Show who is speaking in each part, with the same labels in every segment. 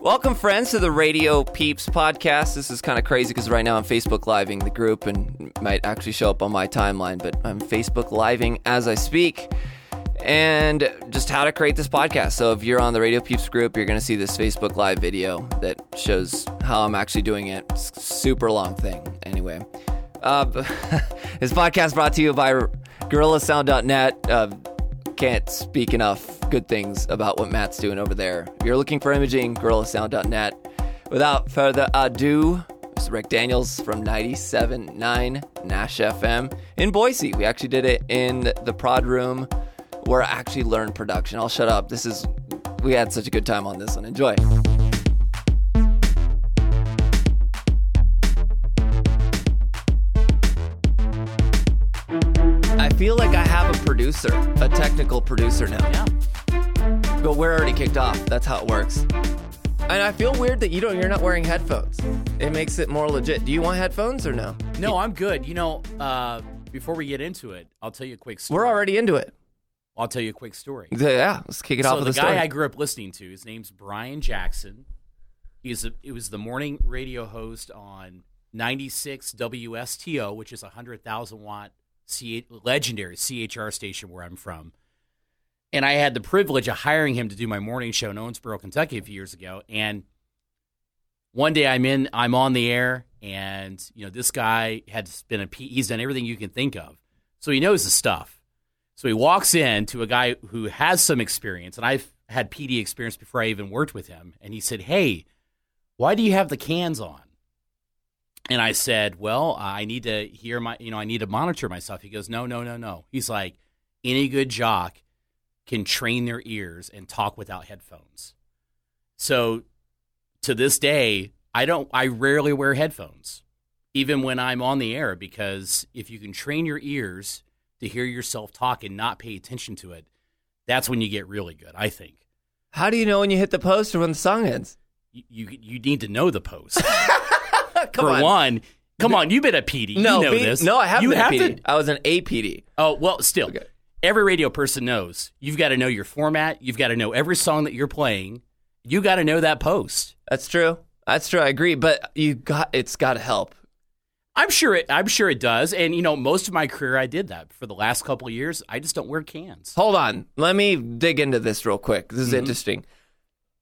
Speaker 1: Welcome, friends, to the Radio Peeps podcast. This is kind of crazy because right now I'm Facebook living the group and it might actually show up on my timeline, but I'm Facebook living as I speak and just how to create this podcast. So if you're on the Radio Peeps group, you're going to see this Facebook live video that shows how I'm actually doing it. It's a super long thing. Anyway, uh, this podcast brought to you by GorillaSound.net. Uh, can't speak enough good things about what Matt's doing over there. If you're looking for imaging, GorillaSound.net. Without further ado, it's Rick Daniels from 97.9 Nash FM in Boise. We actually did it in the prod room where I actually learned production. I'll shut up. This is, we had such a good time on this one. Enjoy. I feel like I have a producer, a technical producer now.
Speaker 2: Yeah.
Speaker 1: But we're already kicked off. That's how it works. And I feel weird that you don't you're not wearing headphones. It makes it more legit. Do you want headphones or no?
Speaker 2: No, I'm good. You know, uh, before we get into it, I'll tell you a quick story.
Speaker 1: We're already into it.
Speaker 2: I'll tell you a quick story.
Speaker 1: Yeah, let's kick it
Speaker 2: so
Speaker 1: off with
Speaker 2: the
Speaker 1: a
Speaker 2: guy
Speaker 1: story.
Speaker 2: I grew up listening to, his name's Brian Jackson. He's a, he was the morning radio host on 96 WSTO, which is a 100,000 watt C- legendary CHR station where I'm from. And I had the privilege of hiring him to do my morning show in Owensboro, Kentucky a few years ago. And one day I'm in, I'm on the air, and you know this guy has been a P, he's done everything you can think of, so he knows his stuff. So he walks in to a guy who has some experience, and I've had PD experience before I even worked with him. And he said, Hey, why do you have the cans on? And I said, Well, I need to hear my, you know, I need to monitor myself. He goes, No, no, no, no. He's like, Any good jock can train their ears and talk without headphones. So to this day, I don't, I rarely wear headphones, even when I'm on the air, because if you can train your ears to hear yourself talk and not pay attention to it, that's when you get really good, I think.
Speaker 1: How do you know when you hit the post or when the song ends?
Speaker 2: You, you, you need to know the post.
Speaker 1: Come
Speaker 2: for
Speaker 1: on.
Speaker 2: one. Come on, you've been a PD.
Speaker 1: No,
Speaker 2: you know
Speaker 1: be-
Speaker 2: this.
Speaker 1: no, I haven't
Speaker 2: You
Speaker 1: been
Speaker 2: have
Speaker 1: a PD.
Speaker 2: to.
Speaker 1: I was an APD.
Speaker 2: Oh well, still,
Speaker 1: Okay.
Speaker 2: every radio person knows you've got to know your format. You've got to know every song that you're playing. You got to know that post.
Speaker 1: That's true. That's true. I agree. But you got it's got to help.
Speaker 2: I'm sure it. I'm sure it does. And you know, most of my career, I did that. For the last couple of years, I just don't wear cans.
Speaker 1: Hold on. Let me dig into this real quick. This is interesting.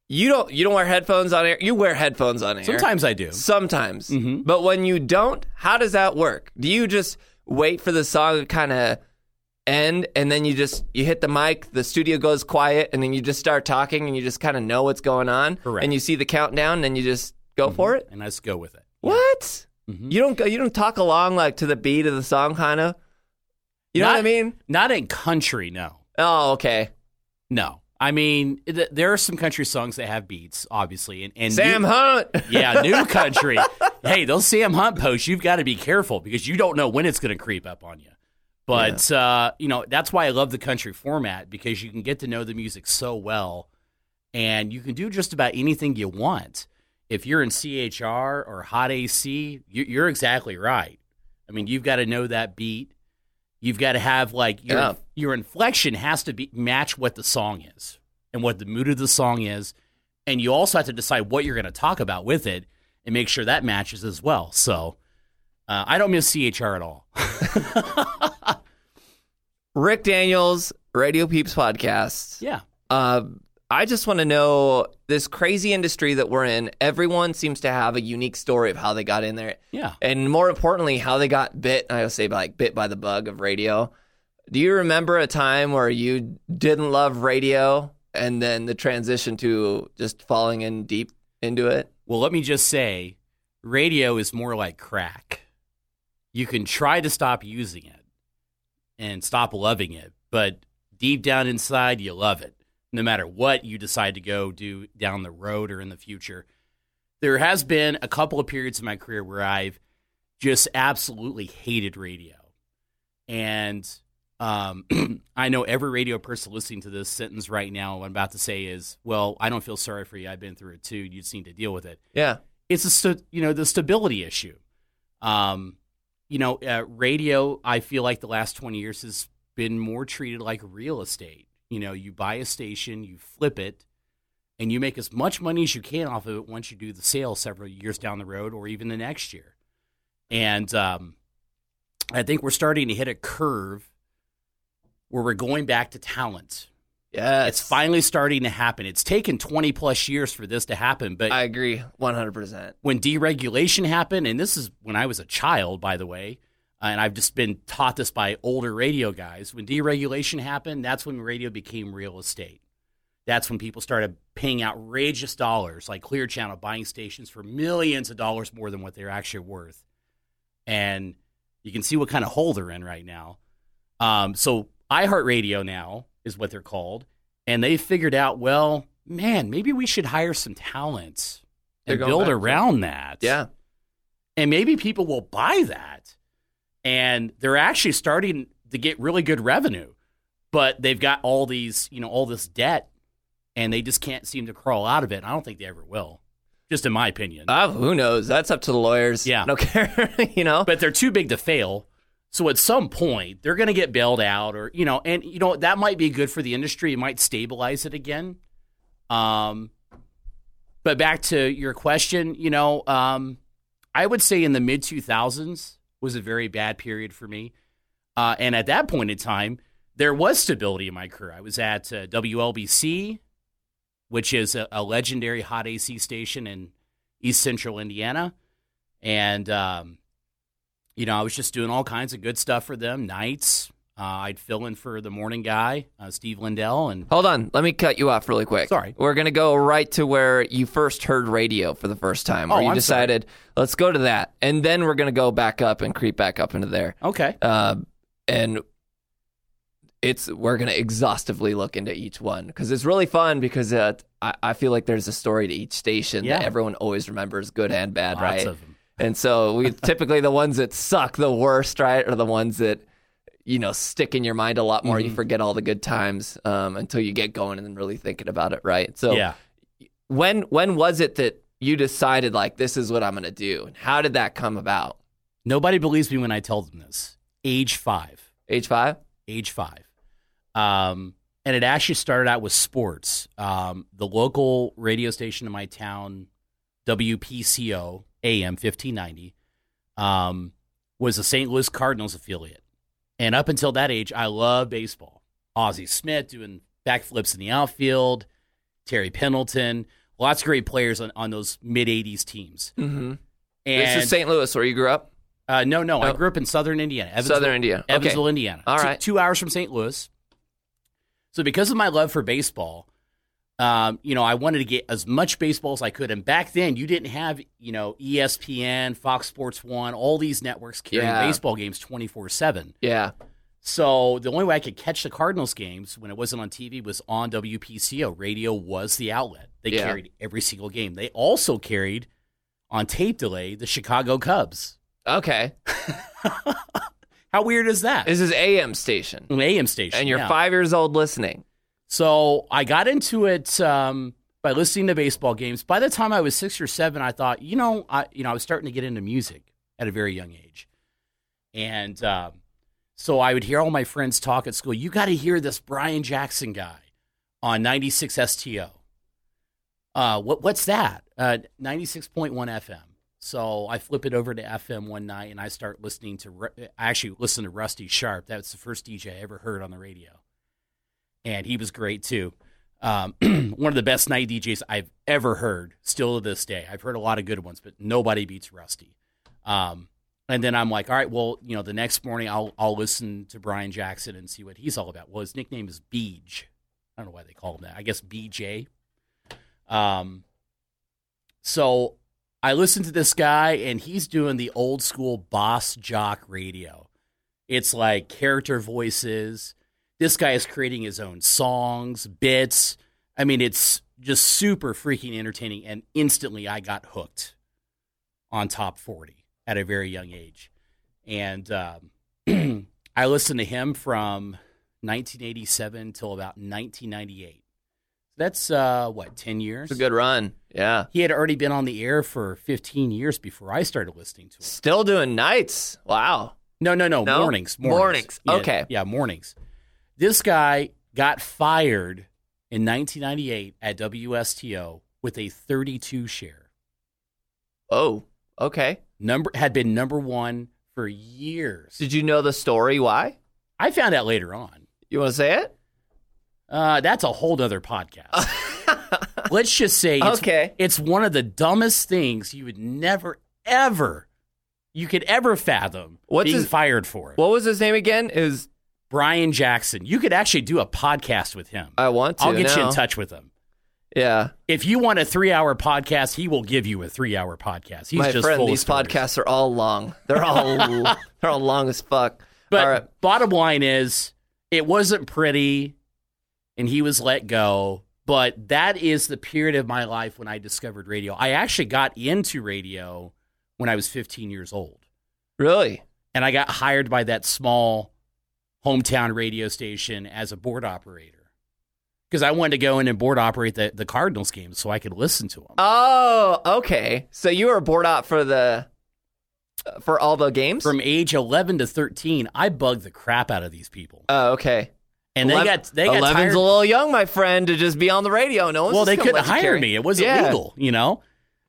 Speaker 1: You don't you don't wear headphones on air. You wear headphones on air.
Speaker 2: Sometimes I do.
Speaker 1: Sometimes.
Speaker 2: Mm-hmm.
Speaker 1: But when you don't, how does that work? Do you just wait for the song to kind of end and then you just you hit the mic, the studio goes quiet and then you just start talking and you just kind of know what's going on
Speaker 2: Correct. Mm-hmm.
Speaker 1: and you see the countdown and you just go for it?
Speaker 2: And I just go with it.
Speaker 1: What?
Speaker 2: Mm-hmm.
Speaker 1: You don't go you don't talk along like to the beat of the song kind of? You know
Speaker 2: Not-
Speaker 1: what I mean?
Speaker 2: Not in country, no.
Speaker 1: Oh, okay.
Speaker 2: No. I mean, th- there are some country songs that have beats, obviously. And, and
Speaker 1: Sam
Speaker 2: you-
Speaker 1: Hunt.
Speaker 2: Yeah, new country. hey, those Sam Hunt posts, you've got to be careful because you don't know when it's going to creep up on you. But, uh, you know, that's why I love the country format because you can get to know the music so well and you can do just about anything you want. If you're in CHR or Hot AC, you- you're exactly right. I mean, you've got to know that beat. You've got to have like your
Speaker 1: Yeah.
Speaker 2: your inflection has to be match what the song is and what the mood of the song is, and you also have to decide what you're going to talk about with it and make sure that matches as well. So, uh, I don't miss CHR at all.
Speaker 1: Rick Daniels, Radio Peeps podcast.
Speaker 2: yeah,
Speaker 1: Uh, I just want to know this crazy industry that we're in. Everyone seems to have a unique story of how they got in there,
Speaker 2: yeah.
Speaker 1: and more importantly, how they got bit. I would say like bit by the bug of radio. Do you remember a time where you didn't love radio, and then the transition to just falling in deep into it?
Speaker 2: Well, let me just say, radio is more like crack. You can try to stop using it and stop loving it, but deep down inside, you love it. No matter what you decide to go do down the road or in the future, there has been a couple of periods in my career where I've just absolutely hated radio. And um, I know every radio person listening to this sentence right now, what I'm about to say is, well, I don't feel sorry for you. I've been through it too. You just need to deal with it
Speaker 1: Yeah,
Speaker 2: it's a st- you know the stability issue. Um, you know, uh, radio. I feel like the last twenty years has been more treated like real estate. You know, you buy a station, you flip it, and you make as much money as you can off of it once you do the sale several years down the road or even the next year. And um, I think we're starting to hit a curve where we're going back to talent.
Speaker 1: Yeah,
Speaker 2: It's finally starting to happen. It's taken 20 plus years for this to happen, but
Speaker 1: I agree, one hundred percent.
Speaker 2: when deregulation happened, and this is when I was a child, by the way, uh, and I've just been taught this by older radio guys. When deregulation happened, that's when radio became real estate. That's when people started paying outrageous dollars, like Clear Channel buying stations for millions of dollars more than what they're actually worth. And you can see what kind of hole they're in right now. Um, so iHeartRadio now is what they're called. And they figured out, well, man, maybe we should hire some talents
Speaker 1: They're
Speaker 2: and
Speaker 1: going
Speaker 2: build
Speaker 1: back to-
Speaker 2: around that.
Speaker 1: Yeah,
Speaker 2: And maybe people will buy that. And they're actually starting to get really good revenue. But they've got all these, you know, all this debt and they just can't seem to crawl out of it. I don't think they ever will. Just in my opinion.
Speaker 1: Ah, who knows? That's up to the lawyers.
Speaker 2: Yeah.
Speaker 1: I don't care. you know.
Speaker 2: but they're too big to fail. So at some point, they're going to get bailed out, or you know, and you know that might be good for the industry. It might stabilize it again. Um, but back to your question, you know, um, I would say in the mid two thousands was a very bad period for me, uh, and at that point in time, there was stability in my career. I was at uh, WLBC, which is a, a legendary hot AC station in East Central Indiana, and um, you know, I was just doing all kinds of good stuff for them. Nights, uh, I'd fill in for the morning guy, uh, Steve Lindell, and
Speaker 1: Hold on, let me cut you off really quick.
Speaker 2: Sorry.
Speaker 1: We're gonna go right to where you first heard radio for the first time, where
Speaker 2: Oh,
Speaker 1: you
Speaker 2: I'm sorry.
Speaker 1: decided let's go to that, and then we're gonna go back up and creep back up into there.
Speaker 2: okay,
Speaker 1: Uh, and it's we're gonna exhaustively look into each one because it's really fun because uh, I, I feel like there's a story to each station
Speaker 2: Yeah.
Speaker 1: that everyone always remembers, good and bad,
Speaker 2: lots
Speaker 1: right?
Speaker 2: of them.
Speaker 1: And so we typically the ones that suck the worst, right, are the ones that you know stick in your mind a lot more. You
Speaker 2: Mhm.
Speaker 1: forget all the good times um, until you get going and then really thinking about it, right? So
Speaker 2: yeah,
Speaker 1: when when was it that you decided like this is what I'm gonna do? And how did that come about?
Speaker 2: nobody believes me when I tell them this. Age five,
Speaker 1: Age five?
Speaker 2: age five, um, and it actually started out with sports. Um, the local radio station in my town, WPCO AM fifteen ninety, um, was the St. Louis Cardinals affiliate. And up until that age, I loved baseball. Ozzie Smith doing backflips in the outfield, Terry Pendleton, lots of great players on, on those mid 80s teams.
Speaker 1: Mm-hmm.
Speaker 2: And,
Speaker 1: This is St. Louis where you grew up,
Speaker 2: uh, no, no, I
Speaker 1: Oh.
Speaker 2: grew up in southern Indiana, Evansville,
Speaker 1: Southern India. Okay.
Speaker 2: Evansville Indiana.
Speaker 1: All
Speaker 2: Two-
Speaker 1: right.
Speaker 2: two hours from St. Louis. So, because of my love for baseball, um, you know, I wanted to get as much baseball as I could. And back then, you didn't have, you know, E ESPN, Fox Sports One, all these networks carrying
Speaker 1: Yeah.
Speaker 2: baseball games 24 7.
Speaker 1: Yeah.
Speaker 2: So the only way I could catch the Cardinals games when it wasn't on TV was on WPCO. Radio was the outlet. They
Speaker 1: Yeah.
Speaker 2: carried every single game. They also carried on tape delay the Chicago Cubs.
Speaker 1: Okay.
Speaker 2: How weird is that?
Speaker 1: This is AM station.
Speaker 2: an AM station.
Speaker 1: And you're
Speaker 2: Mm-hmm. yeah.
Speaker 1: five years old listening.
Speaker 2: So I got into it um, by listening to baseball games. By the time I was six or seven, I thought, you know, I you know I was starting to get into music at a very young age, and um, so I would hear all my friends talk at school. You got to hear this Brian Jackson guy on ninety six STO. Uh, what what's that? Uh, ninety six point one FM. So I flip it over to FM one night and I start listening to. Ru- I actually listen to Rusty Sharp. That was the first DJ I ever heard on the radio and he was great too. Um, one of the best night DJs I've ever heard, still to this day. I've heard a lot of good ones, but nobody beats Rusty. Um, and then I'm like, all right, well, you know, the next morning I'll I'll listen to Brian Jackson and see what he's all about. Well, his nickname is Beej. I don't know why they call him that. I guess BJ. Um, so I listened to this guy, and he's doing the old school boss jock radio. It's like character voices this guy is creating his own songs, bits. I mean, it's just super freaking entertaining. And instantly I got hooked on top 40 at a very young age. And um, I listened to him from 1987 till about 1998. That's uh, what, 10 years?
Speaker 1: It's a good run. Yeah.
Speaker 2: He had already been on the air for 15 years before I started listening to him.
Speaker 1: Still doing nights. Wow.
Speaker 2: No, no, no.
Speaker 1: No?
Speaker 2: Mornings.
Speaker 1: Mornings.
Speaker 2: Yeah,
Speaker 1: Okay.
Speaker 2: Yeah, mornings. This guy got fired in 1998 at WSTO with a 32 share.
Speaker 1: Oh, okay.
Speaker 2: Number had been number one for years.
Speaker 1: Did you know the story? Why?
Speaker 2: I found out later on.
Speaker 1: You want to say it?
Speaker 2: Uh, that's a whole other podcast. Let's just say it's,
Speaker 1: Okay.
Speaker 2: it's one of the dumbest things you would never, ever, you could ever fathom
Speaker 1: What's
Speaker 2: being
Speaker 1: his-
Speaker 2: fired for. it.
Speaker 1: What was his name again? Is
Speaker 2: Brian Jackson. You could actually do a podcast with him.
Speaker 1: I want to.
Speaker 2: I'll get you
Speaker 1: now.
Speaker 2: in touch with him.
Speaker 1: Yeah,
Speaker 2: If you want a three-hour podcast, he will give you a three-hour podcast. He's
Speaker 1: my
Speaker 2: just
Speaker 1: friend.
Speaker 2: full
Speaker 1: These
Speaker 2: of stories.
Speaker 1: podcasts are all long. They're all they're all long as fuck.
Speaker 2: But
Speaker 1: all right.
Speaker 2: bottom line is, it wasn't pretty, and he was let go. But that is the period of my life when I discovered radio. I actually got into radio when I was 15 years old,
Speaker 1: Really?
Speaker 2: and I got hired by that small hometown radio station as a board operator because I wanted to go in and board operate the, the Cardinals games so I could listen to them.
Speaker 1: Oh, okay. So you were bored out for the uh, for all the games.
Speaker 2: From age 11 to 13, I bugged the crap out of these people,
Speaker 1: oh, okay.
Speaker 2: and they
Speaker 1: Eleven-
Speaker 2: got they got
Speaker 1: Eleven's
Speaker 2: tired.
Speaker 1: a little young, my friend, to just be on the radio. No one's
Speaker 2: well, they
Speaker 1: just gonna
Speaker 2: couldn't
Speaker 1: let you
Speaker 2: hire
Speaker 1: carry-
Speaker 2: me. It wasn't
Speaker 1: Yeah.
Speaker 2: legal, you know?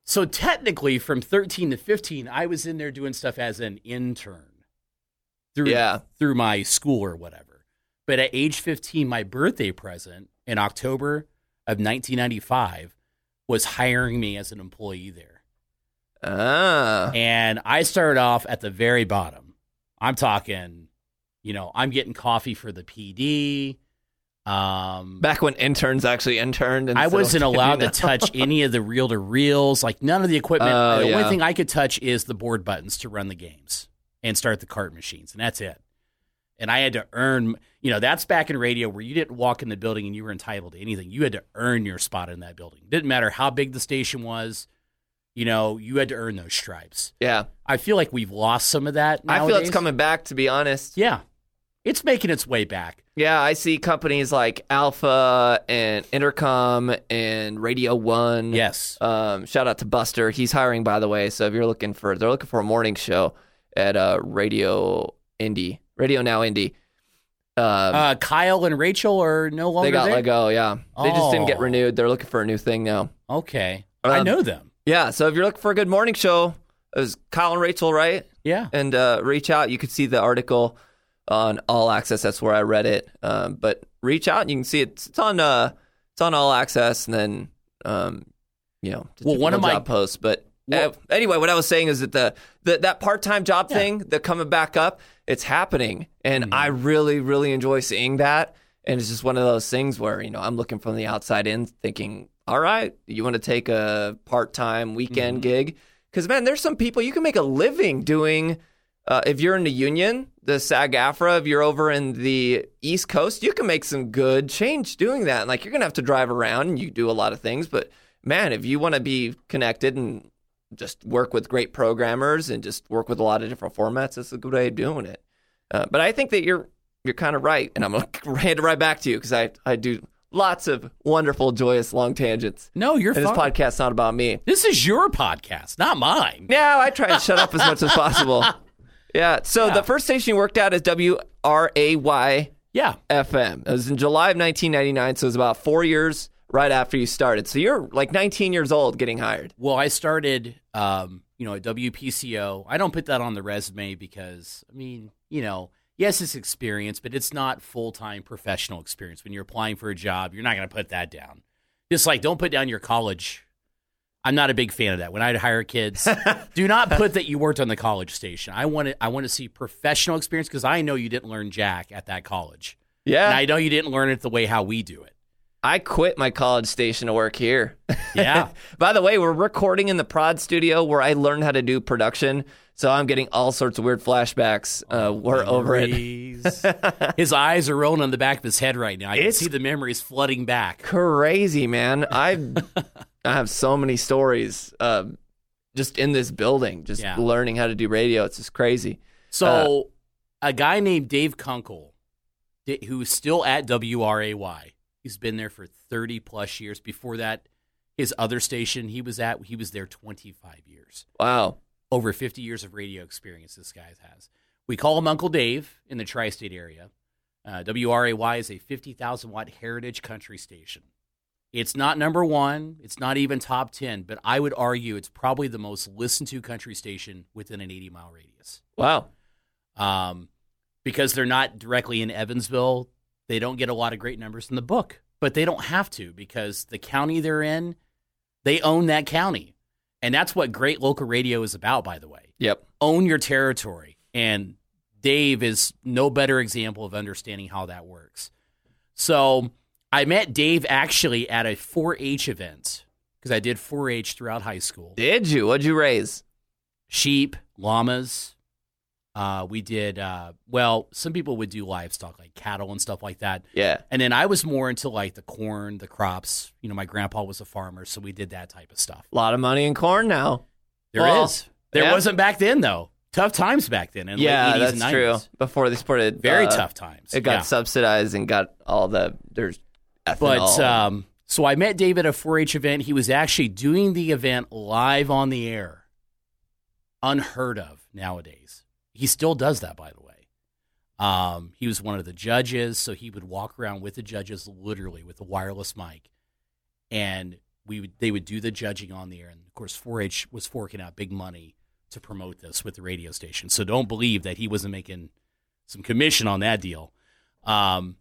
Speaker 2: So technically, from 13 to 15, I was in there doing stuff as an intern through,
Speaker 1: Yeah.
Speaker 2: through my school or whatever. But at age 15, my birthday present in October of 1995 was hiring me as an employee there.
Speaker 1: Ah,
Speaker 2: And I started off at the very bottom. I'm talking, you know, I'm getting coffee for the PD. Um,
Speaker 1: back when interns actually interned.
Speaker 2: I
Speaker 1: instead of-
Speaker 2: wasn't allowed
Speaker 1: you
Speaker 2: to
Speaker 1: know?
Speaker 2: touch any of the reel to reels, like none of the equipment.
Speaker 1: Oh,
Speaker 2: the
Speaker 1: yeah.
Speaker 2: only thing I could touch is the board buttons to run the games and start the cart machines, and that's it. And I had to earn, you know, that's back in radio where you didn't walk in the building and you were entitled to anything. You had to earn your spot in that building. Didn't matter how big the station was, you know, you had to earn those stripes.
Speaker 1: Yeah,
Speaker 2: I feel like we've lost some of that.
Speaker 1: I feel
Speaker 2: nowadays.
Speaker 1: it's coming back. To be honest,
Speaker 2: Yeah, it's making its way back.
Speaker 1: Yeah, I see companies like Alpha and Intercom and Radio One.
Speaker 2: Yes,
Speaker 1: Um, shout out to Buster. He's hiring, by the way. So if you're looking for, they're looking for a morning show at uh, Radio Indie, Radio Now Indie. Um,
Speaker 2: uh, Kyle and Rachel are no longer
Speaker 1: they got
Speaker 2: there.
Speaker 1: let go. Yeah, they just didn't get
Speaker 2: Oh.
Speaker 1: renewed. They're looking for a new thing now.
Speaker 2: okay, I
Speaker 1: Um,
Speaker 2: know them.
Speaker 1: Yeah. So if you're looking for a good morning show, it was Kyle and Rachel, right?
Speaker 2: Yeah.
Speaker 1: and uh, reach out. You could see the article on All Access. That's where I read it. Um, but reach out. You can see it's it's on uh, it's on All Access, and then um, you know, just
Speaker 2: Well, one of
Speaker 1: typical
Speaker 2: my-
Speaker 1: job posts. But uh,
Speaker 2: Well-
Speaker 1: anyway, what I was saying is that the, the that part time job thing, the coming back up, it's happening, and
Speaker 2: Mm-hmm.
Speaker 1: I really really enjoy seeing that. And it's just one of those things where you know I'm looking from the outside in, thinking, all right, you want to take a part time weekend
Speaker 2: Mm-hmm.
Speaker 1: gig. Because man, there's some people you can make a living doing. Uh, if you're in the union, the SAG-AFTRA, if you're over in the East Coast, you can make some good change doing that. And like you're gonna have to drive around and you do a lot of things, but man, if you want to be connected and just work with great programmers and just work with a lot of different formats, that's a good way of doing it. Uh, but I think that you're you're kind of right, and I'm gonna hand it right back to you because I I do lots of wonderful, joyous long tangents.
Speaker 2: No, you're
Speaker 1: And this
Speaker 2: fine.
Speaker 1: podcast's not about me.
Speaker 2: this is your podcast, not mine.
Speaker 1: No, I try to shut up as much as possible. Yeah. So the first station you worked at is WRAY
Speaker 2: Yeah.
Speaker 1: FM. It was in July of 1999, so it was about four years right after you started. So you're like 19 years old getting hired.
Speaker 2: Well, I started, um, you know, at WPCO. I don't put that on the resume because, I mean, you know, yes, it's experience, but it's not full time professional experience. When you're applying for a job, you're not going to put that down. Just like don't put down your college. I'm not a big fan of that. When I hire kids, do not put that you worked on the college station. I want to, I want to see professional experience because I know you didn't learn jack at that college,
Speaker 1: Yeah.
Speaker 2: and
Speaker 1: I,
Speaker 2: I know you didn't learn it the way how we do it.
Speaker 1: quit my college station to work here.
Speaker 2: Yeah.
Speaker 1: By the way, we're recording in the prod studio where I learned how to do production. So I'm getting all sorts of weird flashbacks. Uh, we're over it.
Speaker 2: Memories. his eyes are rolling on the back of his head right now. I can see the memories flooding back.
Speaker 1: crazy, man. I I have so many stories uh, just in this building, just
Speaker 2: Yeah.
Speaker 1: learning how to do radio. It's just crazy.
Speaker 2: So, a guy named Dave Kunkel, di- who's still at WRAY, he's been there for 30 plus years. Before that, his other station he was at, he was there 25 years.
Speaker 1: Wow.
Speaker 2: Over 50 years of radio experience this guy has. We call him Uncle Dave in the tri state area. Uh, WRAY is a 50,000 watt heritage country station. It's not number one. It's not even top 10, but I would argue it's probably the most listened to country station within an 80 mile radius.
Speaker 1: Wow.
Speaker 2: Um, because they're not directly in Evansville, they don't get a lot of great numbers in the book, but they don't have to because the county they're in, they own that county. And that's what great local radio is about, by the way.
Speaker 1: Yep.
Speaker 2: Own your territory. And Dave is no better example of understanding how that works. So I met Dave actually at a 4 H event because I did 4 H throughout high school
Speaker 1: Did you? What'd you raise?
Speaker 2: sheep, llamas. Uh, we did uh, well. Some people would do livestock like cattle and stuff like that.
Speaker 1: Yeah.
Speaker 2: And then I was more into like the corn, the crops. You know, my grandpa was a farmer, so we did that type of stuff.
Speaker 1: A lot of money in corn now.
Speaker 2: There is,
Speaker 1: Well,
Speaker 2: There
Speaker 1: yeah.
Speaker 2: wasn't back then though. Tough times back then. In the
Speaker 1: yeah,
Speaker 2: late 80s
Speaker 1: that's
Speaker 2: and 90s.
Speaker 1: true. Before they supported,
Speaker 2: Very
Speaker 1: uh,
Speaker 2: tough times.
Speaker 1: It got
Speaker 2: Yeah.
Speaker 1: subsidized and got all the there's ethanol.
Speaker 2: But um, so I met Dave at a 4-H event. He was actually doing the event live on the air. Unheard of nowadays. He still does that, by the way. Um, he was one of the judges, so he would walk around with the judges, literally with a wireless mic, and we would, they would do the judging on the air. And of course, 4-H was forking out big money to promote this with the radio station. So don't believe that he wasn't making some commission on that deal. Um,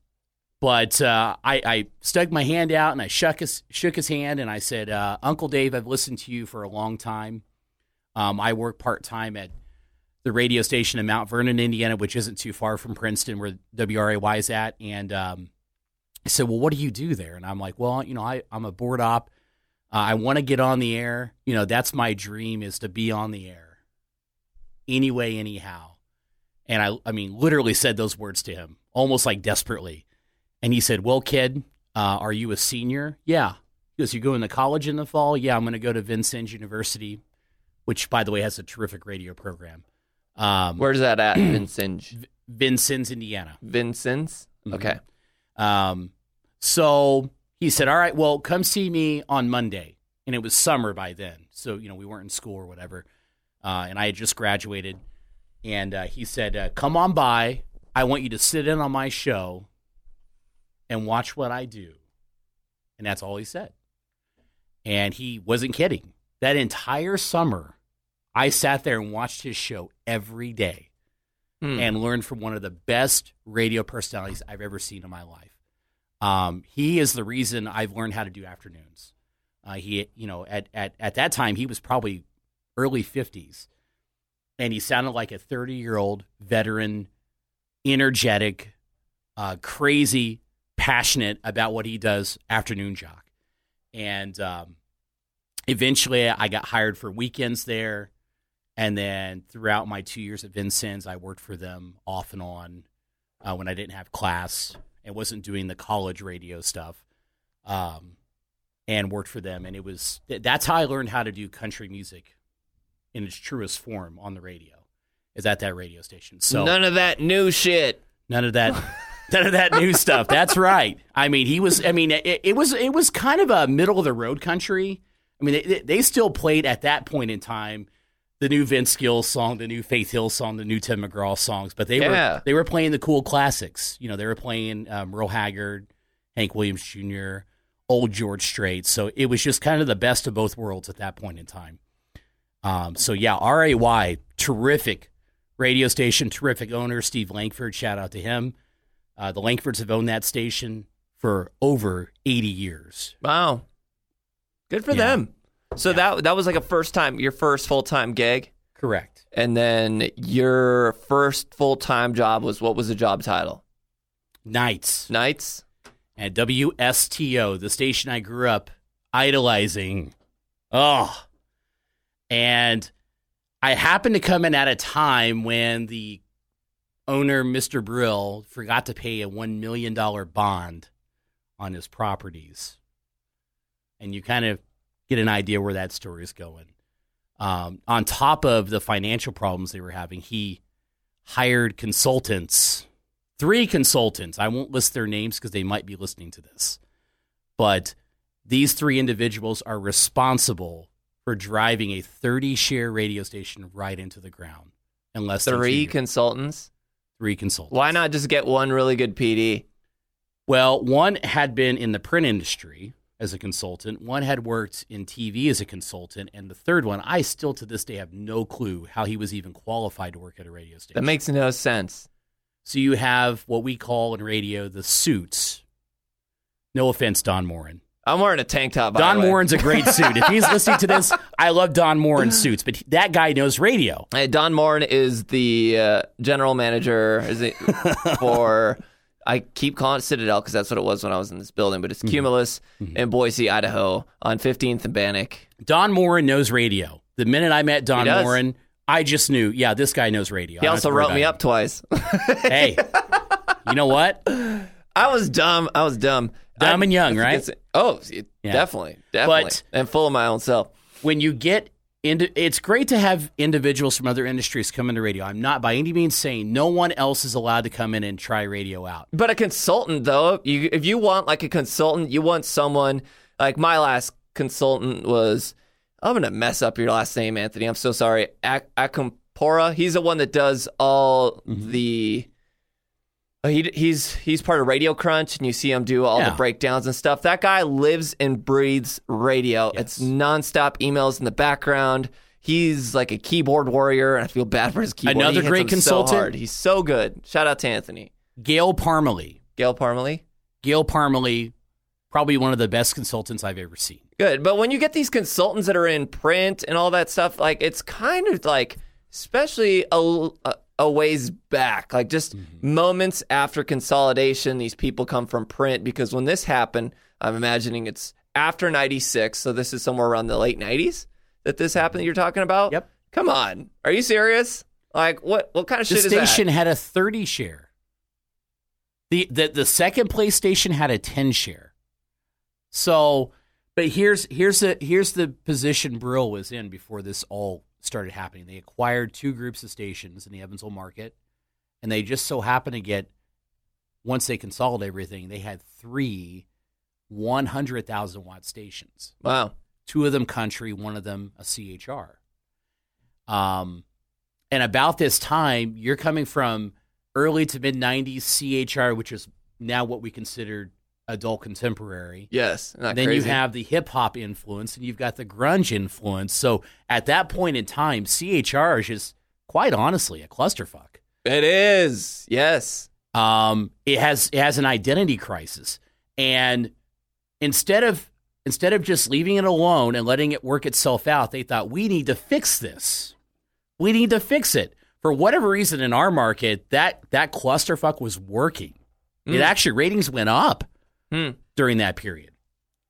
Speaker 2: but uh, I, I stuck my hand out and I shook his, shook his hand and I said, uh, Uncle Dave, I've listened to you for a long time. Um, I work part time at the radio station in Mount Vernon, Indiana, which isn't too far from Princeton, where WRAY is at. And um, I said, Well, what do you do there? And I'm like, Well, you know, I, I'm a board op. Uh, I want to get on the air. You know, that's my dream is to be on the air anyway, anyhow. And I, I mean, literally said those words to him almost like desperately. And he said, Well, kid, uh, are you a senior? Yeah. He goes, You going to college in the fall? Yeah, I'm going to go to Vincennes University, which, by the way, has a terrific radio program. Um,
Speaker 1: where's that at? Vincennes.
Speaker 2: Vincennes, Indiana.
Speaker 1: Vincennes.
Speaker 2: Mhm.
Speaker 1: Okay.
Speaker 2: Um, so he said, All right, well, come see me on Monday. And it was summer by then. So, you know, we weren't in school or whatever. Uh, and I had just graduated. And uh, he said, uh, Come on by. I want you to sit in on my show and watch what I do. And that's all he said. And he wasn't kidding. That entire summer, I sat there and watched his show every day
Speaker 1: Hmm.
Speaker 2: and learned from one of the best radio personalities I've ever seen in my life. Um, he is the reason I've learned how to do afternoons. Uh, he, you know, at, at, at that time, he was probably early 50s, and he sounded like a 30 year old veteran, energetic, uh, crazy, passionate about what he does, afternoon jock. And um, eventually, I got hired for weekends there. And then throughout my two years at Vincennes, I worked for them off and on uh, when I didn't have class and wasn't doing the college radio stuff. Um, and worked for them, and it was th- that's how I learned how to do country music in its truest form on the radio, is at that radio station. So
Speaker 1: None of that new shit.
Speaker 2: None of that. None of that new stuff. That's right. I mean, he was. I mean, it, it was. It was kind of a middle of the road country. I mean, they, they still played at that point in time the new Vince Gill song, the new Faith Hill song, the new Tim McGraw songs. But they
Speaker 1: Yeah.
Speaker 2: were they were playing the cool classics. You know, they were playing um, Merle Haggard, Hank Williams Jr., old George Strait. So it was just kind of the best of both worlds at that point in time. Um, so yeah, RAY, terrific radio station, terrific owner, Steve Langford. Shout out to him. Uh, the Langfords have owned that station for over 80 years.
Speaker 1: Wow. Good for
Speaker 2: Yeah.
Speaker 1: them. So that that was like a first time, your first full time gig,
Speaker 2: Correct.
Speaker 1: and then your first full time job was what was the job title?
Speaker 2: Nights
Speaker 1: Nights.
Speaker 2: at WSTO, the station I grew up idolizing. Oh. And I happened to come in at a time when the owner, Mr. Brill, forgot to pay a $1 million bond on his properties. And you kind of get an idea where that story is going. Um, on top of the financial problems they were having, he hired consultants, three consultants. I won't list their names because they might be listening to this. But these three individuals are responsible for driving a 30 share radio station right into the ground. Unless
Speaker 1: Three consultants.
Speaker 2: three consultants.
Speaker 1: Why not just get one really good PD?
Speaker 2: Well, one had been in the print industry, as a consultant. One had worked in TV as a consultant, and the third one, I still to this day have no clue how he was even qualified to work at a radio station.
Speaker 1: That makes no sense.
Speaker 2: so you have what we call in radio the suits. No offense, Don Morin.
Speaker 1: I'm wearing a tank top. by
Speaker 2: Don
Speaker 1: the way.
Speaker 2: Morin's a great suit. If he's listening to this, I love Don Morin suits, but he- that guy knows radio.
Speaker 1: Uh, Don Morin is the uh, general manager is it, for. I keep calling it Citadel because that's what it was when I was in this building, but it's
Speaker 2: Mm-hmm.
Speaker 1: Cumulus in Boise, Idaho, on 15th and Bannock.
Speaker 2: Don Morin knows radio. The minute I met Don
Speaker 1: He does.
Speaker 2: Morin, I just knew, yeah, this guy knows radio.
Speaker 1: He also wrote me up twice.
Speaker 2: Hey, you know what?
Speaker 1: I was dumb. I was dumb.
Speaker 2: Dumb
Speaker 1: I-
Speaker 2: and young, right?
Speaker 1: it's- Oh, it-
Speaker 2: Yeah.
Speaker 1: definitely, definitely,
Speaker 2: But-
Speaker 1: and full of my own self.
Speaker 2: when you get into it's great to have individuals from other industries come into radio. I'm not by any means saying no one else is allowed to come in and try radio out.
Speaker 1: But a consultant, though, you, if you want like a consultant, you want someone like my last consultant was. I'm gonna mess up your last name, Anthony. I'm so sorry. Ac- Akampora. He's the one that does all
Speaker 2: Mm-hmm.
Speaker 1: the. uh, He, he's he's part of Radio Crunch, and you see him do all
Speaker 2: Yeah.
Speaker 1: the breakdowns and stuff. That guy lives and breathes radio. It's
Speaker 2: Yes.
Speaker 1: nonstop emails in the background. He's like a keyboard warrior, and I feel bad for his keyboard.
Speaker 2: Another
Speaker 1: He hits
Speaker 2: great
Speaker 1: them so
Speaker 2: consultant.
Speaker 1: hard. He's so good. Shout out to Anthony.
Speaker 2: Gail Parmalee.
Speaker 1: Gail Parmalee.
Speaker 2: Gail Parmalee, probably one of the best consultants I've ever seen.
Speaker 1: Good. But when you get these consultants that are in print and all that stuff, like it's kind of like, especially a, l- a- a ways back, like just
Speaker 2: Mm-hmm.
Speaker 1: moments after consolidation, these people come from print because when this happened, I'm imagining it's after 96. So this is somewhere around the late 90s that this happened that you're talking about.
Speaker 2: Yep.
Speaker 1: Come on. Are you serious? Like what, what kind of
Speaker 2: The
Speaker 1: shit is
Speaker 2: station
Speaker 1: that?
Speaker 2: had a 30 share. The, the the second place station had a 10 share. So, but here's here's the here's the position Brill was in before this all started happening. They acquired two groups of stations in the Evansville market, and they just so happened to get once they consolidated everything, they had three 100,000 watt stations
Speaker 1: Wow.
Speaker 2: two of them country, one of them a CHR. Um, and about this time, you're coming from early to mid 90s CHR, which is now what we considered adult contemporary.
Speaker 1: Yes. Not
Speaker 2: then
Speaker 1: crazy.
Speaker 2: you have the hip hop influence and you've got the grunge influence. So at that point in time, CHR is just quite honestly a clusterfuck.
Speaker 1: it is. Yes.
Speaker 2: Um, it has it has an identity crisis, and instead of instead of just leaving it alone and letting it work itself out, they thought we need to fix this. We need to fix it for whatever reason. In our market, that that clusterfuck was working. It actually ratings went up
Speaker 1: Hmm.
Speaker 2: during that period.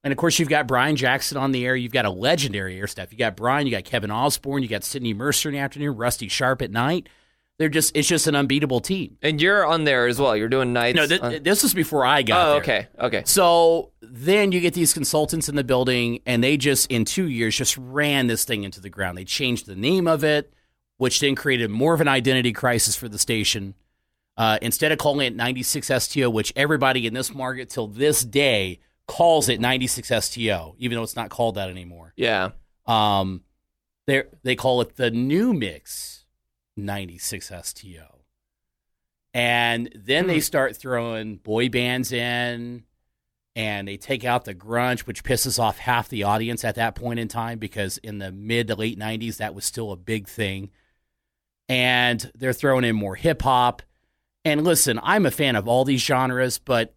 Speaker 2: And of course, you've got Brian Jackson on the air. You've got a legendary air staff. You got Brian. You got Kevin Osborne. You got Sidney Mercer in the afternoon. Rusty Sharp at night. They're just it's just an unbeatable team.
Speaker 1: And you're on there as well. You're doing nights.
Speaker 2: No, th-
Speaker 1: on-
Speaker 2: this was before I got
Speaker 1: Oh,
Speaker 2: there.
Speaker 1: okay. Okay.
Speaker 2: So then you get these consultants in the building, and they just in two years just ran this thing into the ground. They changed the name of it, which then created more of an identity crisis for the station. Uh, instead of calling it 96 STO, which everybody in this market till this day calls it 96 STO, even though it's not called that anymore.
Speaker 1: Yeah.
Speaker 2: Um, they they call it the new mix 96 STO. And then they start throwing boy bands in and they take out the grunge, which pisses off half the audience at that point in time because in the mid to late 90s, that was still a big thing. And they're throwing in more hip hop. And listen, I'm a fan of all these genres, but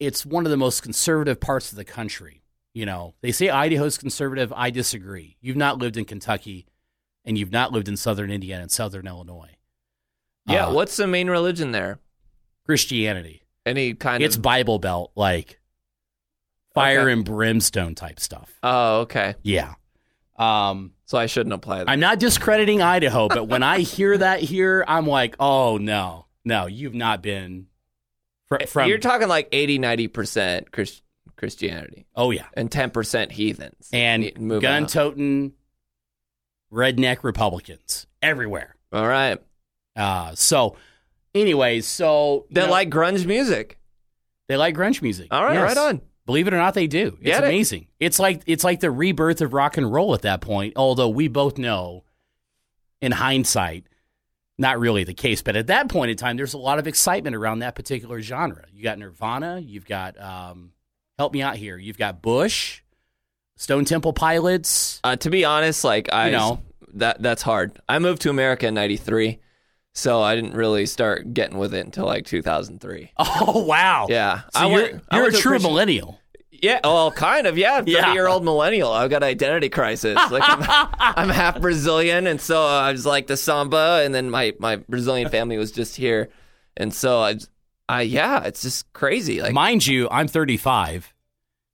Speaker 2: it's one of the most conservative parts of the country. You know, they say Idaho's conservative. I disagree. You've not lived in Kentucky and you've not lived in southern Indiana and southern Illinois.
Speaker 1: Yeah.
Speaker 2: Uh,
Speaker 1: What's the main religion there?
Speaker 2: Christianity.
Speaker 1: Any kind
Speaker 2: It's
Speaker 1: of.
Speaker 2: Bible Belt, like fire
Speaker 1: Okay.
Speaker 2: and brimstone type stuff.
Speaker 1: Oh, okay.
Speaker 2: Yeah. Um,
Speaker 1: So I shouldn't apply that.
Speaker 2: I'm not discrediting Idaho, but when I hear that here, I'm like, oh, no, no, you've not been fr- from.
Speaker 1: You're talking like 80, 90% Christ- Christianity
Speaker 2: oh, yeah.
Speaker 1: and 10% heathens.
Speaker 2: And
Speaker 1: Y- moving
Speaker 2: gun
Speaker 1: up.
Speaker 2: toting redneck Republicans everywhere.
Speaker 1: All right.
Speaker 2: Uh, so, anyways, so you
Speaker 1: They
Speaker 2: know,
Speaker 1: like grunge music.
Speaker 2: they like grunge music.
Speaker 1: All right. Right
Speaker 2: Yes.
Speaker 1: on.
Speaker 2: Believe it or not, they do. It's
Speaker 1: Get it.
Speaker 2: amazing. It's like it's like the rebirth of rock and roll at that point. Although we both know, in hindsight, not really the case. But at that point in time, there's a lot of excitement around that particular genre. You got Nirvana. You've got um, help me out here. You've got Bush, Stone Temple Pilots.
Speaker 1: Uh, to be honest, like I
Speaker 2: You know.
Speaker 1: that that's hard. I moved to America in '93, so I didn't really start getting with it until like 2003.
Speaker 2: Oh wow!
Speaker 1: Yeah,
Speaker 2: So
Speaker 1: I
Speaker 2: you're,
Speaker 1: went- I
Speaker 2: you're a
Speaker 1: went to
Speaker 2: true
Speaker 1: Christian-
Speaker 2: millennial.
Speaker 1: Yeah, well, kind of. Yeah,
Speaker 2: Yeah.
Speaker 1: thirty-year-old millennial. I've got an identity crisis. Like I'm, I'm half Brazilian, and so I was like the samba, and then my my Brazilian family was just here, and so I, I yeah, it's just crazy. Like
Speaker 2: Mind you, I'm 35,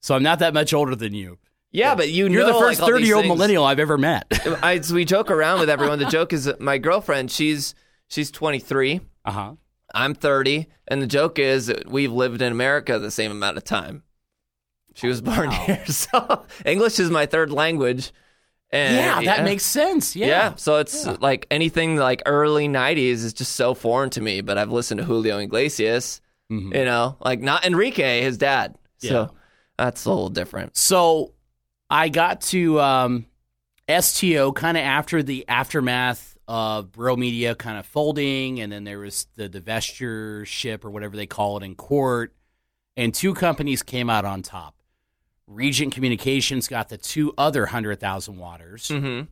Speaker 2: so I'm not that much older than you.
Speaker 1: yeah, but you
Speaker 2: You're
Speaker 1: know,
Speaker 2: the first
Speaker 1: like, all these
Speaker 2: 30 year old
Speaker 1: things.
Speaker 2: millennial I've ever met.
Speaker 1: I, so we joke around with everyone. The joke is that my girlfriend. She's she's twenty-three.
Speaker 2: Uh huh.
Speaker 1: I'm 30, and the joke is that we've lived in America the same amount of time. She was born here, so English is my third language. And
Speaker 2: Yeah, that makes sense. Yeah.
Speaker 1: yeah. so it's like anything like early 90s is just so foreign to me. But I've listened to Julio Iglesias,
Speaker 2: Mhm.
Speaker 1: you know, like not Enrique, his dad.
Speaker 2: Yeah.
Speaker 1: So that's a little different.
Speaker 2: So I got to um, STO kind of after the aftermath of Bro Media kind of folding, and then there was the divestitureship or whatever they call it in court, and two companies came out on top. Regent Communications got the two other hundred thousand waters,
Speaker 1: hmm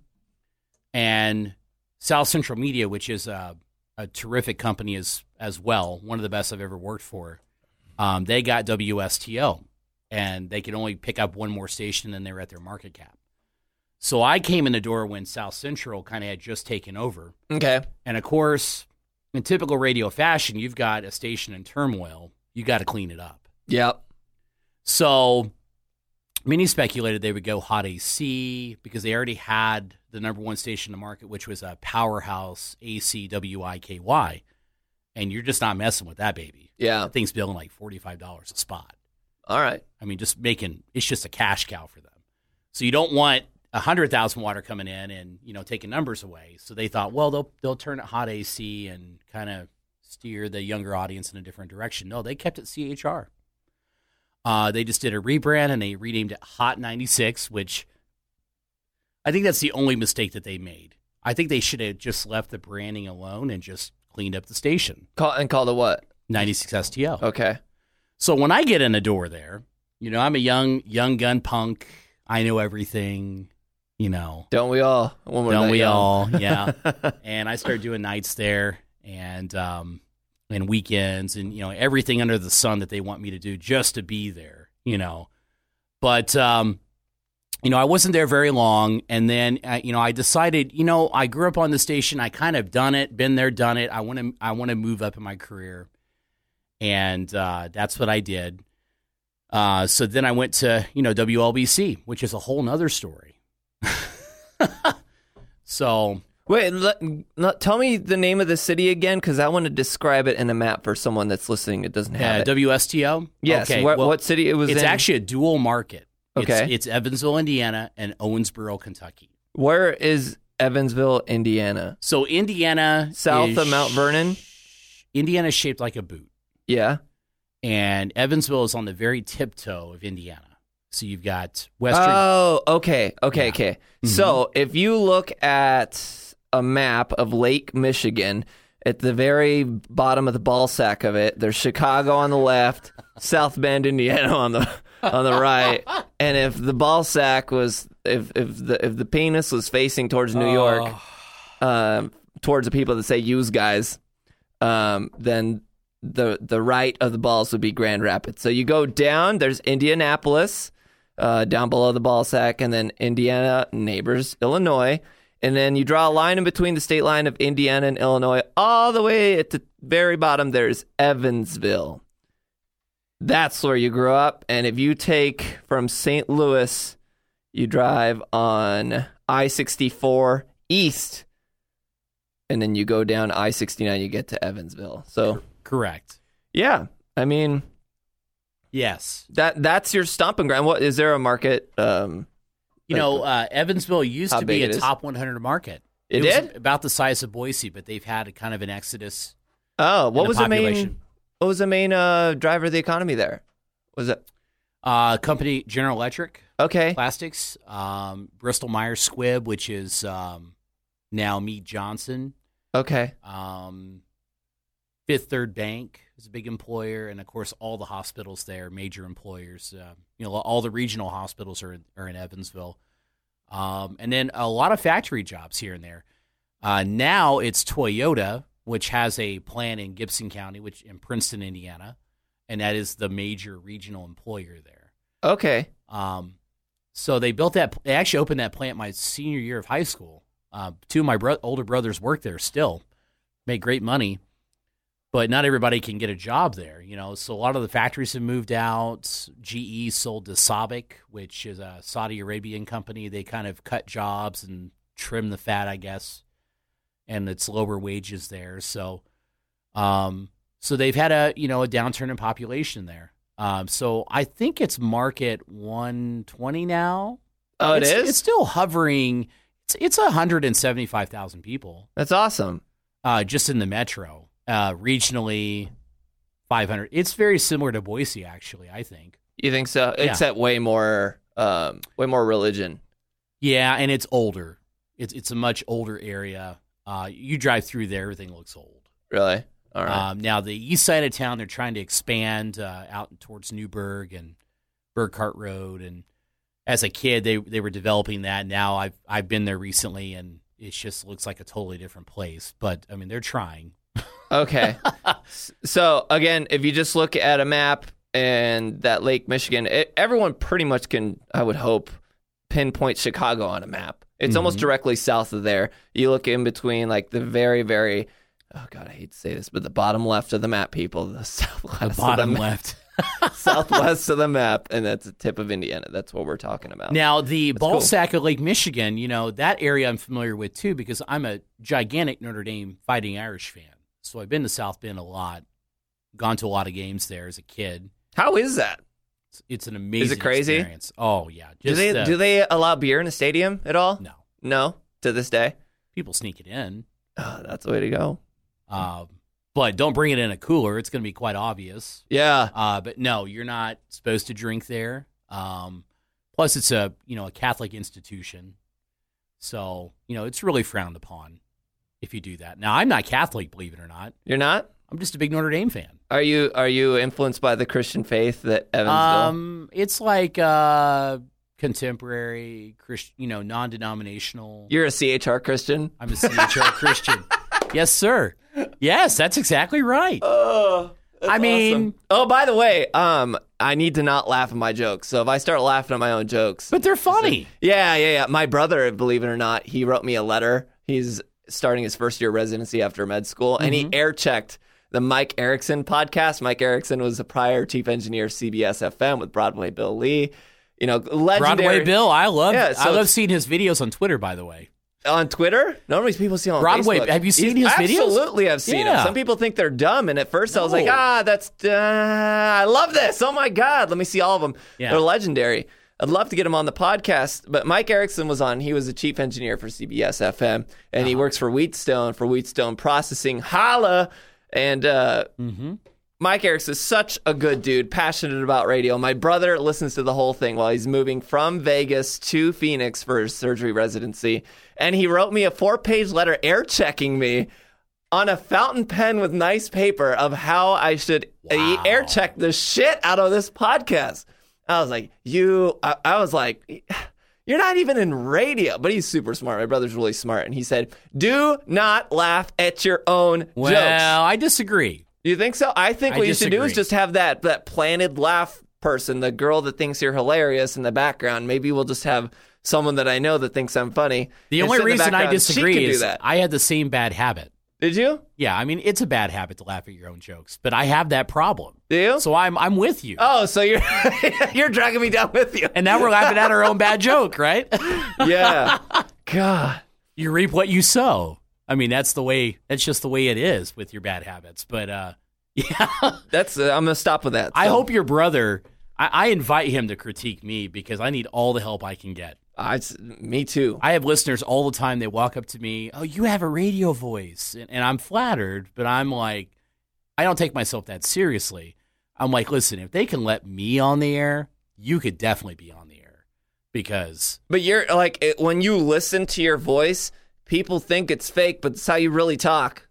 Speaker 2: and South Central Media, which is a, a terrific company as as well, one of the best I've ever worked for. Um, they got WSTO, and they could only pick up one more station, and they were at their market cap. So I came in the door when South Central kind of had just taken over,
Speaker 1: Okay.
Speaker 2: and of course, in typical radio fashion, you've got a station in turmoil. You got to clean it up.
Speaker 1: Yep.
Speaker 2: So many speculated they would go hot AC because they already had the number one station in the market, which was a powerhouse ACWIKY. And you're just not messing with that baby.
Speaker 1: Yeah.
Speaker 2: That thing's billing like $45 a spot.
Speaker 1: All right.
Speaker 2: I mean, just making it's just a cash cow for them. So you don't want a hundred thousand water coming in and you know taking numbers away. So they thought, well, they'll they'll turn it hot AC and kind of steer the younger audience in a different direction. No, they kept it CHR. Uh, they just did a rebrand and they renamed it Hot ninety six, which I think that's the only mistake that they made. I think they should have just left the branding alone and just cleaned up the station
Speaker 1: Call and call the what?
Speaker 2: ninety six STL.
Speaker 1: Okay.
Speaker 2: So when I get in the door there, you know, I'm a young young gun punk. I know everything, you know.
Speaker 1: Don't we all? When we're
Speaker 2: Don't
Speaker 1: that
Speaker 2: we
Speaker 1: young.
Speaker 2: all? Yeah. and I started doing nights there and um and weekends and you know everything under the sun that they want me to do just to be there, you know. But um you know, I wasn't there very long and then uh, you know, I decided, you know, I grew up on the station, I kind of done it, been there, done it. I want to I want to move up in my career. And uh that's what I did. Uh, so then I went to you know WLBC, which is a whole nother story. so
Speaker 1: Wait, let, let- tell me the name of the city again, because I want to describe it in a map for someone that's listening that doesn't have
Speaker 2: Yeah,
Speaker 1: it.
Speaker 2: WSTO.
Speaker 1: yes,
Speaker 2: Okay,
Speaker 1: what,
Speaker 2: well,
Speaker 1: what city it was
Speaker 2: it's
Speaker 1: in?
Speaker 2: actually a dual market.
Speaker 1: Okay.
Speaker 2: It's, it's Evansville, Indiana, and Owensboro, Kentucky.
Speaker 1: Where is Evansville, Indiana?
Speaker 2: So Indiana,
Speaker 1: South
Speaker 2: is-
Speaker 1: of Mount Vernon?
Speaker 2: Indiana is shaped like a boot,
Speaker 1: Yeah.
Speaker 2: and Evansville is on the very tiptoe of Indiana. So you've got Western.
Speaker 1: Oh, okay, okay,
Speaker 2: Yeah. Mm-hmm.
Speaker 1: okay. So if you look at a map of Lake Michigan, at the very bottom of the ball sack of it, there's Chicago on the left, South Bend, Indiana on the on the right, and if the ball sack was if if the if the penis was facing towards New York,
Speaker 2: Oh.
Speaker 1: um, towards the people that say "use guys," um, then the the right of the balls would be Grand Rapids. So you go down. There's Indianapolis uh, down below the ball sack, and then Indiana neighbors Illinois, and then you draw a line in between the state line of Indiana and Illinois. All the way at the very bottom, there's Evansville. That's where you grew up, and if you take from St. Louis, you drive on I sixty four east. And then you go down I sixty nine, you get to Evansville. So
Speaker 2: correct.
Speaker 1: yeah, I mean
Speaker 2: Yes.
Speaker 1: that that's your stomping ground. What is there a market? Um,
Speaker 2: You
Speaker 1: Like
Speaker 2: know, uh, Evansville used
Speaker 1: How
Speaker 2: to
Speaker 1: big
Speaker 2: be
Speaker 1: it
Speaker 2: a
Speaker 1: is?
Speaker 2: top 100 market.
Speaker 1: it,
Speaker 2: was
Speaker 1: did.
Speaker 2: about the size of Boise, but they've had a kind of an exodus.
Speaker 1: Oh,
Speaker 2: in
Speaker 1: what
Speaker 2: the
Speaker 1: was the main?
Speaker 2: population.
Speaker 1: What was the main uh, driver of the economy there? Was it
Speaker 2: Uh, company General Electric
Speaker 1: okay?
Speaker 2: Plastics, um, Bristol Myers Squibb, which is um, now Mead Johnson.
Speaker 1: Okay,
Speaker 2: Um, Fifth Third Bank is a big employer, and of course, all the hospitals there, major employers. Uh, you know, all the regional hospitals are in, are in Evansville, um, and then a lot of factory jobs here and there. Uh, now it's Toyota, which has a plant in Gibson County, which in Princeton, Indiana, and that is the major regional employer there.
Speaker 1: Okay.
Speaker 2: Um, so they built that. They actually opened that plant my senior year of high school. Uh, two of my bro- older brothers work there still, make great money, but not everybody can get a job there. You know, so a lot of the factories have moved out. GE sold to Sabic, which is a Saudi Arabian company. They kind of cut jobs and trim the fat, I guess, and it's lower wages there. So, um, so they've had a you know a downturn in population there. Um, so I think it's market 120 now.
Speaker 1: Oh,
Speaker 2: Uh, it's,
Speaker 1: it's,
Speaker 2: It's still hovering. It's it's 175,000 people
Speaker 1: That's awesome.
Speaker 2: uh, just in the metro. Uh, regionally, 500. It's very similar to Boise, actually. I think.
Speaker 1: You think so?
Speaker 2: Yeah.
Speaker 1: Except way more, um, way more religion.
Speaker 2: Yeah, and it's older. It's it's a much older area. Uh, you drive through there, everything looks old.
Speaker 1: Really? All right.
Speaker 2: Um, now the east side of town, they're trying to expand uh, out towards Newburgh and Burkhart Road. And as a kid, they they were developing that. Now I've I've been there recently, and it just looks like a totally different place. But I mean, they're trying.
Speaker 1: okay. S- so again, if you just look at a map and that Lake Michigan, it, everyone pretty much can, I would hope, pinpoint Chicago on a map. It's almost
Speaker 2: Mhm.
Speaker 1: directly south of there. You look in between, like the very, very. Oh God, I hate to say this, but the bottom left of the map, people, the southwest,
Speaker 2: The
Speaker 1: of
Speaker 2: bottom
Speaker 1: map-
Speaker 2: left.
Speaker 1: southwest of the map, and that's the tip of Indiana. That's what we're talking about.
Speaker 2: Now the ball
Speaker 1: cool.
Speaker 2: sack of Lake Michigan, you know that area I'm familiar with too because I'm a gigantic Notre Dame Fighting Irish fan. So I've been to South Bend a lot, gone to a lot of games there as a kid.
Speaker 1: How is that?
Speaker 2: It's, it's an amazing.
Speaker 1: crazy?
Speaker 2: Experience. Oh yeah.
Speaker 1: Do they
Speaker 2: the-
Speaker 1: do they allow beer in a stadium at all?
Speaker 2: No,
Speaker 1: No, to this day.
Speaker 2: people sneak it in,
Speaker 1: Oh, that's the way to go. Hmm.
Speaker 2: uh, but don't bring it in a cooler. It's going to be quite obvious.
Speaker 1: Yeah.
Speaker 2: Uh, but no, you're not supposed to drink there. Um, plus, it's a you know a Catholic institution, so you know it's really frowned upon if you do that. Now, I'm not Catholic, believe it or not.
Speaker 1: You're not?
Speaker 2: I'm just a big Notre Dame fan.
Speaker 1: Are you are you influenced by the Christian faith that Evansville?
Speaker 2: Um, it's like uh, contemporary Christian, you know, non-denominational.
Speaker 1: You're a CHR Christian.
Speaker 2: I'm a CHR Christian. Yes, sir. Yes, that's exactly right.
Speaker 1: Oh,
Speaker 2: I mean,
Speaker 1: oh, by the way, um, I need to not laugh at my jokes. So if I start laughing at my own jokes,
Speaker 2: but they're funny.
Speaker 1: yeah, yeah, yeah. My brother, believe it or not, he wrote me a letter. He's starting his first year residency after med school, and
Speaker 2: Mm-hmm.
Speaker 1: he air checked the Mike Erickson podcast. Mike Erickson was the prior chief engineer of CBS FM with Broadway Bill Lee. You know, legendary
Speaker 2: Broadway Bill, I love.
Speaker 1: Yeah, so
Speaker 2: I love
Speaker 1: it's-
Speaker 2: seeing his videos on Twitter. By the way,
Speaker 1: on Twitter. Normally people see him on
Speaker 2: Broadway,
Speaker 1: Facebook.
Speaker 2: have you seen his videos?
Speaker 1: Absolutely, I've seen
Speaker 2: Yeah.
Speaker 1: him. Some people think they're dumb, and at first I was like,
Speaker 2: No.
Speaker 1: ah, that's uh, I love this. Oh my god, let me see all of them.
Speaker 2: Yeah.
Speaker 1: They're legendary. I'd love to get him on the podcast, but Mike Erickson was on. He was the chief engineer for CBS FM, and he works for Wheatstone for Wheatstone Processing. Holla! And uh, Mike Erickson is such a good dude, passionate about radio. My brother listens to the whole thing while he's moving from Vegas to Phoenix for his surgery residency. And he wrote me a four page letter air checking me on a fountain pen with nice paper of how I should
Speaker 2: Wow.
Speaker 1: air check the shit out of this podcast. I was like, you, I, I was like, you're not even in radio, but he's super smart. My brother's really smart. And he said, do not laugh at your own
Speaker 2: well,
Speaker 1: jokes.
Speaker 2: I disagree.
Speaker 1: You think so? I think
Speaker 2: I
Speaker 1: what you should do is
Speaker 2: disagree.
Speaker 1: just have that that planted laugh person, the girl that thinks you're hilarious in the background. Maybe we'll just have someone that I know that thinks I'm funny.
Speaker 2: The
Speaker 1: and
Speaker 2: only
Speaker 1: sit in
Speaker 2: reason I
Speaker 1: background. she
Speaker 2: disagree
Speaker 1: could do
Speaker 2: is
Speaker 1: that.
Speaker 2: I had the same bad habit.
Speaker 1: Did you?
Speaker 2: Yeah, I mean it's a bad habit to laugh at your own jokes, but I have that problem.
Speaker 1: Do you?
Speaker 2: So I'm I'm with you.
Speaker 1: oh, so you're you're dragging me down with you?
Speaker 2: and now we're laughing at our own bad joke, right?
Speaker 1: yeah. God.
Speaker 2: you reap what you sow. I mean that's the way. That's just the way it is with your bad habits. But uh, yeah.
Speaker 1: That's uh, I'm gonna stop with that.
Speaker 2: I
Speaker 1: So,
Speaker 2: hope your brother. I, I invite him to critique me because I need all the help I can get.
Speaker 1: I, it's- me too.
Speaker 2: I have listeners all the time. They walk up to me, "Oh, you have a radio voice," and, and I'm flattered, but I'm like, I don't take myself that seriously. I'm like, listen, if they can let me on the air, you could definitely be on the air because
Speaker 1: But you're like it, when you listen to your voice, people think it's fake, but it's how you really talk.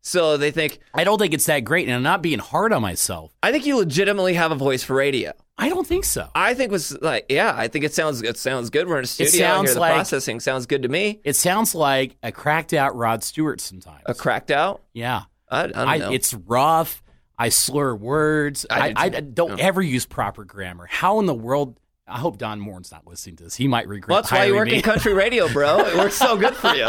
Speaker 1: So they think,
Speaker 2: I don't think it's that great, and I'm not being hard on myself.
Speaker 1: I think you legitimately have a voice for radio.
Speaker 2: I don't think so.
Speaker 1: I think was like, yeah, I think it sounds it sounds good. We're in a studio. I
Speaker 2: sounds
Speaker 1: hear the
Speaker 2: like-
Speaker 1: processing sounds good to me.
Speaker 2: It sounds like a cracked out Rod Stewart sometimes.
Speaker 1: A cracked out.
Speaker 2: yeah.
Speaker 1: I, I don't know.
Speaker 2: it's rough. I slur words.
Speaker 1: I
Speaker 2: I,
Speaker 1: do
Speaker 2: I,
Speaker 1: too.
Speaker 2: don't
Speaker 1: Yeah.
Speaker 2: ever use proper grammar. How in the world? I hope Don Morin's not listening to this. He might regret
Speaker 1: well, that's why you
Speaker 2: hiring
Speaker 1: work
Speaker 2: me.
Speaker 1: in country radio, bro. It works so good for you.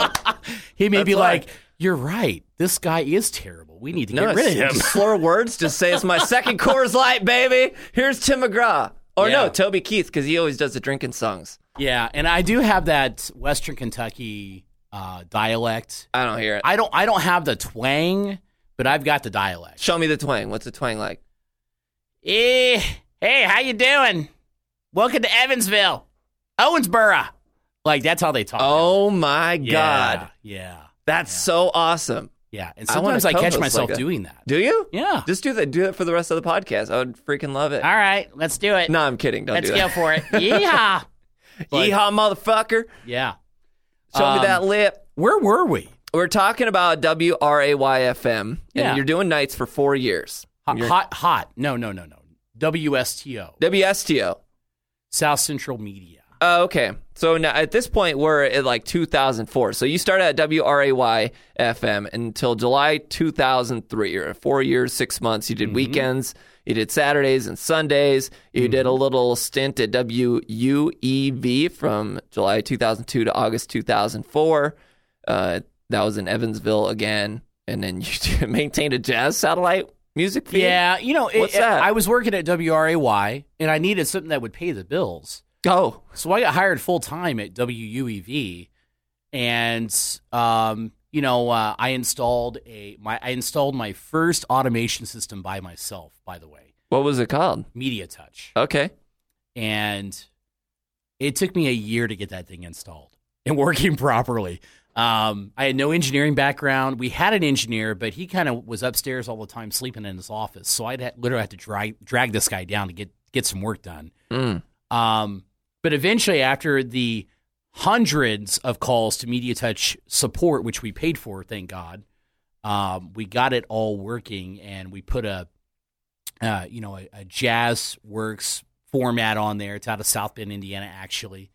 Speaker 2: he may
Speaker 1: That's
Speaker 2: be
Speaker 1: why.
Speaker 2: like, "You're right. This guy is terrible. We need to
Speaker 1: No,
Speaker 2: get rid of him."
Speaker 1: it's Four words to say it's my second Coors Light, baby. Here's Tim McGraw. Or
Speaker 2: Yeah.
Speaker 1: no, Toby Keith, because he always does the drinking songs.
Speaker 2: yeah, and I do have that Western Kentucky uh, dialect.
Speaker 1: I don't hear it.
Speaker 2: I don't. I don't have the twang, but I've got the dialect.
Speaker 1: Show me the twang. What's the twang like?
Speaker 2: Eh, hey, how you doing? Welcome to Evansville, Owensboro. Like that's how they talk.
Speaker 1: Oh my
Speaker 2: Yeah,
Speaker 1: God.
Speaker 2: Yeah.
Speaker 1: That's so awesome.
Speaker 2: Yeah, and
Speaker 1: I wanna
Speaker 2: sometimes I, catch
Speaker 1: co-host
Speaker 2: myself
Speaker 1: like a-
Speaker 2: doing that.
Speaker 1: Do you?
Speaker 2: Yeah.
Speaker 1: Just do that. Do that for the rest of the podcast. I would freaking love it.
Speaker 2: All right, let's do it.
Speaker 1: No, I'm kidding. Don't
Speaker 2: let's
Speaker 1: do
Speaker 2: go
Speaker 1: that.
Speaker 2: for it. Yeah. But-
Speaker 1: Yeehaw, motherfucker.
Speaker 2: yeah.
Speaker 1: Show
Speaker 2: Um,
Speaker 1: me that lip.
Speaker 2: Where were we?
Speaker 1: We're talking about WRAYFM,
Speaker 2: Yeah.
Speaker 1: and you're doing nights for four years.
Speaker 2: Hot,
Speaker 1: You're-
Speaker 2: hot, hot. No, no, no, no. WSTO,
Speaker 1: WSTO.
Speaker 2: South Central Media.
Speaker 1: Oh, okay. So now at this point, we're at like 2004. So you started at WRAY FM until July 2003, or four years, six months. You did weekends, you did Saturdays and Sundays. You did a little stint at WUEV from July 2002 to August 2004. Uh, that was in Evansville again. And then you maintained a jazz satellite music feed.
Speaker 2: Yeah, you know, it,
Speaker 1: What's that?
Speaker 2: I was working at WRAY, and I needed something that would pay the bills.
Speaker 1: Oh,
Speaker 2: So I got hired full time at WUEV, and um, you know, uh, I installed a my I installed my first automation system by myself. By the way,
Speaker 1: what was it called?
Speaker 2: Media Touch.
Speaker 1: Okay.
Speaker 2: and it took me a year to get that thing installed and working properly. Um, I had no engineering background. We had an engineer, but he kind of was upstairs all the time sleeping in his office. So I'd ha- literally have to drag drag this guy down to get get some work done.
Speaker 1: Mm.
Speaker 2: Um, but eventually, after the hundreds of calls to MediaTouch support, which we paid for, thank God, um, we got it all working, and we put a uh, you know a, a Jazz Works format on there. It's out of South Bend, Indiana, actually.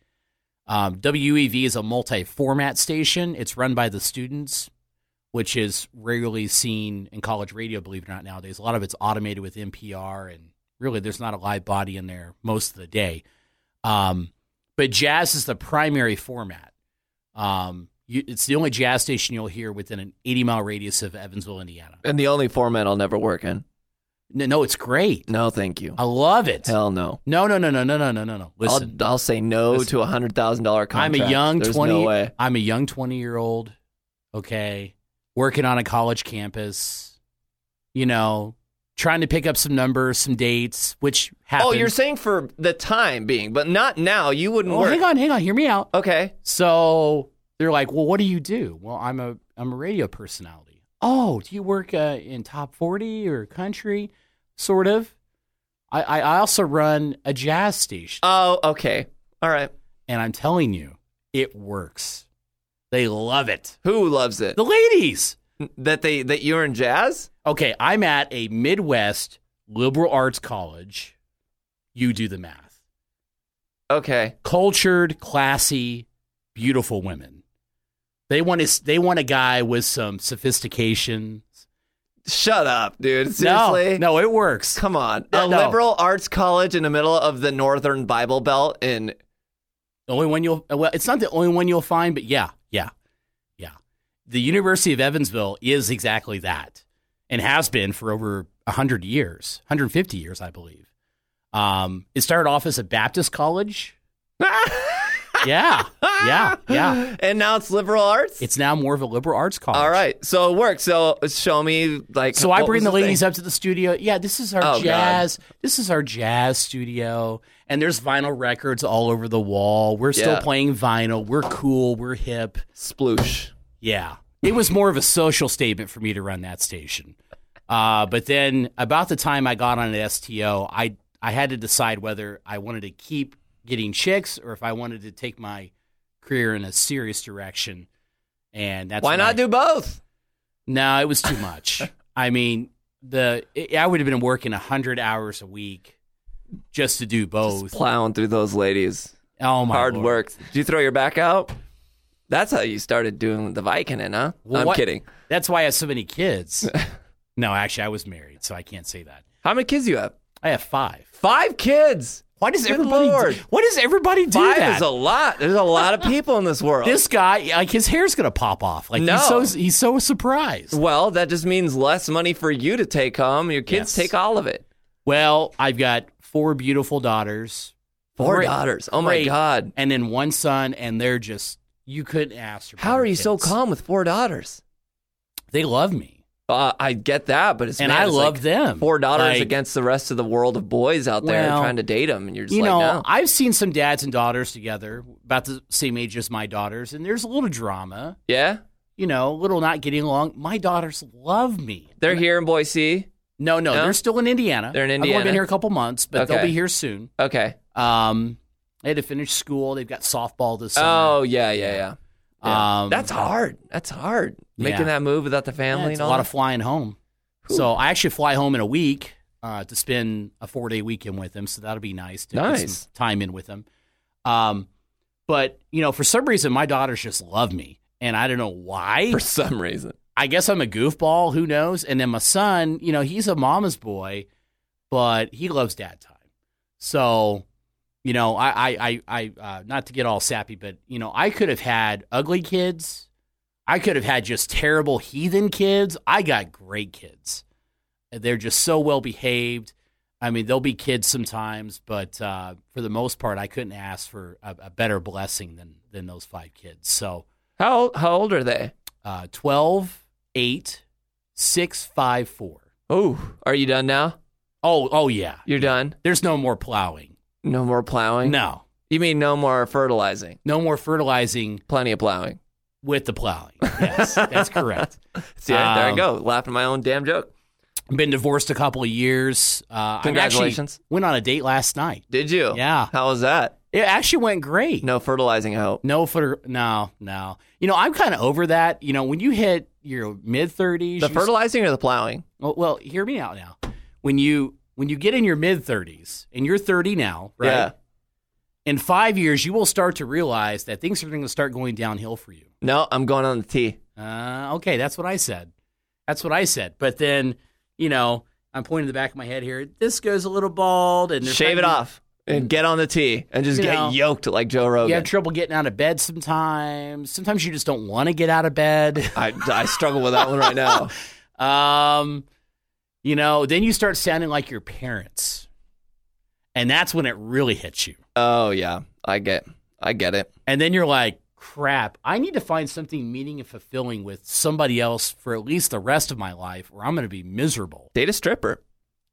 Speaker 2: Um, WEV is a multi-format station. It's run by the students, which is rarely seen in college radio. Believe it or not, nowadays a lot of it's automated with NPR, and really there's not a live body in there most of the day. Um, but jazz is the primary format. Um, you, it's the only jazz station you'll hear within an 80 mile radius of Evansville, Indiana.
Speaker 1: And the only format I'll never work in.
Speaker 2: No, no, it's great.
Speaker 1: No, thank you.
Speaker 2: I love it.
Speaker 1: Hell no.
Speaker 2: No, no, no, no, no, no, no, no, no. Listen,
Speaker 1: I'll, I'll say no
Speaker 2: Listen.
Speaker 1: to a hundred thousand dollar
Speaker 2: I'm
Speaker 1: contract.
Speaker 2: a young
Speaker 1: There's
Speaker 2: twenty.
Speaker 1: No way.
Speaker 2: I'm a young twenty year old. Okay, working on a college campus. You know, trying to pick up some numbers, some dates, which happens.
Speaker 1: Oh, you're saying for the time being, but not now. You wouldn't
Speaker 2: Oh,
Speaker 1: work.
Speaker 2: hang on, hang on. Hear me out.
Speaker 1: Okay.
Speaker 2: So they're like, "Well, what do you do?" Well, I'm a I'm a radio personality. Oh, do you work uh, in top forty or country? Sort of. I I I also run a jazz station,
Speaker 1: Oh, okay. All right.
Speaker 2: and I'm telling you, it works. They love it.
Speaker 1: Who loves it?
Speaker 2: The ladies.
Speaker 1: That they that you're in jazz?
Speaker 2: Okay, I'm at a Midwest liberal arts college. You do the math.
Speaker 1: Okay.
Speaker 2: Cultured, classy, beautiful women. They want to. They want a guy with some sophistication,
Speaker 1: Shut up, dude. Seriously.
Speaker 2: No, no, it works.
Speaker 1: Come on.
Speaker 2: Yeah,
Speaker 1: a
Speaker 2: no.
Speaker 1: liberal arts college in the middle of the Northern Bible Belt in
Speaker 2: The only one you'll well, it's not the only one you'll find, but yeah, yeah, yeah. The University of Evansville is exactly that, and has been for over hundred years, hundred fifty years, I believe. Um, it started off as a Baptist college. Yeah, yeah, yeah.
Speaker 1: And now it's liberal arts?
Speaker 2: It's now more of a liberal arts college.
Speaker 1: All right. So it works. So show me like
Speaker 2: So I
Speaker 1: what was
Speaker 2: bring the ladies
Speaker 1: thing?
Speaker 2: up to the studio. Yeah, this is our
Speaker 1: Oh, God.
Speaker 2: jazz. This is our jazz studio, and there's vinyl records all over the wall. We're still
Speaker 1: Yeah.
Speaker 2: playing vinyl. We're cool. We're hip.
Speaker 1: Sploosh.
Speaker 2: Yeah, it was more of a social statement for me to run that station. Uh, but then, about the time I got on an STO, I I had to decide whether I wanted to keep getting chicks or if I wanted to take my career in a serious direction. And that's
Speaker 1: Why
Speaker 2: when I-
Speaker 1: not do both?
Speaker 2: No, it was too much. I mean, the it, I would have been working hundred hours a week just to do both.
Speaker 1: Plowing through those ladies.
Speaker 2: oh my
Speaker 1: Hard
Speaker 2: Lord.
Speaker 1: work. Did you throw your back out? That's how you started doing the Vikinging, huh?
Speaker 2: Well,
Speaker 1: I'm
Speaker 2: what-
Speaker 1: kidding.
Speaker 2: That's why I have so many kids. no, actually, I was married, so I can't say that.
Speaker 1: How many kids do you have?
Speaker 2: I have five.
Speaker 1: Five kids.
Speaker 2: Why does
Speaker 1: Good
Speaker 2: everybody?
Speaker 1: Lord.
Speaker 2: Why does everybody do
Speaker 1: Five
Speaker 2: that?
Speaker 1: is a lot. There's a lot of people in this world.
Speaker 2: this guy, like his hair's gonna pop off. Like
Speaker 1: No.
Speaker 2: he's so he's so surprised.
Speaker 1: well, that just means less money for you to take home. Your kids
Speaker 2: Yes.
Speaker 1: take all of it.
Speaker 2: Well, I've got four beautiful daughters.
Speaker 1: Four
Speaker 2: Great-
Speaker 1: daughters. Oh my
Speaker 2: great.
Speaker 1: God.
Speaker 2: and then one son, and they're just you couldn't ask. for
Speaker 1: How
Speaker 2: better
Speaker 1: are you so
Speaker 2: kids.
Speaker 1: calm with four daughters?
Speaker 2: They love me,
Speaker 1: Uh, I get that, but it's
Speaker 2: and
Speaker 1: man,
Speaker 2: I
Speaker 1: it's
Speaker 2: love
Speaker 1: like
Speaker 2: them.
Speaker 1: four daughters
Speaker 2: Like,
Speaker 1: against the rest of the world of boys out there
Speaker 2: Well,
Speaker 1: trying to date them, and you're just
Speaker 2: You
Speaker 1: like,
Speaker 2: know,
Speaker 1: no.
Speaker 2: I've seen some dads and daughters together, about the same age as my daughters, and there's a little drama.
Speaker 1: Yeah,
Speaker 2: You know, a little not getting along. My daughters love me.
Speaker 1: they're here in Boise.
Speaker 2: No, no,
Speaker 1: No?
Speaker 2: they're still in Indiana.
Speaker 1: They're in
Speaker 2: I've only
Speaker 1: Indiana.
Speaker 2: been here a couple months, but
Speaker 1: Okay.
Speaker 2: they'll be here soon.
Speaker 1: Okay.
Speaker 2: Um, they had to finish school. They've got softball this summer.
Speaker 1: Oh yeah, yeah, yeah. Yeah.
Speaker 2: Um,
Speaker 1: That's hard. That's hard. Making
Speaker 2: Yeah.
Speaker 1: that move without the
Speaker 2: Yeah,
Speaker 1: family
Speaker 2: it's
Speaker 1: and
Speaker 2: a
Speaker 1: all.
Speaker 2: lot of flying home.
Speaker 1: Whew.
Speaker 2: So I actually fly home in a week uh, to spend a four day weekend with them. So that'll be nice to put
Speaker 1: Nice.
Speaker 2: some time in with them. Um, but you know, for some reason, my daughters just love me, and I don't know why.
Speaker 1: for some reason.
Speaker 2: I guess I'm a goofball. Who knows? And then my son, you know, he's a mama's boy, but he loves dad time. So, you know, I, I, I, I uh, not to get all sappy, but you know, I could have had ugly kids. I could have had just terrible heathen kids. I got great kids. They're just so well behaved. I mean, they'll be kids sometimes, but uh, for the most part, I couldn't ask for a, a better blessing than than those five kids. So
Speaker 1: How old, how old are they?
Speaker 2: uh, 12 8 6 5 4
Speaker 1: Oh, are you done now?
Speaker 2: oh oh yeah
Speaker 1: You're done.
Speaker 2: there's no more plowing
Speaker 1: No more plowing.
Speaker 2: no
Speaker 1: You mean no more fertilizing?
Speaker 2: no more fertilizing
Speaker 1: Plenty of plowing.
Speaker 2: with the plowing yes that's correct
Speaker 1: See, there I
Speaker 2: Um,
Speaker 1: go, laughing at my own damn joke.
Speaker 2: I've been divorced a couple of years uh, I actually
Speaker 1: Congratulations.
Speaker 2: went on a date last night
Speaker 1: Did you?
Speaker 2: yeah
Speaker 1: How was that?
Speaker 2: it actually went great
Speaker 1: No fertilizing, I hope.
Speaker 2: no for no no you know i'm kind of over that you know when you hit your mid 30s
Speaker 1: The fertilizing or the plowing?
Speaker 2: Well, well, hear me out now. When you when you get in your mid thirties, and you're thirty now, right?
Speaker 1: Yeah.
Speaker 2: In five years, you will start to realize that things are going to start going downhill for you.
Speaker 1: No, I'm going on the tee.
Speaker 2: Uh, okay, that's what I said. That's what I said. But then, you know, I'm pointing the back of my head here. This goes a little bald, and there's
Speaker 1: Shave it
Speaker 2: not-
Speaker 1: off and get on the tee and just
Speaker 2: You
Speaker 1: get
Speaker 2: know,
Speaker 1: yoked like Joe
Speaker 2: You
Speaker 1: Rogan.
Speaker 2: have trouble getting out of bed sometimes. Sometimes you just don't want to get out of bed.
Speaker 1: I, I struggle with that one right now.
Speaker 2: Um, you know, then you start sounding like your parents, and that's when it really hits you.
Speaker 1: Oh yeah, I get, I get it.
Speaker 2: And then you're like, crap, I need to find something meaning and fulfilling with somebody else for at least the rest of my life, or I'm going to be miserable.
Speaker 1: Date a stripper.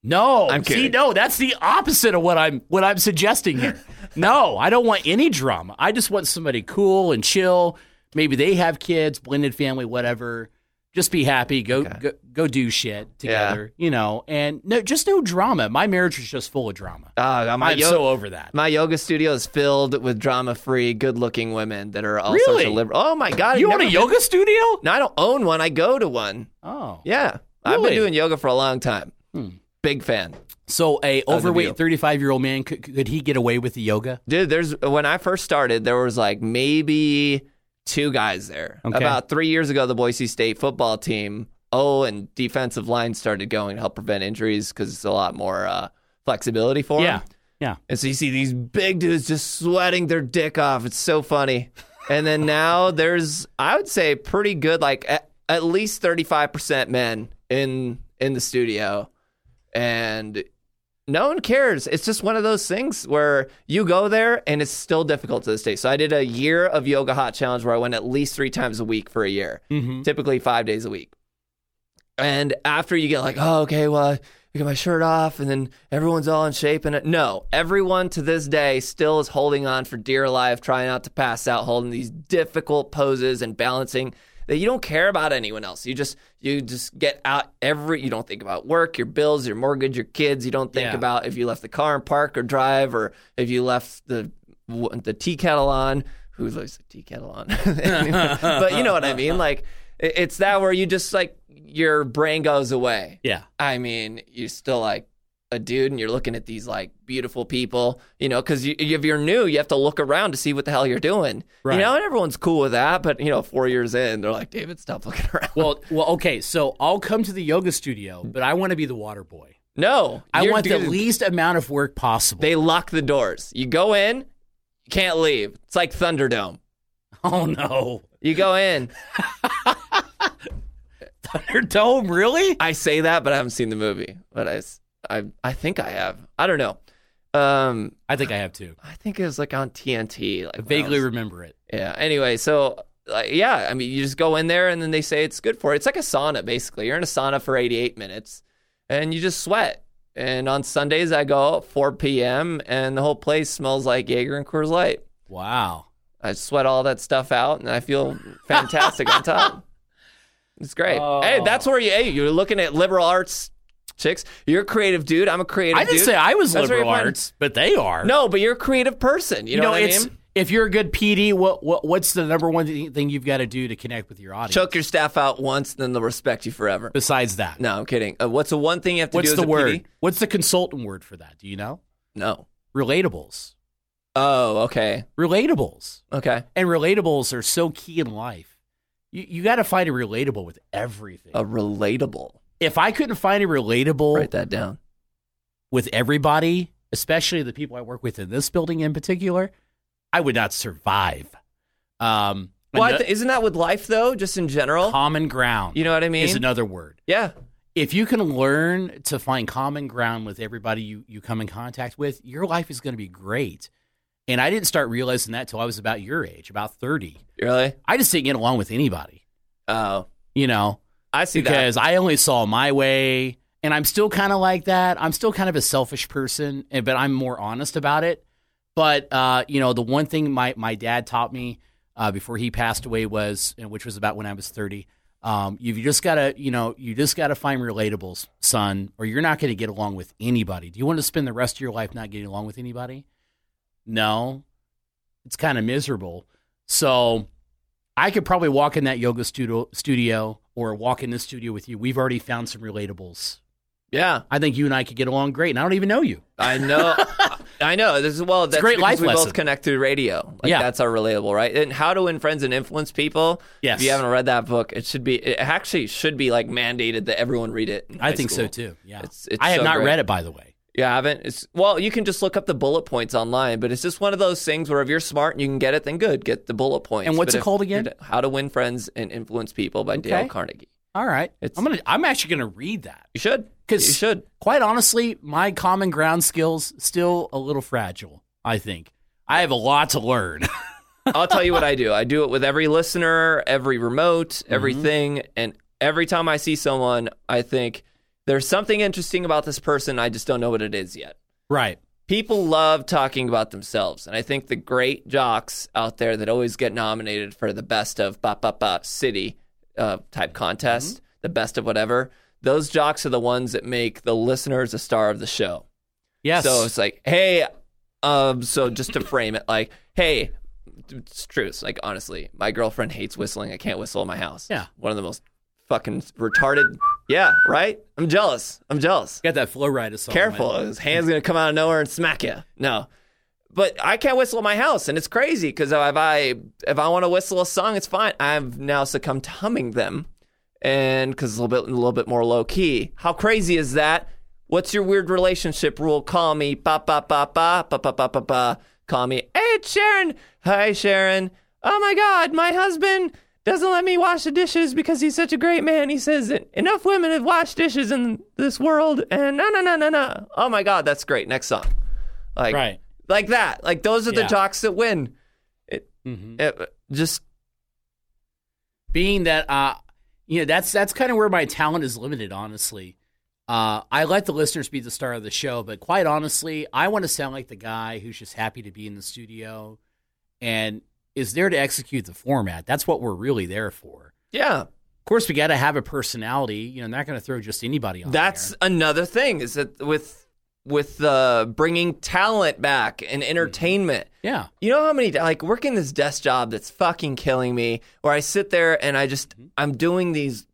Speaker 2: No,
Speaker 1: I'm
Speaker 2: see,
Speaker 1: kidding.
Speaker 2: no, that's the opposite of what I'm what I'm suggesting here. no, I don't want any drama. I just want somebody cool and chill. Maybe they have kids, blended family, whatever. Just be happy. Go go, go do shit together, you know. And no, just no drama. My marriage was just full of drama.
Speaker 1: Ah, my
Speaker 2: I'm
Speaker 1: yo-
Speaker 2: so over that.
Speaker 1: my yoga studio is filled with drama-free, good-looking women that are all sorts
Speaker 2: Really?
Speaker 1: of liberal. Oh my god, I've
Speaker 2: You own a
Speaker 1: never-
Speaker 2: yoga studio?
Speaker 1: No, I don't own one. I go to one.
Speaker 2: Oh,
Speaker 1: Yeah, I've been
Speaker 2: Really? Hmm.
Speaker 1: doing yoga for a long time. Big fan,
Speaker 2: So a
Speaker 1: How's the view?
Speaker 2: overweight 35 year old man could, could he get away with the yoga?
Speaker 1: dude. There's when I first started, there was like maybe two guys there.
Speaker 2: Okay.
Speaker 1: About three years ago, the Boise State football team. Oh, and defensive line started going to help prevent injuries because it's a lot more uh, flexibility for 'em.
Speaker 2: Yeah. Yeah.
Speaker 1: And so you see these big dudes just sweating their dick off. It's so funny. And then now there's, I would say, pretty good, like at, at least thirty five percent men in in the studio, and no one cares. It's just one of those things where you go there and it's still difficult to this day. So I did a year of yoga hot challenge where I went at least three times a week for a year,
Speaker 2: Mhm.
Speaker 1: typically five days a week. And after you get like, oh, okay, well, I get my shirt off, and then everyone's all in shape. And no, everyone to this day still is holding on for dear life, trying not to pass out, holding these difficult poses and balancing that you don't care about anyone else. You just you just get out every. You don't think about work, your bills, your mortgage, your kids. You don't think
Speaker 2: Yeah.
Speaker 1: about if you left the car in park or drive, or if you left the the tea kettle on. Who leaves the tea kettle on? but you know what I mean. Like it- it's that where you just like your brain goes away.
Speaker 2: Yeah.
Speaker 1: I mean, you're still like a dude and you're looking at these like beautiful people, you know, because you, if you're new, you have to look around to see what the hell you're doing.
Speaker 2: Right.
Speaker 1: You know, and everyone's cool with that. But, you know, four years in, they're like, David, stop looking around.
Speaker 2: Well, well, okay. So I'll come to the yoga studio, but I want to be the water boy.
Speaker 1: No.
Speaker 2: I
Speaker 1: you're
Speaker 2: want the
Speaker 1: dude.
Speaker 2: least amount of work possible.
Speaker 1: They lock the doors. You go in, you can't leave. It's like Thunderdome.
Speaker 2: oh no,
Speaker 1: You go in.
Speaker 2: Thunderdome, really?
Speaker 1: I say that, but I haven't seen the movie. But I, s- I, I think I have. I don't know. Um,
Speaker 2: I think I have too.
Speaker 1: I think it was like on TNT. Like
Speaker 2: I
Speaker 1: when I
Speaker 2: vaguely
Speaker 1: was-
Speaker 2: remember it.
Speaker 1: Yeah. Anyway, so like, yeah, I mean, you just go in there and then they say it's good for you. It's like a sauna, basically. You're in a sauna for 88 minutes and you just sweat. And on Sundays, I go at 4 p.m. and the whole place smells like Jaeger and Coors Light.
Speaker 2: Wow.
Speaker 1: I sweat all that stuff out and I feel fantastic on top. It's great.
Speaker 2: Oh.
Speaker 1: Hey, that's where you, hey, you're looking at liberal arts chicks. You're a creative dude. I'm a creative
Speaker 2: I didn't
Speaker 1: dude.
Speaker 2: say I was
Speaker 1: That's where
Speaker 2: liberal
Speaker 1: you're fine.
Speaker 2: arts, but they are.
Speaker 1: no, but you're a creative person. You,
Speaker 2: you
Speaker 1: know,
Speaker 2: know,
Speaker 1: what
Speaker 2: it's
Speaker 1: I mean?
Speaker 2: if you're a good PD, what, what what's the number one thi- thing you've got to do to connect with your audience?
Speaker 1: Choke your staff out once, then they'll respect you forever.
Speaker 2: Besides that,
Speaker 1: No, I'm kidding. Uh, what's the one thing you have to
Speaker 2: what's
Speaker 1: do
Speaker 2: the
Speaker 1: as a
Speaker 2: word?
Speaker 1: PD?
Speaker 2: What's the consultant word for that? Do you know?
Speaker 1: No.
Speaker 2: Relatables.
Speaker 1: Oh, okay.
Speaker 2: Relatables.
Speaker 1: Okay.
Speaker 2: And relatables are so key in life. You, you got to find a relatable with everything.
Speaker 1: A relatable.
Speaker 2: if I couldn't find a relatable
Speaker 1: Write that down.
Speaker 2: with everybody, especially the people I work with in this building in particular, I would not survive. Um,
Speaker 1: Well, I
Speaker 2: ano-
Speaker 1: th- isn't that with life though? Just in general.
Speaker 2: common ground
Speaker 1: You know what I
Speaker 2: is
Speaker 1: mean?
Speaker 2: another word.
Speaker 1: yeah.
Speaker 2: If you can learn to find common ground with everybody you, you come in contact with, your life is going to be great. And I didn't start realizing that till I was about your age, about 30.
Speaker 1: Really?
Speaker 2: I just didn't get along with anybody,
Speaker 1: Oh,
Speaker 2: you know?
Speaker 1: I see that.
Speaker 2: because I only saw my way, and I'm still kind of like that. I'm still kind of a selfish person, and but I'm more honest about it. But uh, you know, the one thing my my dad taught me uh, before he passed away was, and which was about when I was 30. Um, you you just gotta, you know, you just gotta find relatables, son, or you're not gonna get along with anybody. Do you want to spend the rest of your life not getting along with anybody? No, it's kind of miserable. So I could probably walk in that yoga studio, studio or walk in this studio with you. We've already found some relatables.
Speaker 1: Yeah,
Speaker 2: I think you and I could get along great, and I don't even know you.
Speaker 1: I know. I know. This is well. That's
Speaker 2: great
Speaker 1: because
Speaker 2: life
Speaker 1: We
Speaker 2: lesson.
Speaker 1: both connect through radio. Like,
Speaker 2: Yeah.
Speaker 1: that's our relatable, right? And how to win friends and influence people.
Speaker 2: Yes.
Speaker 1: If you haven't read that book, it should be. It actually should be like mandated that everyone read it. in
Speaker 2: I
Speaker 1: high
Speaker 2: think so
Speaker 1: school.
Speaker 2: too. Yeah,
Speaker 1: It's- it's
Speaker 2: I have
Speaker 1: so
Speaker 2: not
Speaker 1: great.
Speaker 2: read it, by the way.
Speaker 1: Yeah, I haven't. It's well, you can just look up the bullet points online, but it's just one of those things where if you're smart and you can get it, then good, get the bullet points.
Speaker 2: And what's
Speaker 1: But
Speaker 2: it
Speaker 1: if
Speaker 2: called again?
Speaker 1: you're- How to Win Friends and Influence People by
Speaker 2: Okay.
Speaker 1: Dale Carnegie.
Speaker 2: All right,
Speaker 1: It's-
Speaker 2: I'm gonna. I'm actually gonna read that.
Speaker 1: You should.
Speaker 2: 'Cause-
Speaker 1: you should.
Speaker 2: Quite honestly, my common ground skills still a little fragile. I think I have a lot to learn.
Speaker 1: I'll tell you what I do. I do it with every listener, every remote,
Speaker 2: Mm-hmm.
Speaker 1: everything, and every time I see someone, I think there's something interesting about this person. I just don't know what it is yet.
Speaker 2: right.
Speaker 1: people love talking about themselves and i think the great jocks out there that always get nominated for the best of ba ba ba city uh, type contest
Speaker 2: Mm-hmm.
Speaker 1: the best of whatever those jocks are the ones that make the listeners a star of the show
Speaker 2: Yes.
Speaker 1: so it's like hey um so just to frame it like hey it's truth like honestly my girlfriend hates whistling i can't whistle in my house
Speaker 2: Yeah.
Speaker 1: one of the most fucking retarded yeah right i'm jealous i'm jealous
Speaker 2: got that flow ride song.
Speaker 1: Careful, his hand's gonna come out of nowhere and smack you. No, but I can't whistle at my house, and it's crazy because if I if I want to whistle a song, it's fine. I've now succumbed to humming them, and because it's a little bit a little bit more low key. How crazy is that? What's your weird relationship rule? Call me ba ba ba ba ba ba ba ba ba. Call me. Hey, it's Sharon. Hi, Sharon. Oh my God, my husband doesn't let me wash the dishes because he's such a great man. He says that enough women have washed dishes in this world, and no, no, no, no, no. Oh my God, that's great. Next song, like
Speaker 2: Right.
Speaker 1: like that. Like those are the
Speaker 2: Yeah.
Speaker 1: jocks that win.
Speaker 2: Mm-hmm.
Speaker 1: It- just
Speaker 2: being that uh you know that's that's kind of where my talent is limited honestly uh i let the listeners be the star of the show but quite honestly i want to sound like the guy who's just happy to be in the studio and is there to execute the format that's what we're really there for
Speaker 1: yeah.
Speaker 2: of course we got to have a personality you know not going to throw just anybody on
Speaker 1: That's
Speaker 2: there.
Speaker 1: another thing is that with with uh, bringing talent back and
Speaker 2: Mm-hmm.
Speaker 1: entertainment.
Speaker 2: yeah
Speaker 1: You know how many like working this
Speaker 2: Mm-hmm.
Speaker 1: desk job that's fucking killing me, where I sit there and I just I'm doing these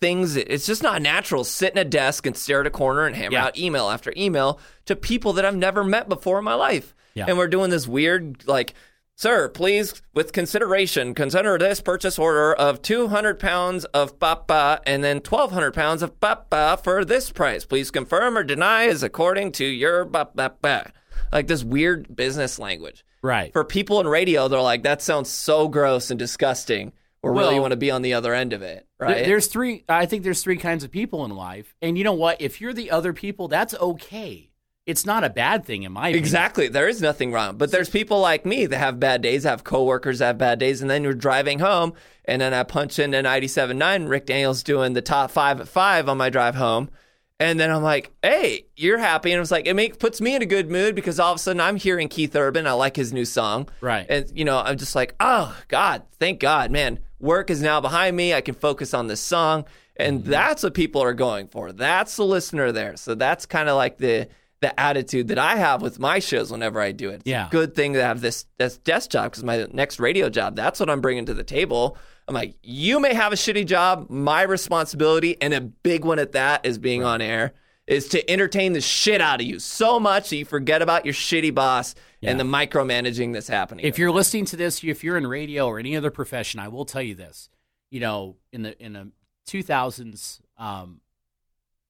Speaker 1: things. It's just not natural. Sit in a desk and stare at a corner and hammer
Speaker 2: Yeah.
Speaker 1: out email after email to people that I've never met before in my life.
Speaker 2: Yeah.
Speaker 1: And we're doing this weird, like, sir, please, with consideration, consider this purchase order of 200 pounds of papa and then 1,200 pounds of papa for this price. Please confirm or deny as according to your papa. Like this weird business language
Speaker 2: Right.
Speaker 1: for people in radio, they're like, that sounds so gross and disgusting. Or really
Speaker 2: Well-
Speaker 1: want to be on the other end of it,
Speaker 2: There-
Speaker 1: right?
Speaker 2: There's three. I think there's three kinds of people in life, and you know what? If you're the other people, that's okay. It's not a bad thing in my opinion.
Speaker 1: exactly. There is nothing wrong. But there's people like me that have bad days, have coworkers that have bad days, and then you're driving home, and then I punch into 97.9, Rick Daniels doing the top five at five on my drive home. And then I'm like, hey, you're happy. And I was like, it make, puts me in a good mood because all of a sudden I'm hearing Keith Urban. I like his new song.
Speaker 2: Right.
Speaker 1: And, you know, I'm just like, oh, God, thank God, man. Work is now behind me. I can focus on this song. And
Speaker 2: Mm-hmm.
Speaker 1: that's what people are going for. That's the listener there. So that's kind of like the the attitude that I have with my shows whenever I do it. It's
Speaker 2: Yeah.
Speaker 1: A good thing to have this, this desk job because my next radio job, that's what I'm bringing to the table. I'm like, you may have a shitty job. My responsibility, and a big one at that, is being on air, is to entertain the shit out of you so much that you forget about your shitty boss and the micromanaging that's happening.
Speaker 2: If you're listening to this, if you're in radio or any other profession, I will tell you this. You know, in the in the 2000s, um,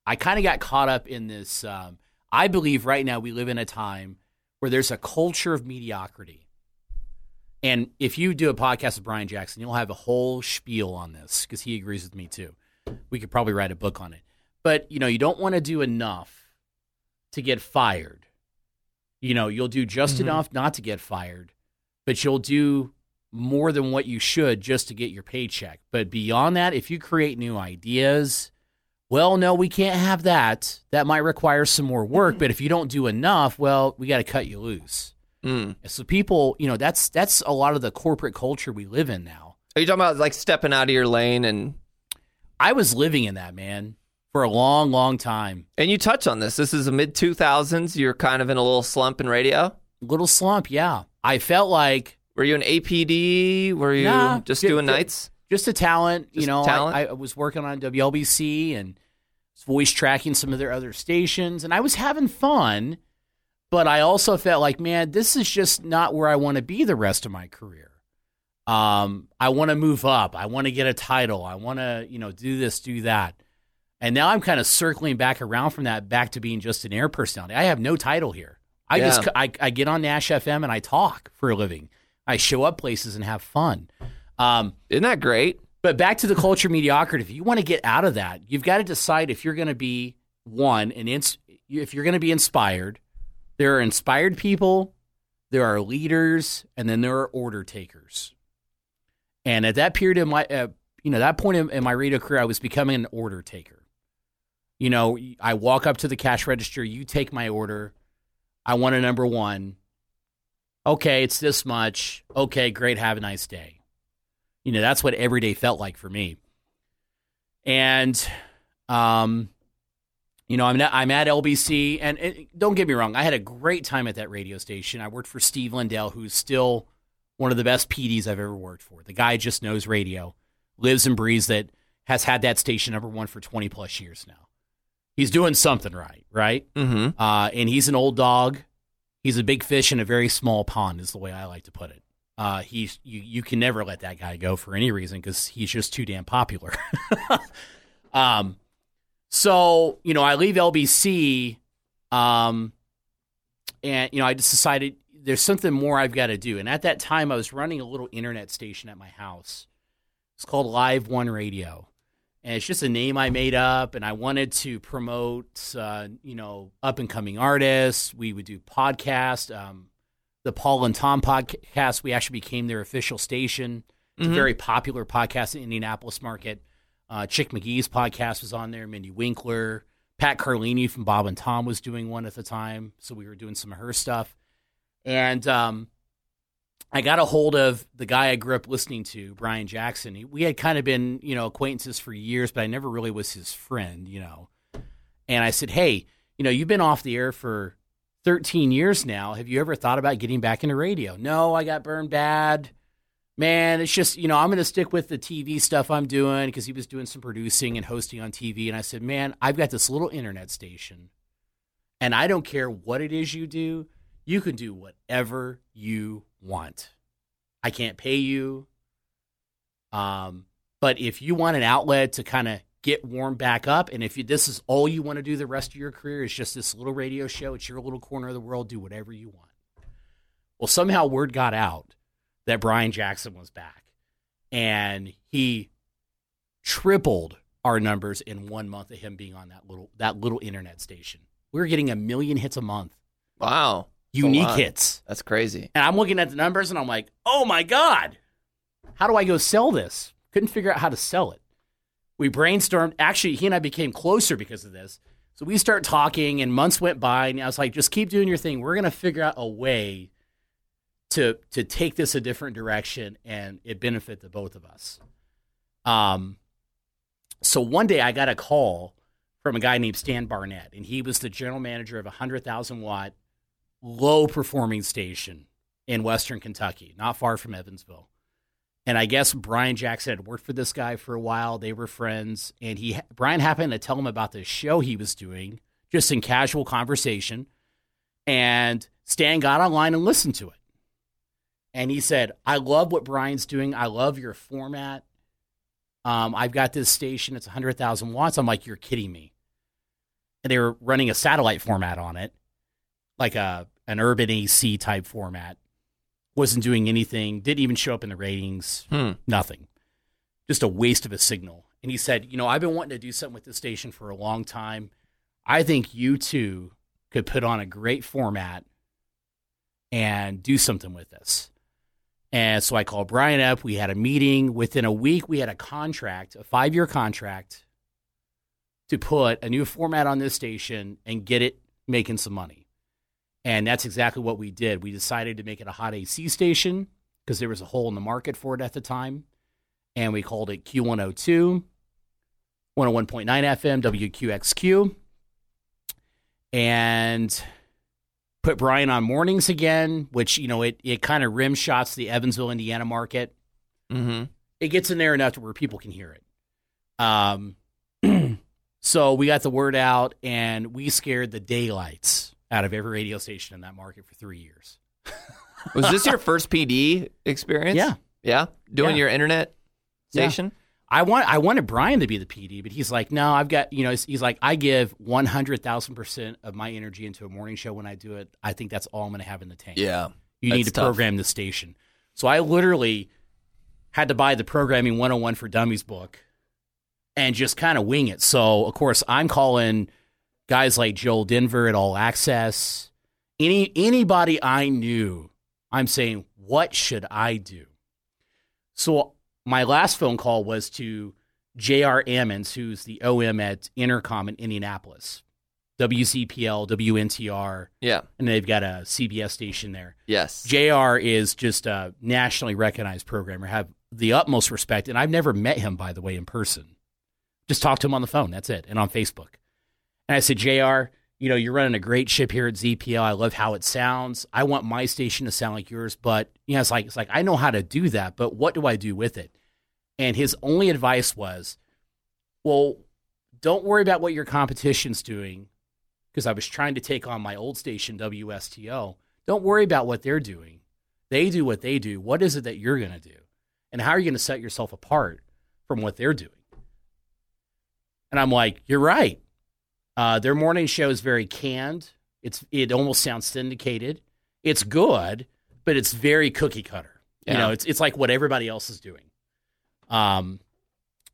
Speaker 2: I kind of got caught up in this. Um, I believe right now we live in a time where there's a culture of mediocrity. And if you do a podcast with Brian Jackson, you'll have a whole spiel on this because he agrees with me too. We could probably write a book on it. But you know, you don't want to do enough to get fired. You know, you'll do just
Speaker 1: Mhm.
Speaker 2: enough not to get fired, but you'll do more than what you should just to get your paycheck. But beyond that, if you create new ideas, well, no, we can't have that. That might require some more work. But if you don't do enough, well, we got to cut you loose.
Speaker 1: Mm.
Speaker 2: So people, you know, that's that's a lot of the corporate culture we live in now.
Speaker 1: Are you talking about like stepping out of your lane and
Speaker 2: I was living in that man for a long, long time.
Speaker 1: and you touch on this? This is the mid 2000s. You're kind of in a little slump in radio.
Speaker 2: Little slump, yeah. I felt like
Speaker 1: Were you an APD? Were you
Speaker 2: Nah,
Speaker 1: just
Speaker 2: ju-
Speaker 1: doing
Speaker 2: ju-
Speaker 1: nights?
Speaker 2: just a talent, you
Speaker 1: Just
Speaker 2: know. I-
Speaker 1: talent?
Speaker 2: I, I was working on WLBC and voice tracking some of their other stations, and I was having fun. But I also felt like, man, this is just not where I want to be the rest of my career. Um, I want to move up. I want to get a title. I want to, you know, do this, do that. And now I'm kind of circling back around from that back to being just an air personality. I have no title here. I
Speaker 1: Yeah.
Speaker 2: just I, I get on Nash FM and I talk for a living. I show up places and have fun. Um,
Speaker 1: Isn't that great?
Speaker 2: but back to the culture of mediocrity. If you want to get out of that, you've got to decide if you're going to be one and ins- if you're going to be inspired. There are inspired people, there are leaders, and then there are order takers. And at that period in my, uh, you know, that point in, in my radio career, I was becoming an order taker. You know, I walk up to the cash register, you take my order. I want a number one. Okay, it's this much. Okay, great. Have a nice day. You know, that's what every day felt like for me. And, um, you know, I'm not, I'm at LBC, and it, don't get me wrong, I had a great time at that radio station. I worked for Steve Lindell, who's still one of the best PDs I've ever worked for. The guy just knows radio, lives and breathes that, has had that station number one for 20 plus years now. He's doing something right, right?
Speaker 1: Mm-hmm.
Speaker 2: Uh, and he's an old dog. He's a big fish in a very small pond, is the way I like to put it. Uh, he's you, you can never let that guy go for any reason because he's just too damn popular. um, so you know, I leave LBC, um, and you know, I just decided there's something more I've got to do. And at that time, I was running a little internet station at my house. It's called Live One Radio and it's just a name I made up. And I wanted to promote, uh, you know, up and coming artists. We would do podcasts, um, the Paul and Tom podcast. We actually became their official station. It's
Speaker 1: Mm-hmm.
Speaker 2: a very popular podcast in the Indianapolis market. Uh, Chick McGee's podcast was on there. Mindy Winkler, Pat Carlini from Bob and Tom was doing one at the time, so we were doing some of her stuff. And um, I got a hold of the guy I grew up listening to, Brian Jackson. He- We had kind of been, you know, acquaintances for years, but I never really was his friend, you know. And I said, "Hey, you know, you've been off the air for 13 years now. Have you ever thought about getting back into radio?" "No, I got burned bad. man, it's just, you know, I'm going to stick with the TV stuff I'm doing because he was doing some producing and hosting on TV. And I said, man, I've got this little internet station and I don't care what it is you do. You can do whatever you want. I can't pay you. Um, but if you want an outlet to kind of get warmed back up, and if you, this is all you want to do the rest of your career, is just this little radio show, it's your little corner of the world, do whatever you want. Well, somehow word got out that Brian Jackson was back, and he tripled our numbers in one month of him being on that little that little internet station. We were getting a million hits a month,
Speaker 1: Wow. That's a
Speaker 2: unique
Speaker 1: lot.
Speaker 2: hits.
Speaker 1: That's crazy.
Speaker 2: And I'm looking at the numbers, and I'm like, oh my god, how do I go sell this? Couldn't figure out how to sell it. We brainstormed. Actually, he and I became closer because of this. So we start talking, and months went by, and I was like, just keep doing your thing. We're gonna figure out a way to to take this a different direction and it benefit the both of us. Um so one day I got a call from a guy named Stan Barnett, and he was the general manager of a hundred thousand watt low performing station in western Kentucky, not far from Evansville. And I guess Brian Jackson had worked for this guy for a while. They were friends, and he Brian happened to tell him about this show he was doing just in casual conversation. And Stan got online and listened to it. And he said, I love what Brian's doing. I love your format. Um, I've got this station. It's 100,000 watts. I'm like, you're kidding me. And they were running a satellite format on it, like a an urban AC type format. Wasn't doing anything. Didn't even show up in the ratings.
Speaker 1: Hmm.
Speaker 2: Nothing. Just a waste of a signal. And he said, you know, I've been wanting to do something with this station for a long time. I think you two could put on a great format and do something with this. And so I called Brian up. We had a meeting. Within a week, we had a contract, a five year contract, to put a new format on this station and get it making some money. And that's exactly what we did. We decided to make it a hot AC station because there was a hole in the market for it at the time. And we called it Q102, 101.9 FM, WQXQ. And put Brian on mornings again, which you know it it kind of rim shots the Evansville, Indiana market.
Speaker 1: Mm-hmm.
Speaker 2: It gets in there enough to where people can hear it. Um, so we got the word out, and we scared the daylights out of every radio station in that market for three years.
Speaker 1: Was this your first PD experience?
Speaker 2: Yeah.
Speaker 1: Yeah. Doing
Speaker 2: Yeah.
Speaker 1: your internet
Speaker 2: Yeah.
Speaker 1: station.
Speaker 2: I want I wanted Brian to be the PD, but he's like, no, I've got you know he's, he's like I give one hundred thousand percent of my energy into a morning show when I do it. I think that's all I'm going to have in the tank. You need
Speaker 1: That's
Speaker 2: to
Speaker 1: tough.
Speaker 2: program the station. So I literally had to buy the Programming 101 for Dummies book and just kind of wing it. So, of course, I'm calling guys like Joel Denver at All Access, any anybody I knew. I'm saying, what should I do? So my last phone call was to J.R. Ammons, who's the OM at Intercom in Indianapolis, WCPL, WNTR,
Speaker 1: Yeah.
Speaker 2: and they've got a CBS station there.
Speaker 1: Yes.
Speaker 2: JR is just a nationally recognized programmer, have the utmost respect. And I've never met him, by the way, in person. Just talked to him on the phone. That's it. And on Facebook. And I said, JR, you know, you're running a great ship here at ZPL. I love how it sounds. I want my station to sound like yours. But, you know, it's like, it's like, I know how to do that, but what do I do with it? And his only advice was, well, don't worry about what your competition's doing because I was trying to take on my old station, WSTO. Don't worry about what they're doing. They do what they do. What is it that you're going to do? And how are you going to set yourself apart from what they're doing? And I'm like, you're right. Uh, their morning show is very canned. It's it almost sounds syndicated. It's good, but it's very cookie cutter. You
Speaker 1: Yeah.
Speaker 2: know, it's it's like what everybody else is doing. Um,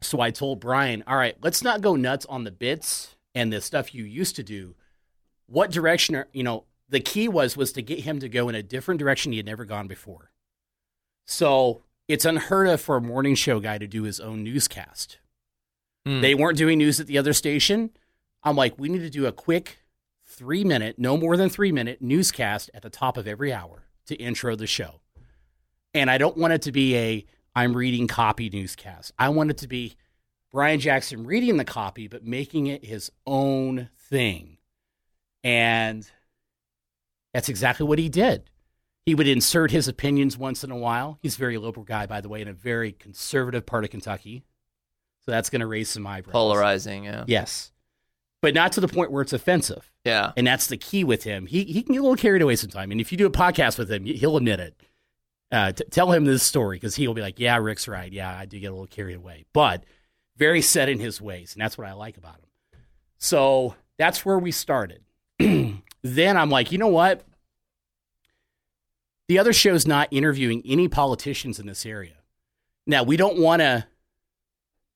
Speaker 2: so I told Brian, all right, let's not go nuts on the bits and the stuff you used to do. What direction are you know? The key was was to get him to go in a different direction he had never gone before. So it's unheard of for a morning show guy to do his own newscast.
Speaker 1: Hmm.
Speaker 2: They weren't doing news at the other station. I'm like, we need to do a quick three minute, no more than three minute newscast at the top of every hour to intro the show. And I don't want it to be a I'm reading copy newscast. I want it to be Brian Jackson reading the copy, but making it his own thing. And that's exactly what he did. He would insert his opinions once in a while. He's a very liberal guy, by the way, in a very conservative part of Kentucky. So that's going to raise some eyebrows.
Speaker 1: Polarizing, yeah.
Speaker 2: Yes. But not to the point where it's offensive.
Speaker 1: Yeah.
Speaker 2: And that's the key with him. He, he can get a little carried away sometime. And if you do a podcast with him, he'll admit it. Uh, t- tell him this story because he'll be like, yeah, Rick's right. Yeah, I do get a little carried away. But very set in his ways. And that's what I like about him. So that's where we started. then I'm like, you know what? The other show's not interviewing any politicians in this area. Now, we don't want to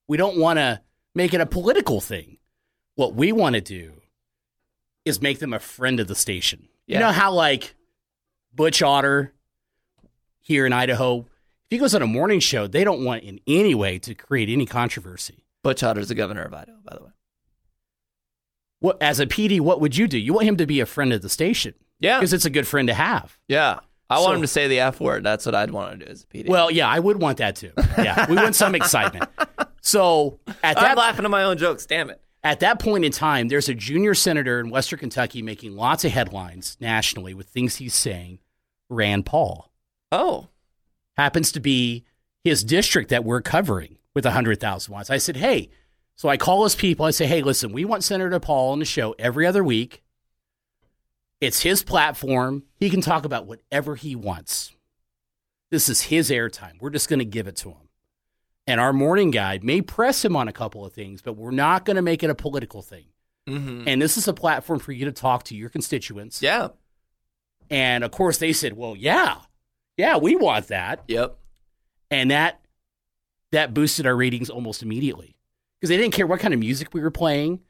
Speaker 2: we don't want to make it a political thing. What we want to do is make them a friend of the station.
Speaker 1: Yeah.
Speaker 2: You know how like Butch Otter here in Idaho, if he goes on a morning show, they don't want in any way to create any controversy.
Speaker 1: Butch Otter's the governor of Idaho, by the way.
Speaker 2: what as a PD, what would you do? You want him to be a friend of the station
Speaker 1: Yeah.
Speaker 2: because it's a good friend to have.
Speaker 1: Yeah. I want
Speaker 2: So-
Speaker 1: him to say the F word. That's what I'd want to do as a PD.
Speaker 2: Well, yeah, I would want that too. Yeah, we want some excitement. So at
Speaker 1: I'm
Speaker 2: that
Speaker 1: laughing at my own jokes. Damn it.
Speaker 2: at that point in time, there's a junior senator in Western Kentucky making lots of headlines nationally with things he's saying. Rand Paul
Speaker 1: Oh,
Speaker 2: happens to be his district that we're covering with 100,000 watts. I said, hey, so I call his people. I say, hey, listen, we want Senator Paul on the show every other week. It's his platform. He can talk about whatever he wants. This is his airtime. We're just going to give it to him. And our morning guide may press him on a couple of things, but we're not going to make it a political thing.
Speaker 1: Mhm.
Speaker 2: And this is a platform for you to talk to your constituents.
Speaker 1: yeah.
Speaker 2: And of course, they said, well, yeah, yeah, we want that
Speaker 1: Yep.
Speaker 2: and that that boosted our ratings almost immediately because they didn't care what kind of music we were playing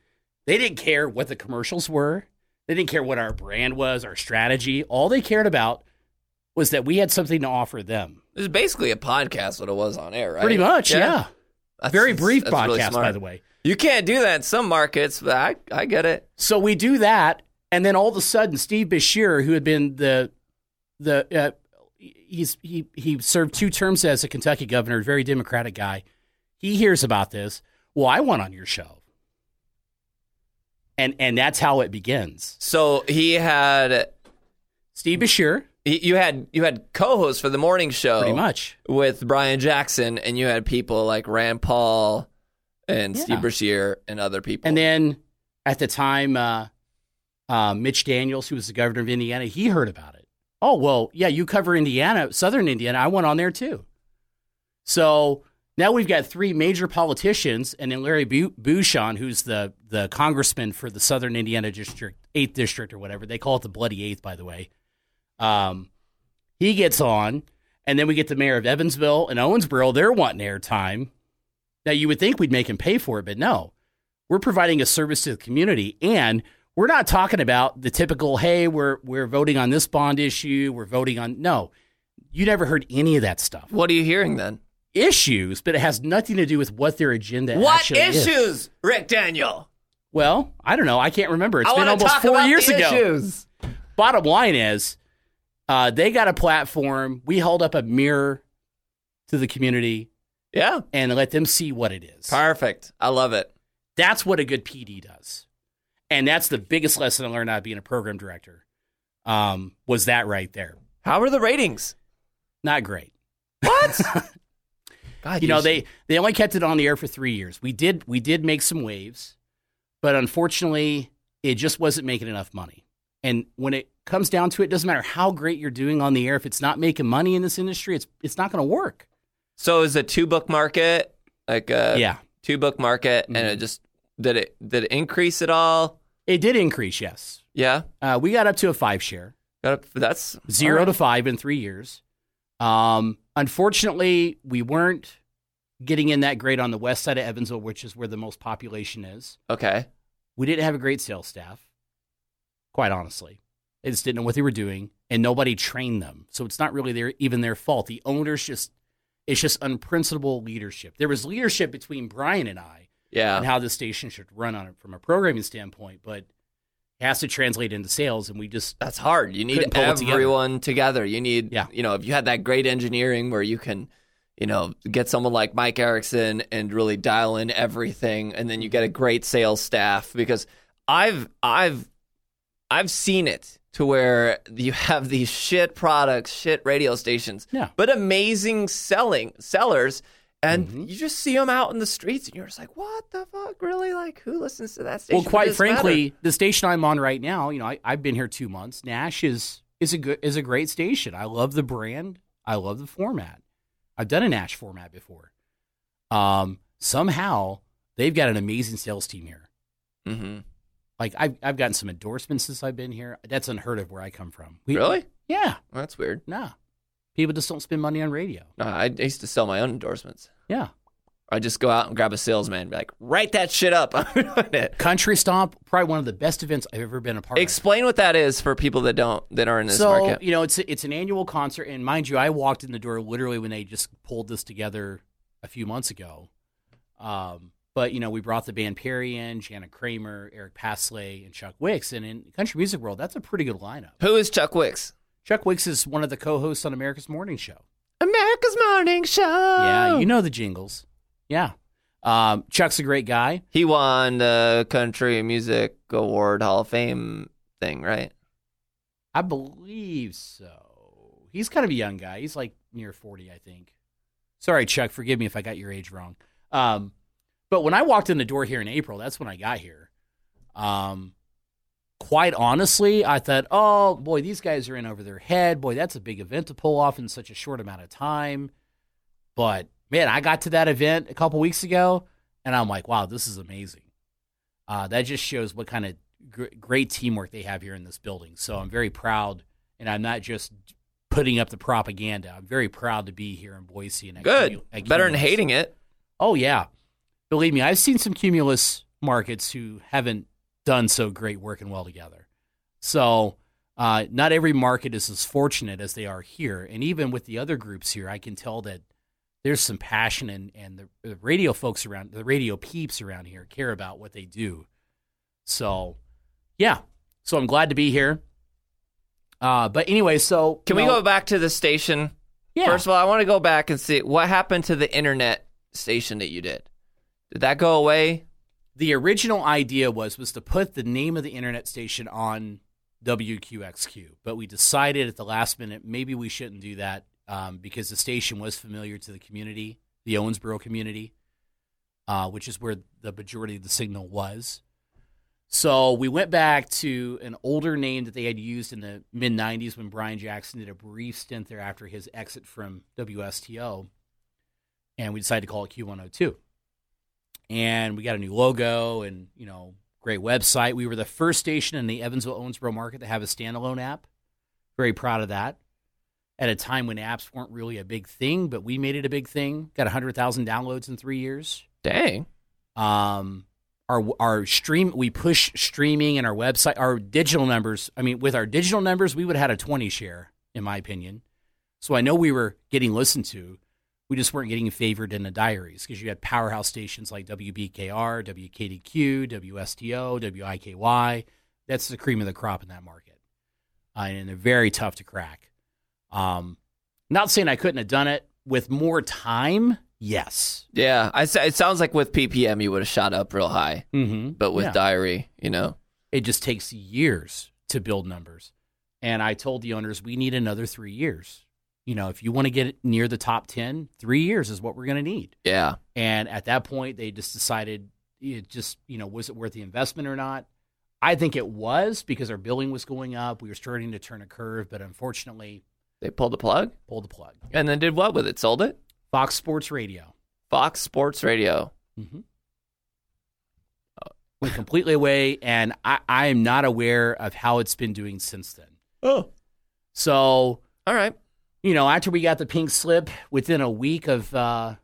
Speaker 2: they didn't care what the commercials were they didn't care what our brand was our strategy all they cared about was that we had something to offer them
Speaker 1: It was basically a podcast, what it was on air, right?
Speaker 2: pretty much yeah,
Speaker 1: That's-
Speaker 2: very brief
Speaker 1: that's really
Speaker 2: podcast by
Speaker 1: smart.
Speaker 2: the way
Speaker 1: You can't do that in some markets, but I, I get it.
Speaker 2: so we do that and then all of a sudden steve bashir who had been the the uh, he's he he served two terms as a kentucky governor very democratic guy he hears about this well i want on your show and and that's how it begins
Speaker 1: So he had
Speaker 2: steve bashir
Speaker 1: y- you had you had co-hosts for the morning show
Speaker 2: pretty much
Speaker 1: with Brian Jackson, and you had people like Rand Paul and
Speaker 2: Yeah.
Speaker 1: Steve Brashear and other people.
Speaker 2: and then at the time uh, uh, mitch daniels who was the governor of indiana he heard about it oh well yeah you cover indiana southern indiana i went on there too so now we've got three major politicians and then larry Bu- bouchon who's the, the congressman for the southern indiana district 8th district or whatever they call it the bloody 8th by the way um, he gets on and then we get the mayor of evansville and owensboro they're wanting airtime now you would think we'd make him pay for it but no we're providing a service to the community and we're not talking about the typical hey we're we're voting on this bond issue we're voting on no you never heard any of that stuff
Speaker 1: what are you hearing then?
Speaker 2: issues but it has nothing to do with what their agenda
Speaker 1: What
Speaker 2: actually is.
Speaker 1: issues, Rick Daniel?
Speaker 2: well i don't know i can't remember It's
Speaker 1: I
Speaker 2: been
Speaker 1: want to
Speaker 2: almost
Speaker 1: talk
Speaker 2: four
Speaker 1: about
Speaker 2: years
Speaker 1: the
Speaker 2: ago
Speaker 1: issues.
Speaker 2: bottom line is uh, they got a platform we held up a mirror to the community
Speaker 1: Yeah,
Speaker 2: and let them see what it is
Speaker 1: perfect. I love it.
Speaker 2: That's what a good PD does, and that's the biggest lesson I learned out of being a program director. Um, was that right there?
Speaker 1: How are the ratings?
Speaker 2: Not great.
Speaker 1: What? God,
Speaker 2: You know
Speaker 1: should-
Speaker 2: they they only kept it on the air for three years. We did we did make some waves, but unfortunately, it just wasn't making enough money. And when it comes down to it, it doesn't matter how great you're doing on the air if it's not making money in this industry, it's it's not going to work.
Speaker 1: So is a two book market like a
Speaker 2: yeah, Mm-hmm.
Speaker 1: two book market, and it just did it did it increase at all?
Speaker 2: it did increase. Yes,
Speaker 1: Yeah,
Speaker 2: uh, we got up to a five share.
Speaker 1: Got up- that's
Speaker 2: zero to five in three years. Um, unfortunately, we weren't getting in that great on the west side of Evansville, which is where the most population is.
Speaker 1: okay.
Speaker 2: We didn't have a great sales staff, quite honestly. They just didn't know what they were doing, and nobody trained them. So it's not really their even their fault. The owners just it's just unprincipled leadership. There was leadership between Brian and I and
Speaker 1: Yeah,
Speaker 2: how the station should run on it from a programming standpoint, but it has to translate into sales, and we just
Speaker 1: that's hard. You need
Speaker 2: Couldn't pull it together.
Speaker 1: everyone together. You need
Speaker 2: Yeah.
Speaker 1: you know if you had that great engineering where you can. You know, get someone like Mike Erickson and really dial in everything, and then you get a great sales staff. Because I've, I've, I've seen it to where you have these shit products, shit radio stations,
Speaker 2: Yeah.
Speaker 1: but amazing selling sellers. And
Speaker 2: Mm-hmm.
Speaker 1: you just see them out in the streets, and you're just like, "What the fuck? Really? Like, who listens to that station?"
Speaker 2: Well,
Speaker 1: It
Speaker 2: quite
Speaker 1: doesn't matter.
Speaker 2: frankly, the station I'm on right now, you know, I, I've been here two months. Nash is is a good is a great station. I love the brand. I love the format. I've done a Nash format before. Um, somehow they've got an amazing sales team here.
Speaker 1: Mhm.
Speaker 2: Like I've I've gotten some endorsements since I've been here. That's unheard of where I come from. We-
Speaker 1: really?
Speaker 2: Yeah.
Speaker 1: Well, that's weird.
Speaker 2: Nah. People just don't spend money on radio.
Speaker 1: No, I I used to sell my own endorsements.
Speaker 2: Yeah.
Speaker 1: I just go out and grab a salesman and be like, "Write that shit up." I'm doing it.
Speaker 2: Country Stomp, probably one of the best events I've ever been a part of.
Speaker 1: Explain what that is for people that don't that are in this
Speaker 2: so
Speaker 1: market.
Speaker 2: you know it's it's an annual concert, and mind you, I walked in the door literally when they just pulled this together a few months ago. Um, but you know, we brought the band Perry in, Jana Kramer, Eric Pasley, and Chuck Wicks, and in country music world, that's a pretty good lineup.
Speaker 1: Who is Chuck Wicks?
Speaker 2: Chuck Wicks is one of the co-hosts on America's Morning Show.
Speaker 1: America's Morning Show.
Speaker 2: Yeah, you know the jingles. Yeah, um, Chuck's a great guy.
Speaker 1: He won the Country Music Award Hall of Fame thing, right?
Speaker 2: I believe so. He's kind of a young guy. He's like near 40, I think. Sorry, Chuck, forgive me if I got your age wrong. Um, but when I walked in the door here in April, that's when I got here. Um, quite honestly, I thought, oh, boy, these guys are in over their head. Boy, that's a big event to pull off in such a short amount of time. But man, I got to that event a couple weeks ago and I'm like, wow, this is amazing. Uh, that just shows what kind of gr- great teamwork they have here in this building. So I'm very proud, and I'm not just putting up the propaganda. I'm very proud to be here in Boise. And at
Speaker 1: Good.
Speaker 2: Cumu- at
Speaker 1: Better than
Speaker 2: Cumulus.
Speaker 1: hating it.
Speaker 2: Oh yeah, believe me, I've seen some Cumulus markets who haven't done so great working well together. So uh, not every market is as fortunate as they are here, and even with the other groups here, I can tell that there's some passion and and the, the radio folks around the radio peeps around here care about what they do. So yeah, so I'm glad to be here. Uh, but anyway, so
Speaker 1: Can we go back to the station?
Speaker 2: Yeah.
Speaker 1: First of all, I want to go back and see what happened to the internet station that you did. Did that go away?
Speaker 2: the original idea was was to put the name of the internet station on WQXQ, but we decided at the last minute maybe we shouldn't do that um, because the station was familiar to the community, the Owensboro community, uh, which is where the majority of the signal was. So we went back to an older name that they had used in the mid 90s when Brian Jackson did a brief stint there after his exit from WSTO. And we decided to call it Q102 and we got a new logo and you know great website we were the first station in the evansville owensboro market to have a standalone app very proud of that at a time when apps weren't really a big thing but we made it a big thing got 100000 downloads in three years
Speaker 1: Dang.
Speaker 2: um our our stream we push streaming and our website our digital numbers i mean with our digital numbers we would have had a 20 share in my opinion so i know we were getting listened to we just weren't getting favored in the diaries because you had powerhouse stations like wbkr wkdq wsto wiky that's the cream of the crop in that market uh, and they're very tough to crack um not saying i couldn't have done it with more time yes
Speaker 1: Yeah. I, s- it sounds like with PPM, you would have shot up real high,
Speaker 2: mm-hmm.
Speaker 1: but with Diary, you know?
Speaker 2: It just takes years to build numbers. And I told the owners, we need another three years. You know, if you want to get near the top 10, three years is what we're going to need.
Speaker 1: Yeah.
Speaker 2: And at that point, they just decided it just, you know, was it worth the investment or not? I think it was because our billing was going up. We were starting to turn a curve, but unfortunately,
Speaker 1: They pulled the plug
Speaker 2: pulled the plug.
Speaker 1: and then did what with it? Sold it?
Speaker 2: Fox Sports Radio
Speaker 1: Fox Sports Radio.
Speaker 2: mm-hmm. Uh, went completely away. And I, I am not aware of how it's been doing since then.
Speaker 1: Oh.
Speaker 2: So
Speaker 1: All right.
Speaker 2: you know, after we got the pink slip, within a week of uh,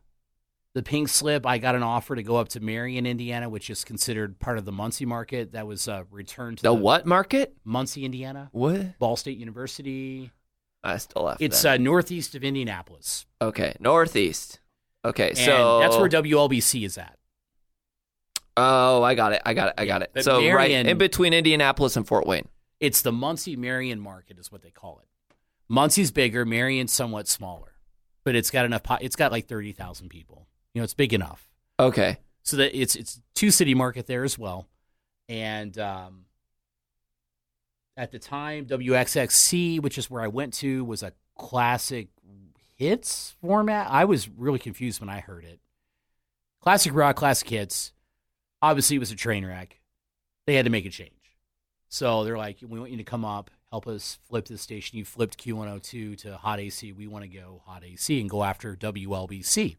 Speaker 2: the pink slip, I got an offer to go up to Marion, Indiana, which is considered part of the Muncie market. That was uh, returned to
Speaker 1: The what market?
Speaker 2: Muncie, Indiana,
Speaker 1: What?
Speaker 2: Ball State University.
Speaker 1: I still left.
Speaker 2: It's
Speaker 1: that.
Speaker 2: uh, northeast of Indianapolis,
Speaker 1: Okay, northeast. Okay,
Speaker 2: and
Speaker 1: so
Speaker 2: that's where WLBC is at.
Speaker 1: oh, I got it. I got it. I got it.
Speaker 2: But
Speaker 1: So right
Speaker 2: Marion-
Speaker 1: in between Indianapolis and Fort Wayne.
Speaker 2: It's the Muncie Marion market, is what they call it. Muncie's bigger, Marion's somewhat smaller, but it's got enough. Po- it's got like thirty thousand people. You know, it's big enough.
Speaker 1: Okay.
Speaker 2: so that it's it's two city market there as well, and um, At the time, WXXC, which is where I went to, was a classic hits format. I was really confused when I heard it. Classic rock, classic hits. Obviously, it was a train wreck. They had to make a change. So they're like, we want you to come up, help us flip this station. You flipped Q102 to Hot AC. We want to go Hot AC and go after WLBC.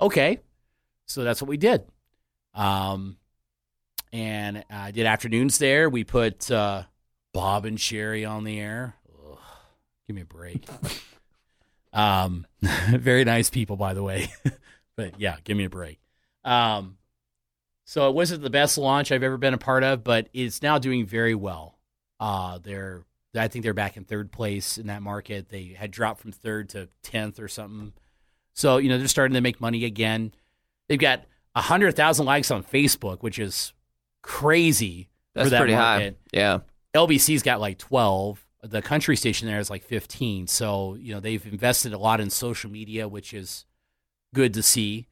Speaker 2: Okay. So that's what we did. Um, and I did afternoons there. We put uh, Bob and Sherry on the air. Ugh, give me a break. um, very nice people, by the way. but yeah, give me a break. Um, so it wasn't the best launch I've ever been a part of, but it's now doing very well. Uh, they're I think they're back in third place in that market. They had dropped from third to tenth or something. So you know they're starting to make money again. They've got hundred thousand likes on Facebook, which is crazy
Speaker 1: That's
Speaker 2: for that
Speaker 1: pretty
Speaker 2: market.
Speaker 1: high. Yeah.
Speaker 2: LBC's got like 12. The country station there is like 15. So, you know, they've invested a lot in social media, which is good to see.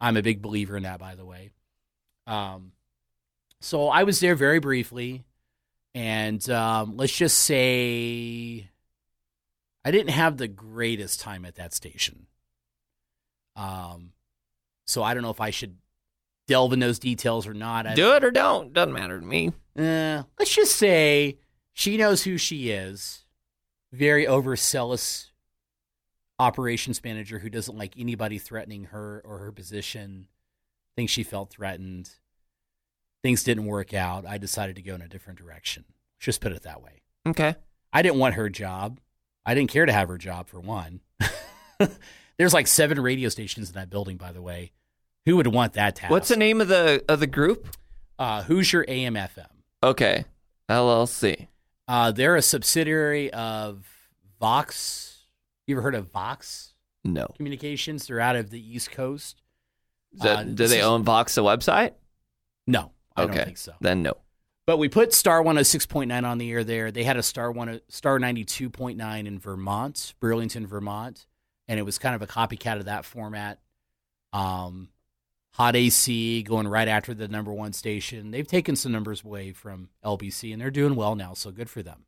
Speaker 2: I'm a big believer in that, by the way. Um, so I was there very briefly. And um, let's just say I didn't have the greatest time at that station. Um, so I don't know if I should delve in those details or not. I,
Speaker 1: Do it or don't. Doesn't matter to me.
Speaker 2: uh, let's just say she knows who she is. Very overzealous operations manager who doesn't like anybody threatening her or her position. Thinks she felt threatened. Things didn't work out. I decided to go in a different direction. Let's Just put it that way.
Speaker 1: Okay.
Speaker 2: I didn't want her job. I didn't care to have her job for one. There's like seven radio stations in that building, by the way. Who would want that task?
Speaker 1: What's the name of the of the group?
Speaker 2: Uh, who's your AMFM?
Speaker 1: Okay. LLC.
Speaker 2: Uh, they're a subsidiary of Vox. You ever heard of Vox
Speaker 1: No.
Speaker 2: Communications? They're out of the East Coast.
Speaker 1: Is that-
Speaker 2: Uh,
Speaker 1: do
Speaker 2: this
Speaker 1: they
Speaker 2: is-
Speaker 1: own Vox the website?
Speaker 2: No, I
Speaker 1: okay.
Speaker 2: don't think so.
Speaker 1: Then no.
Speaker 2: But we put Star 106.9 on the air there. They had a Star one Star 92.9 in Vermont, Burlington, Vermont, and it was kind of a copycat of that format. Um, Hot AC going right after the number one station. They've taken some numbers away from LBC, and they're doing well now, so good for them.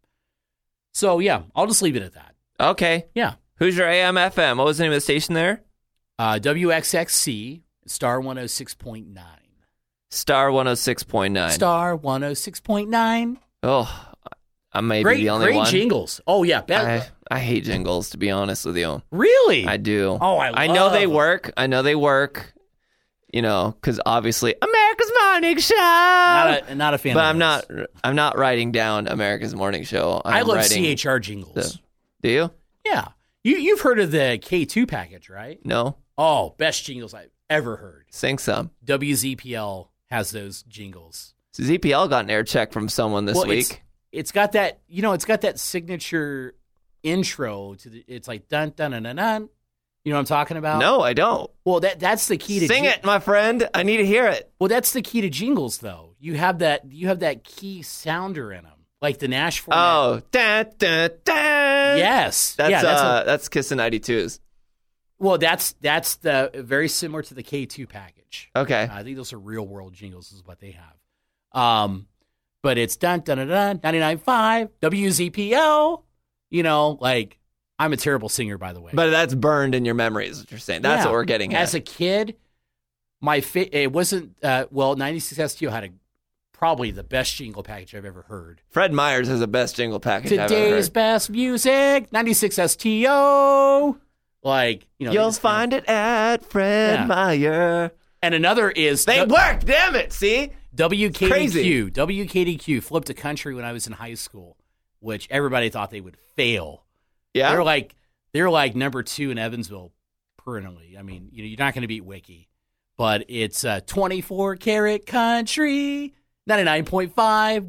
Speaker 2: So yeah, I'll just leave it at that.
Speaker 1: Okay.
Speaker 2: Yeah.
Speaker 1: Who's your AMFM? What was the name of the station there?
Speaker 2: Uh, WXXC, star 106.9.
Speaker 1: Star 106.9.
Speaker 2: Star 106.9.
Speaker 1: Oh, I may
Speaker 2: Great,
Speaker 1: be the only
Speaker 2: great
Speaker 1: one.
Speaker 2: jingles. Oh, yeah. Be-
Speaker 1: I, I hate jingles, to be honest with you.
Speaker 2: really?
Speaker 1: I do.
Speaker 2: oh, I love
Speaker 1: I know they
Speaker 2: them.
Speaker 1: work. I know they work. You know, because obviously America's Morning Show.
Speaker 2: Not a, not a fan
Speaker 1: but
Speaker 2: of
Speaker 1: I'm
Speaker 2: those.
Speaker 1: not. I'm not writing down America's Morning Show. I'm
Speaker 2: I love
Speaker 1: writing,
Speaker 2: CHR jingles.
Speaker 1: the- Do you?
Speaker 2: yeah. You, you've heard of the K2 package, right?
Speaker 1: No.
Speaker 2: Oh, best jingles I've ever heard.
Speaker 1: Sing some.
Speaker 2: WZPL has those jingles.
Speaker 1: So ZPL got an air check from someone this
Speaker 2: Well, it's-
Speaker 1: week.
Speaker 2: it's got that you know it's got that signature intro to the it's like dun dun dun dun dun you know what i'm talking about
Speaker 1: No, I don't.
Speaker 2: well that that's the key to
Speaker 1: Sing
Speaker 2: jing-
Speaker 1: it, my friend. I need to hear it.
Speaker 2: Well, that's the key to jingles, though. You have that you have that key sounder in them, like the Nash format.
Speaker 1: Oh, da, da, da.
Speaker 2: yes,
Speaker 1: Oh, That's
Speaker 2: yeah. That's
Speaker 1: uh,
Speaker 2: a-
Speaker 1: that's Kissin' 92s.
Speaker 2: well, that's that's the very similar to the K two package. Uh,
Speaker 1: Okay.
Speaker 2: I think those are real world jingles, is what they have. Um, but it's dun dun dun dun ninety nine five WZPL. You know, like I'm a terrible singer, by the way.
Speaker 1: But that's burned in your memory, is what you're saying. That's
Speaker 2: Yeah.
Speaker 1: what we're getting at.
Speaker 2: As a kid, my fa- it wasn't uh, well. Ninety six STO had a probably the best jingle package I've ever heard.
Speaker 1: Fred Myers has the best jingle package I've ever
Speaker 2: Today's
Speaker 1: heard.
Speaker 2: best music, 96 STO. Like, you know.
Speaker 1: You'll
Speaker 2: these-
Speaker 1: find it at Fred
Speaker 2: Yeah.
Speaker 1: Meyer.
Speaker 2: And another is
Speaker 1: They
Speaker 2: the-
Speaker 1: work, damn it. See?
Speaker 2: WKDQ.
Speaker 1: crazy.
Speaker 2: WKDQ flipped a country when I was in high school, which everybody thought they would fail.
Speaker 1: Yeah.
Speaker 2: They're like they're like number two in Evansville perennially. I mean, you know, you're not going to beat Wiki, but it's uh, 24 karat country, 99.5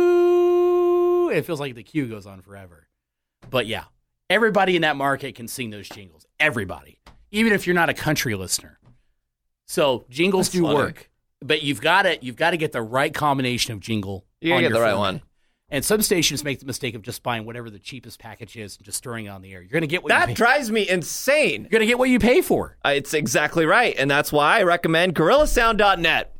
Speaker 2: WKDQ. It feels like the Q goes on forever, but yeah, everybody in that market can sing those jingles. Everybody, even if you're not a country listener. So jingles
Speaker 1: That's
Speaker 2: do
Speaker 1: funny.
Speaker 2: work, but you've got to you've got to get the right combination of jingle.
Speaker 1: you
Speaker 2: on
Speaker 1: get
Speaker 2: your
Speaker 1: the right
Speaker 2: format.
Speaker 1: one.
Speaker 2: And some stations make the mistake of just buying whatever the cheapest package is and just throwing it on the air. You're gonna get what you
Speaker 1: That
Speaker 2: pay.
Speaker 1: drives me insane.
Speaker 2: you're gonna get what you pay for.
Speaker 1: Uh, It's exactly right. And that's why I recommend GorillaSound.net.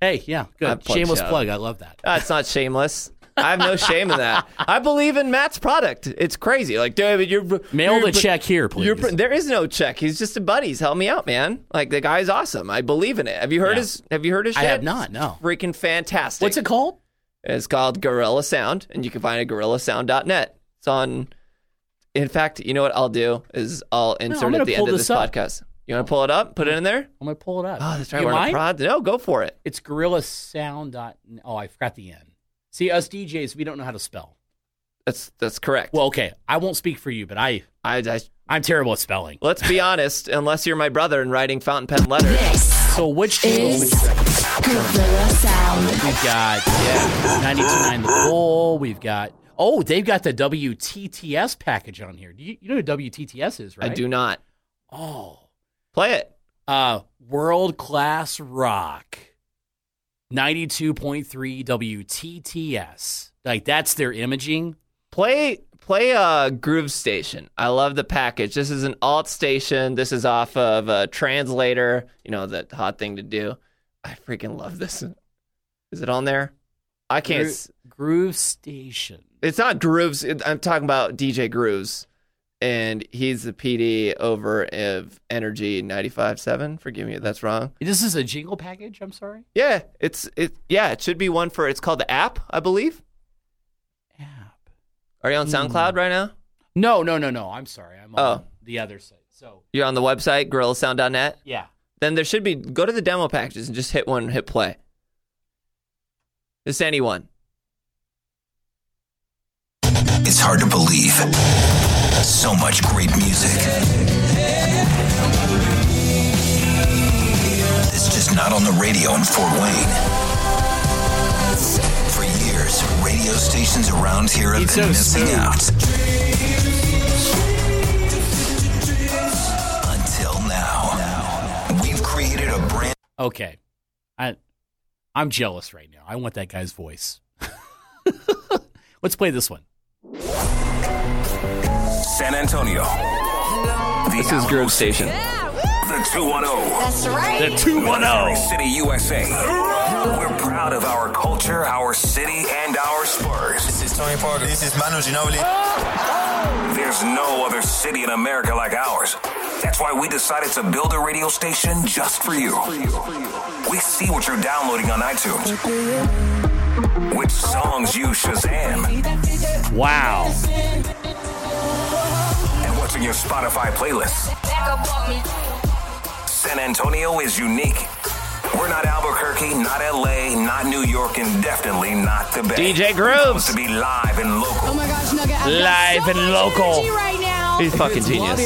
Speaker 2: Hey, yeah,
Speaker 1: I
Speaker 2: good.
Speaker 1: plugged
Speaker 2: Shameless
Speaker 1: you up.
Speaker 2: plug. I love that.
Speaker 1: That's Uh, not shameless. I have no shame in that. I believe in Matt's product. It's crazy. Like David, you're
Speaker 2: Mail
Speaker 1: you're-
Speaker 2: the check here, please.
Speaker 1: You're, there is no check. He's just a buddy. He's helped me out, man. Like the guy's awesome. I believe in it. Have you heard
Speaker 2: Yeah.
Speaker 1: his? Have you heard his?
Speaker 2: I
Speaker 1: shit?
Speaker 2: have not, no.
Speaker 1: It's freaking fantastic.
Speaker 2: What's it called?
Speaker 1: It's called Gorilla Sound, and you can find it at gorillasound.net. It's on. In fact, you know what I'll do is I'll insert
Speaker 2: gonna
Speaker 1: at the
Speaker 2: pull
Speaker 1: end of
Speaker 2: this
Speaker 1: this
Speaker 2: up.
Speaker 1: podcast. You want to pull it up? Put it in there.
Speaker 2: I'm gonna pull it up.
Speaker 1: Oh, that's right.
Speaker 2: You
Speaker 1: We're on a
Speaker 2: mind?
Speaker 1: prod. No, go for it.
Speaker 2: It's gorillasound. dot- Oh, I forgot the N. See, us DJs, we don't know how to spell.
Speaker 1: That's that's correct.
Speaker 2: Well, okay, I won't speak for you, but I
Speaker 1: I, I
Speaker 2: I'm terrible at spelling.
Speaker 1: let's be honest. Unless you're my brother and writing fountain pen letters.
Speaker 3: This
Speaker 2: So which
Speaker 3: is Gorilla Sound.
Speaker 2: We've got yeah, 92.9 The Bull. We've got oh, they've got the WTTS package on here. Do you, you know what WTTS is, right?
Speaker 1: I do not
Speaker 2: Oh,
Speaker 1: play it.
Speaker 2: uh, world class rock, ninety-two point three WTTS. Like that's their imaging.
Speaker 1: Play play uh, Groove Station. I love the package. This is an alt station. This is off of uh, Translator. You know the hot thing to do. I freaking love this. Is it on there? I can't.
Speaker 2: Gro-
Speaker 1: s-
Speaker 2: Groove Station.
Speaker 1: It's not Grooves. It, I'm talking about DJ Grooves, and he's the PD over of Energy 95.7. Forgive me, if that's wrong.
Speaker 2: This is a jingle package. I'm sorry.
Speaker 1: Yeah, it's it. Yeah, it should be one for. It's called the app, I believe.
Speaker 2: App.
Speaker 1: Are you on SoundCloud right now?
Speaker 2: No, no, no, no. I'm sorry. I'm on
Speaker 1: Oh.
Speaker 2: the other side. So
Speaker 1: You're on the website gorillasound.net.
Speaker 2: yeah.
Speaker 1: then there should be go to the demo packages and just hit one and hit play. Just anyone.
Speaker 4: It's hard to believe. So much great music. It's just not on the radio in Fort Wayne. For years, radio stations around here have
Speaker 2: It's
Speaker 4: been
Speaker 2: so
Speaker 4: missing
Speaker 2: smooth.
Speaker 4: out. Until now, we've created a brand.
Speaker 2: Okay. I I'm jealous right now. I want that guy's voice. Let's play this one.
Speaker 4: San Antonio. This is Groove Station. The oh. 210.
Speaker 3: That's right.
Speaker 2: The 210.
Speaker 4: City, USA. We're proud of our culture, our city, and our Spurs.
Speaker 5: This is Tony Parker. This is Manu Ginobili.
Speaker 4: There's no other city in America like ours. That's why we decided to build a radio station just for you. We see what you're downloading on iTunes, which songs you Shazam,
Speaker 2: Wow.
Speaker 4: and what's in your Spotify playlist. San Antonio is unique. We're not Albuquerque, not LA, not New York, and definitely not the Bay.
Speaker 1: DJ
Speaker 4: It's
Speaker 1: Grooves.
Speaker 4: to be live and local.
Speaker 3: Oh my gosh, Nugget. I've
Speaker 2: Live
Speaker 3: got
Speaker 2: and
Speaker 3: so much
Speaker 2: local.
Speaker 3: energy Right now.
Speaker 1: He's fucking genius.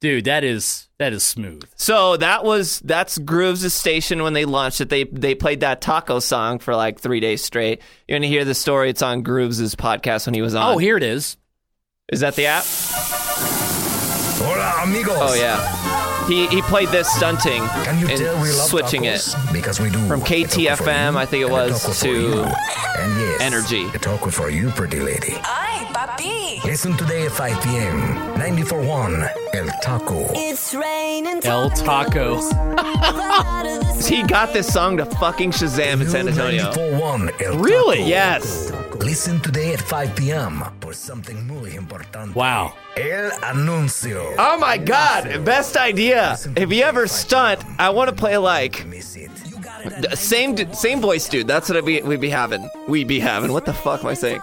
Speaker 2: Dude, that is that is smooth.
Speaker 1: So that was that's Grooves' station when they launched it. They they played that taco song for like three days straight. You're gonna hear the story. It's on Grooves' podcast when he was on.
Speaker 2: Oh, here it is.
Speaker 1: is that the app?
Speaker 5: Hola, amigos.
Speaker 1: Oh yeah. He he played this stunting
Speaker 5: Can you
Speaker 1: and
Speaker 5: tell we love
Speaker 1: switching
Speaker 5: tacos?
Speaker 1: it.
Speaker 5: Because we do.
Speaker 1: From
Speaker 5: A taco for
Speaker 1: KTFM,
Speaker 5: you,
Speaker 1: I think it
Speaker 5: and a
Speaker 1: was,
Speaker 5: taco for
Speaker 1: to
Speaker 5: you. and yes,
Speaker 1: Energy.
Speaker 5: A taco for you, pretty lady.
Speaker 6: Ay, papi.
Speaker 5: Listen today at 5 p.m. 94.1 El Taco.
Speaker 6: It's raining
Speaker 2: El Taco.
Speaker 1: He got this song to fucking Shazam in San Antonio.
Speaker 5: 94.1 El
Speaker 2: Really?
Speaker 5: Taco.
Speaker 1: Yes.
Speaker 5: Listen today at 5 p.m. for something muy importante.
Speaker 2: Wow.
Speaker 5: El anuncio.
Speaker 1: Oh my god, best idea. If you ever stunt, I want to play like
Speaker 5: Miss it.
Speaker 1: the same d- same voice dude. That's what we we be having. We be having. What the fuck am I saying?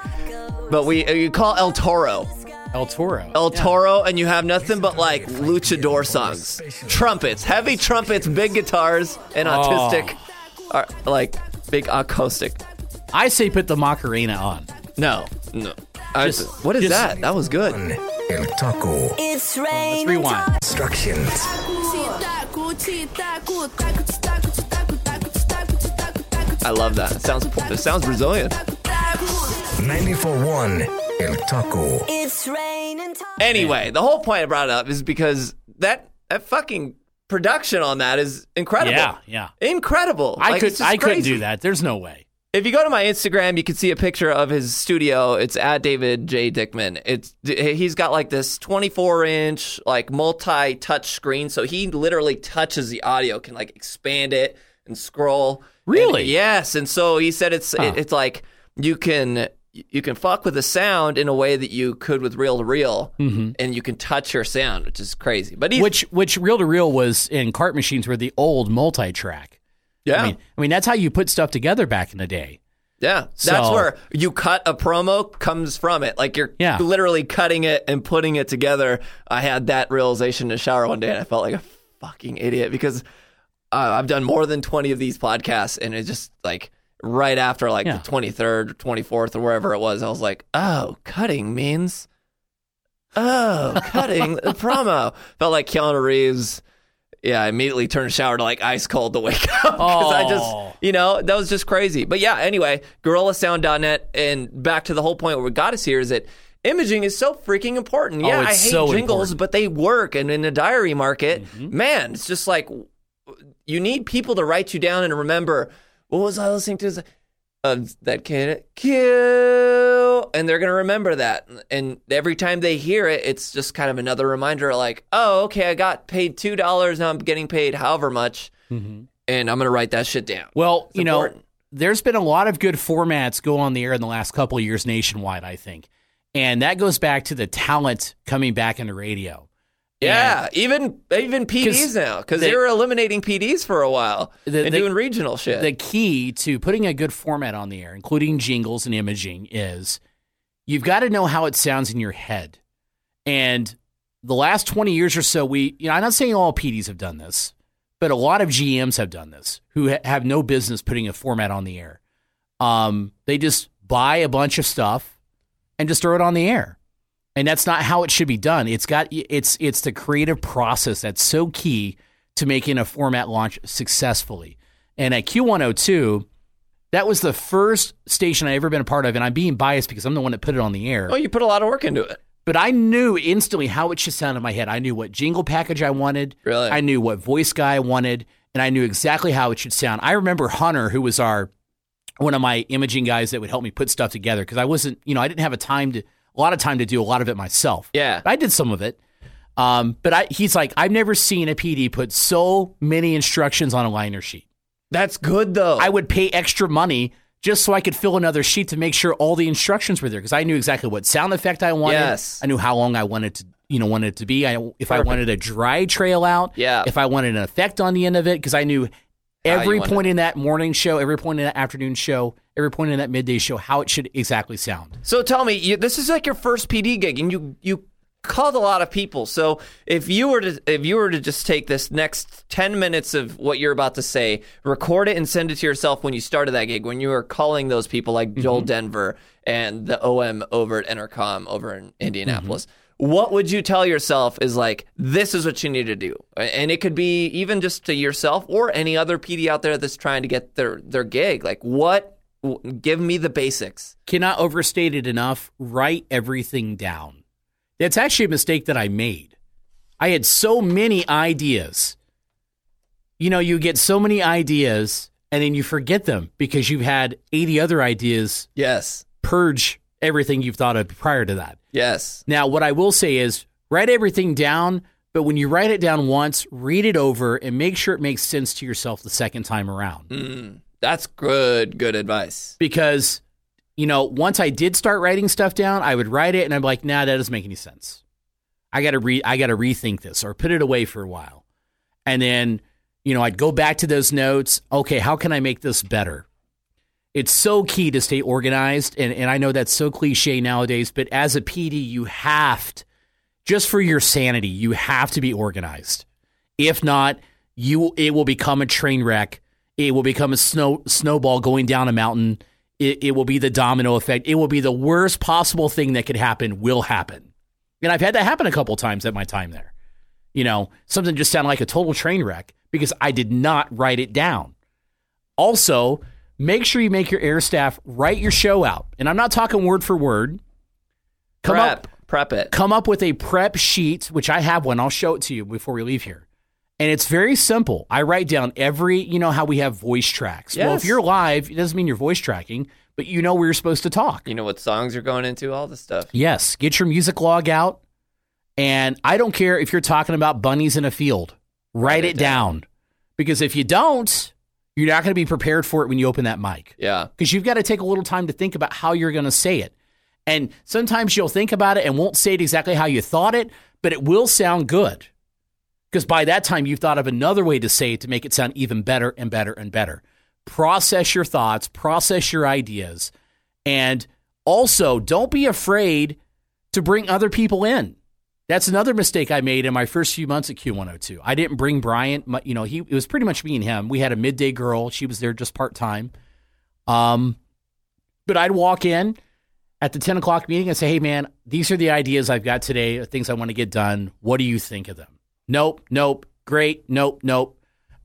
Speaker 1: But we uh, you call El Toro.
Speaker 2: El Toro.
Speaker 1: El Toro and you have nothing but like luchador songs. Trumpets, heavy trumpets, big guitars and
Speaker 2: Oh.
Speaker 1: autistic or, like big acoustic.
Speaker 2: I say put the Macarena on.
Speaker 1: No. No. I-
Speaker 2: Just-
Speaker 1: what is
Speaker 2: just-
Speaker 1: that? That was good.
Speaker 5: El Taco.
Speaker 6: It's raining.
Speaker 2: Let's rewind.
Speaker 5: Instructions.
Speaker 1: I love that. It sounds it sounds Brazilian.
Speaker 5: 94.1 El Taco.
Speaker 6: It's raining. time.
Speaker 1: Anyway, the whole point I brought it up is because that that fucking production on that is incredible.
Speaker 2: Yeah, yeah.
Speaker 1: Incredible.
Speaker 2: I
Speaker 1: Like,
Speaker 2: could
Speaker 1: it's just
Speaker 2: I couldn't
Speaker 1: crazy.
Speaker 2: do that. There's no way.
Speaker 1: If you go to my Instagram, you can see a picture of his studio. It's at David J. Dickman. It's he's got like this 24 inch like multi touch screen, so he literally touches the audio, can like expand it, and scroll.
Speaker 7: Really?
Speaker 1: And- yes. And so he said it's it, it's like you can you can fuck with the sound in a way that you could with reel to reel, and you can touch your sound, which is crazy. But he's,
Speaker 7: Which
Speaker 2: Which which reel to reel was in cart machines were the old multi track.
Speaker 1: yeah,
Speaker 2: I mean, I mean that's how you put stuff together back in the day.
Speaker 1: yeah, that's
Speaker 2: So-
Speaker 1: where you cut a promo comes from it. Like you're
Speaker 2: Yeah.
Speaker 1: literally cutting it and putting it together. I had that realization in the shower one day, and I felt like a fucking idiot because uh, I've done more than twenty of these podcasts, and it just like right after like
Speaker 2: Yeah.
Speaker 1: the twenty third, twenty fourth, or wherever it was, I was like, oh, cutting means. Oh, cutting the promo felt like Keanu Reeves. Yeah, I immediately turned the shower to like ice cold to wake up because I
Speaker 2: Oh.
Speaker 1: just, you know, that was just crazy. But yeah, anyway, GorillaSound.net and back to the whole point where we got us here is that imaging is so freaking important.
Speaker 2: Oh,
Speaker 1: Yeah,
Speaker 2: it's
Speaker 1: I hate
Speaker 2: so
Speaker 1: jingles,
Speaker 2: important. Mm-hmm.
Speaker 1: but they work. And in the diary market, man, it's just like you need people to write you down and remember. What was I listening to? Um, that kid, Q, and they're gonna remember that. And every time they hear it, it's just kind of another reminder, like, oh, okay, I got paid two dollars, now I'm getting paid however much,
Speaker 2: Mm-hmm.
Speaker 1: and I'm gonna write that shit down.
Speaker 2: Well,
Speaker 1: It's
Speaker 2: you know,
Speaker 1: important.
Speaker 2: there's been a lot of good formats go on the air in the last couple of years nationwide, I think. And that goes back to the talent coming back into radio.
Speaker 1: yeah, even even PDs
Speaker 2: 'Cause
Speaker 1: now, because
Speaker 2: they-
Speaker 1: they, were eliminating PDs for a while
Speaker 2: The-
Speaker 1: and
Speaker 2: they-
Speaker 1: doing regional shit.
Speaker 2: The key to putting a good format on the air, including jingles and imaging, is you've got to know how it sounds in your head. And the last 20 years or so, we, you know, I'm not saying all PDs have done this, but a lot of GMs have done this who ha- have no business putting a format on the air. Um, they just buy a bunch of stuff and just throw it on the air. And that's not how it should be done. It's got it's it's the creative process that's so key to making a format launch successfully. And at Q102, that was the first station I ever been a part of, and I'm being biased because I'm the one that put it on the air.
Speaker 1: oh, you put a lot of work into it.
Speaker 2: But I knew instantly how it should sound in my head. I knew what jingle package I wanted.
Speaker 1: Really?
Speaker 2: I knew what voice guy I wanted, and I knew exactly how it should sound. I remember Hunter, who was our one of my imaging guys that would help me put stuff together because I wasn't, you know, I didn't have a time to a lot of time to do a lot of it myself.
Speaker 1: Yeah.
Speaker 2: But I did some of it. Um, but I, he's like, I've never seen a PD put so many instructions on a liner sheet.
Speaker 1: That's good though.
Speaker 2: I would pay extra money just so I could fill another sheet to make sure all the instructions were there because I knew exactly what sound effect I wanted.
Speaker 1: Yes.
Speaker 2: I knew how long I wanted to, you know, wanted it to be. I if I wanted a dry trail out.
Speaker 1: Yeah.
Speaker 2: If I wanted an effect on the end of it because I knew every
Speaker 1: wanted
Speaker 2: point in that morning show, every point in that afternoon show, every point in that midday show, how it should exactly sound.
Speaker 1: So tell me, you, this is like your first PD gig, and you you called a lot of people. So if you were to if you were to just take this next ten minutes of what you're about to say, record it and send it to yourself when you started that gig, when you were calling those people like Joel Denver and the OM over at Entercom over in Indianapolis. What would you tell yourself is like, this is what you need to do? And it could be even just to yourself or any other PD out there that's trying to get their, their gig. Like, what? w- Give me the basics.
Speaker 2: cannot overstate it enough. Write everything down. That's actually a mistake that I made. I had so many ideas. You know, you get so many ideas and then you forget them because you've had 80 other ideas
Speaker 1: Yes.
Speaker 2: purge everything you've thought of prior to that.
Speaker 1: Yes.
Speaker 2: Now, what I will say is write everything down, but when you write it down once, read it over and make sure it makes sense to yourself the second time around.
Speaker 1: That's good, good advice.
Speaker 2: because you know once i did start writing stuff down i would write it and i'm like nah that doesn't make any sense i gotta re i gotta rethink this or put it away for a while and then you know i'd go back to those notes okay how can i make this better it's so key to stay organized and, and i know that's so cliche nowadays but as a pd you have to, just for your sanity you have to be organized if not, you it will become a train wreck. It will become a snow snowball going down a mountain. It, it will be the domino effect. It will be the worst possible thing that could happen. Will happen, and I've had that happen a couple times at my time there. You know, something just sounded like a total train wreck because I did not write it down. Also, make sure you make your air staff write your show out, and I'm not talking word for word. Come
Speaker 1: prep,
Speaker 2: up,
Speaker 1: prep it.
Speaker 2: come up with a prep sheet, which I have one. I'll show it to you before we leave here. And it's very simple. I write down every, you know, how we have voice tracks. Well, if
Speaker 1: Yes.
Speaker 2: you're live, it doesn't mean you're voice tracking, but you know where you're supposed to talk.
Speaker 1: You know what songs you're going into, all this stuff.
Speaker 2: Yes, get your music log out. And I don't care if you're talking about bunnies in a field, write it down. Because if you don't, You're not going to be prepared for it when you open that mic
Speaker 1: Yeah.
Speaker 2: because you've got to take a little time to think about how you're going to say it. And sometimes you'll think about it and won't say it exactly how you thought it, but it will sound good because by that time you've thought of another way to say it to make it sound even better and better and better. Process your thoughts, process your ideas, and also don't be afraid to bring other people in. That's another mistake I made in my first few months at Q102. I didn't bring Bryant. My, you know, he it was pretty much me and him. We had a midday girl. She was there just part time. Um, but I'd walk in at the 10 o'clock meeting and say, hey, man, these are the ideas I've got today, the things I want to get done. What do you think of them? Nope, nope, great, nope, nope.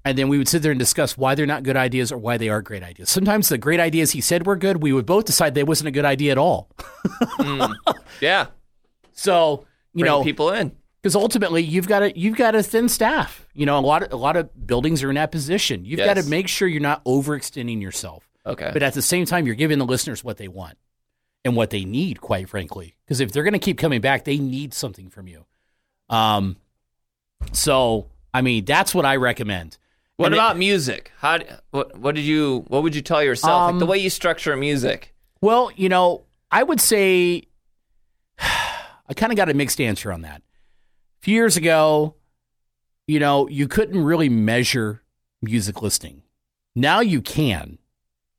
Speaker 2: And then we would sit there and discuss why they're not good ideas or why they are great ideas. Sometimes the great ideas he said were good, we would both decide they wasn't a good idea at all.
Speaker 1: Yeah.
Speaker 2: So, you
Speaker 1: Bring
Speaker 2: know,
Speaker 1: people in.
Speaker 2: because ultimately you've got a you've got a thin staff. You know, a lot of, a lot of buildings are in that position. You've got
Speaker 1: Yes.
Speaker 2: to make sure you're not overextending yourself.
Speaker 1: Okay.
Speaker 2: But at the same time, you're giving the listeners what they want and what they need, quite frankly. Because if they're going to keep coming back, they need something from you. Um, so I mean, that's what I recommend.
Speaker 1: what
Speaker 2: and it-
Speaker 1: about music? How? d- What? What did you? What would you tell yourself? like the
Speaker 2: Um,
Speaker 1: way you structure music.
Speaker 2: Well, you know, I would say I kind of got a mixed answer on that. A few years ago, you know, you couldn't really measure music listening. Now you can.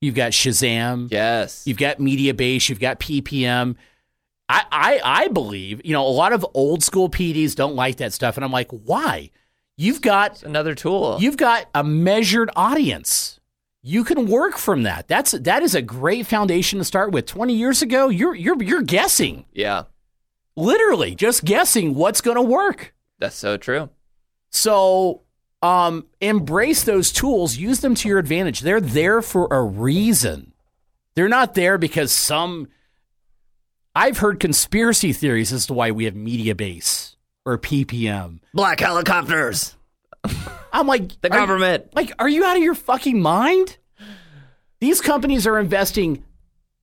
Speaker 2: You've got Shazam.
Speaker 1: Yes.
Speaker 2: You've got media base. You've got PPM. I, I I believe you know a lot of old school PDs don't like that stuff, and I'm like, why? You've got
Speaker 1: It's another tool.
Speaker 2: you've got a measured audience. You can work from that. That's that is a great foundation to start with. Twenty years ago, you're you're you're guessing,
Speaker 1: yeah.
Speaker 2: literally just guessing what's going to work.
Speaker 1: That's so true.
Speaker 2: So um, embrace those tools, use them to your advantage. They're there for a reason. They're not there because some. I've heard conspiracy theories as to why we have media base or PPM.
Speaker 1: Black helicopters.
Speaker 2: I'm like,
Speaker 1: The
Speaker 2: are-
Speaker 1: government.
Speaker 2: like, are you out of your fucking mind? These companies are investing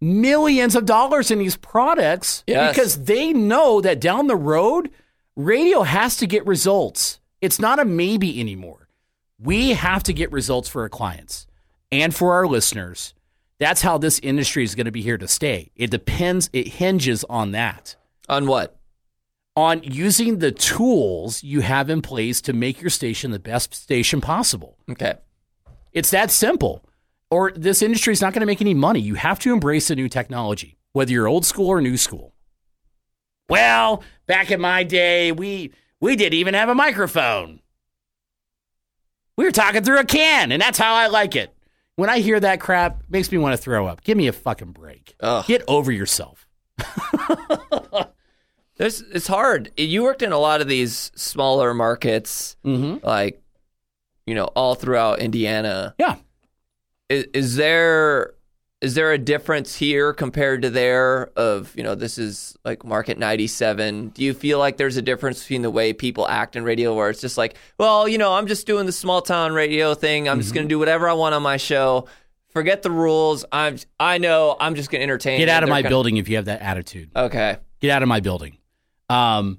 Speaker 2: millions of dollars in these products
Speaker 1: Yes.
Speaker 2: because they know that down the road, radio has to get results. It's not a maybe anymore. We have to get results for our clients and for our listeners. That's how this industry is going to be here to stay. It depends, it hinges on that
Speaker 1: On what?
Speaker 2: on using the tools you have in place to make your station the best station possible.
Speaker 1: Okay.
Speaker 2: It's that simple. Or this industry is not going to make any money. You have to embrace the new technology, whether you're old school or new school. Well, back in my day, we we didn't even have a microphone. We were talking through a can, and that's how I like it. When I hear that crap, it makes me want to throw up. Give me a fucking break.
Speaker 1: Ugh.
Speaker 2: Get over yourself.
Speaker 1: There's, it's hard. You worked in a lot of these smaller markets,
Speaker 2: Mm-hmm.
Speaker 1: like, you know, all throughout Indiana.
Speaker 2: Yeah.
Speaker 1: Is, is there is there a difference here compared to there of you know this is like market 97 do you feel like there's a difference between the way people act in radio where it's just like well you know i'm just doing the small town radio thing i'm
Speaker 2: Mm-hmm.
Speaker 1: just going to do whatever i want on my show forget the rules i'm i know i'm just going to entertain
Speaker 2: Get
Speaker 1: and
Speaker 2: out of
Speaker 1: they're
Speaker 2: my
Speaker 1: gonna-
Speaker 2: building if you have that attitude.
Speaker 1: okay
Speaker 2: Get out of my building. Um,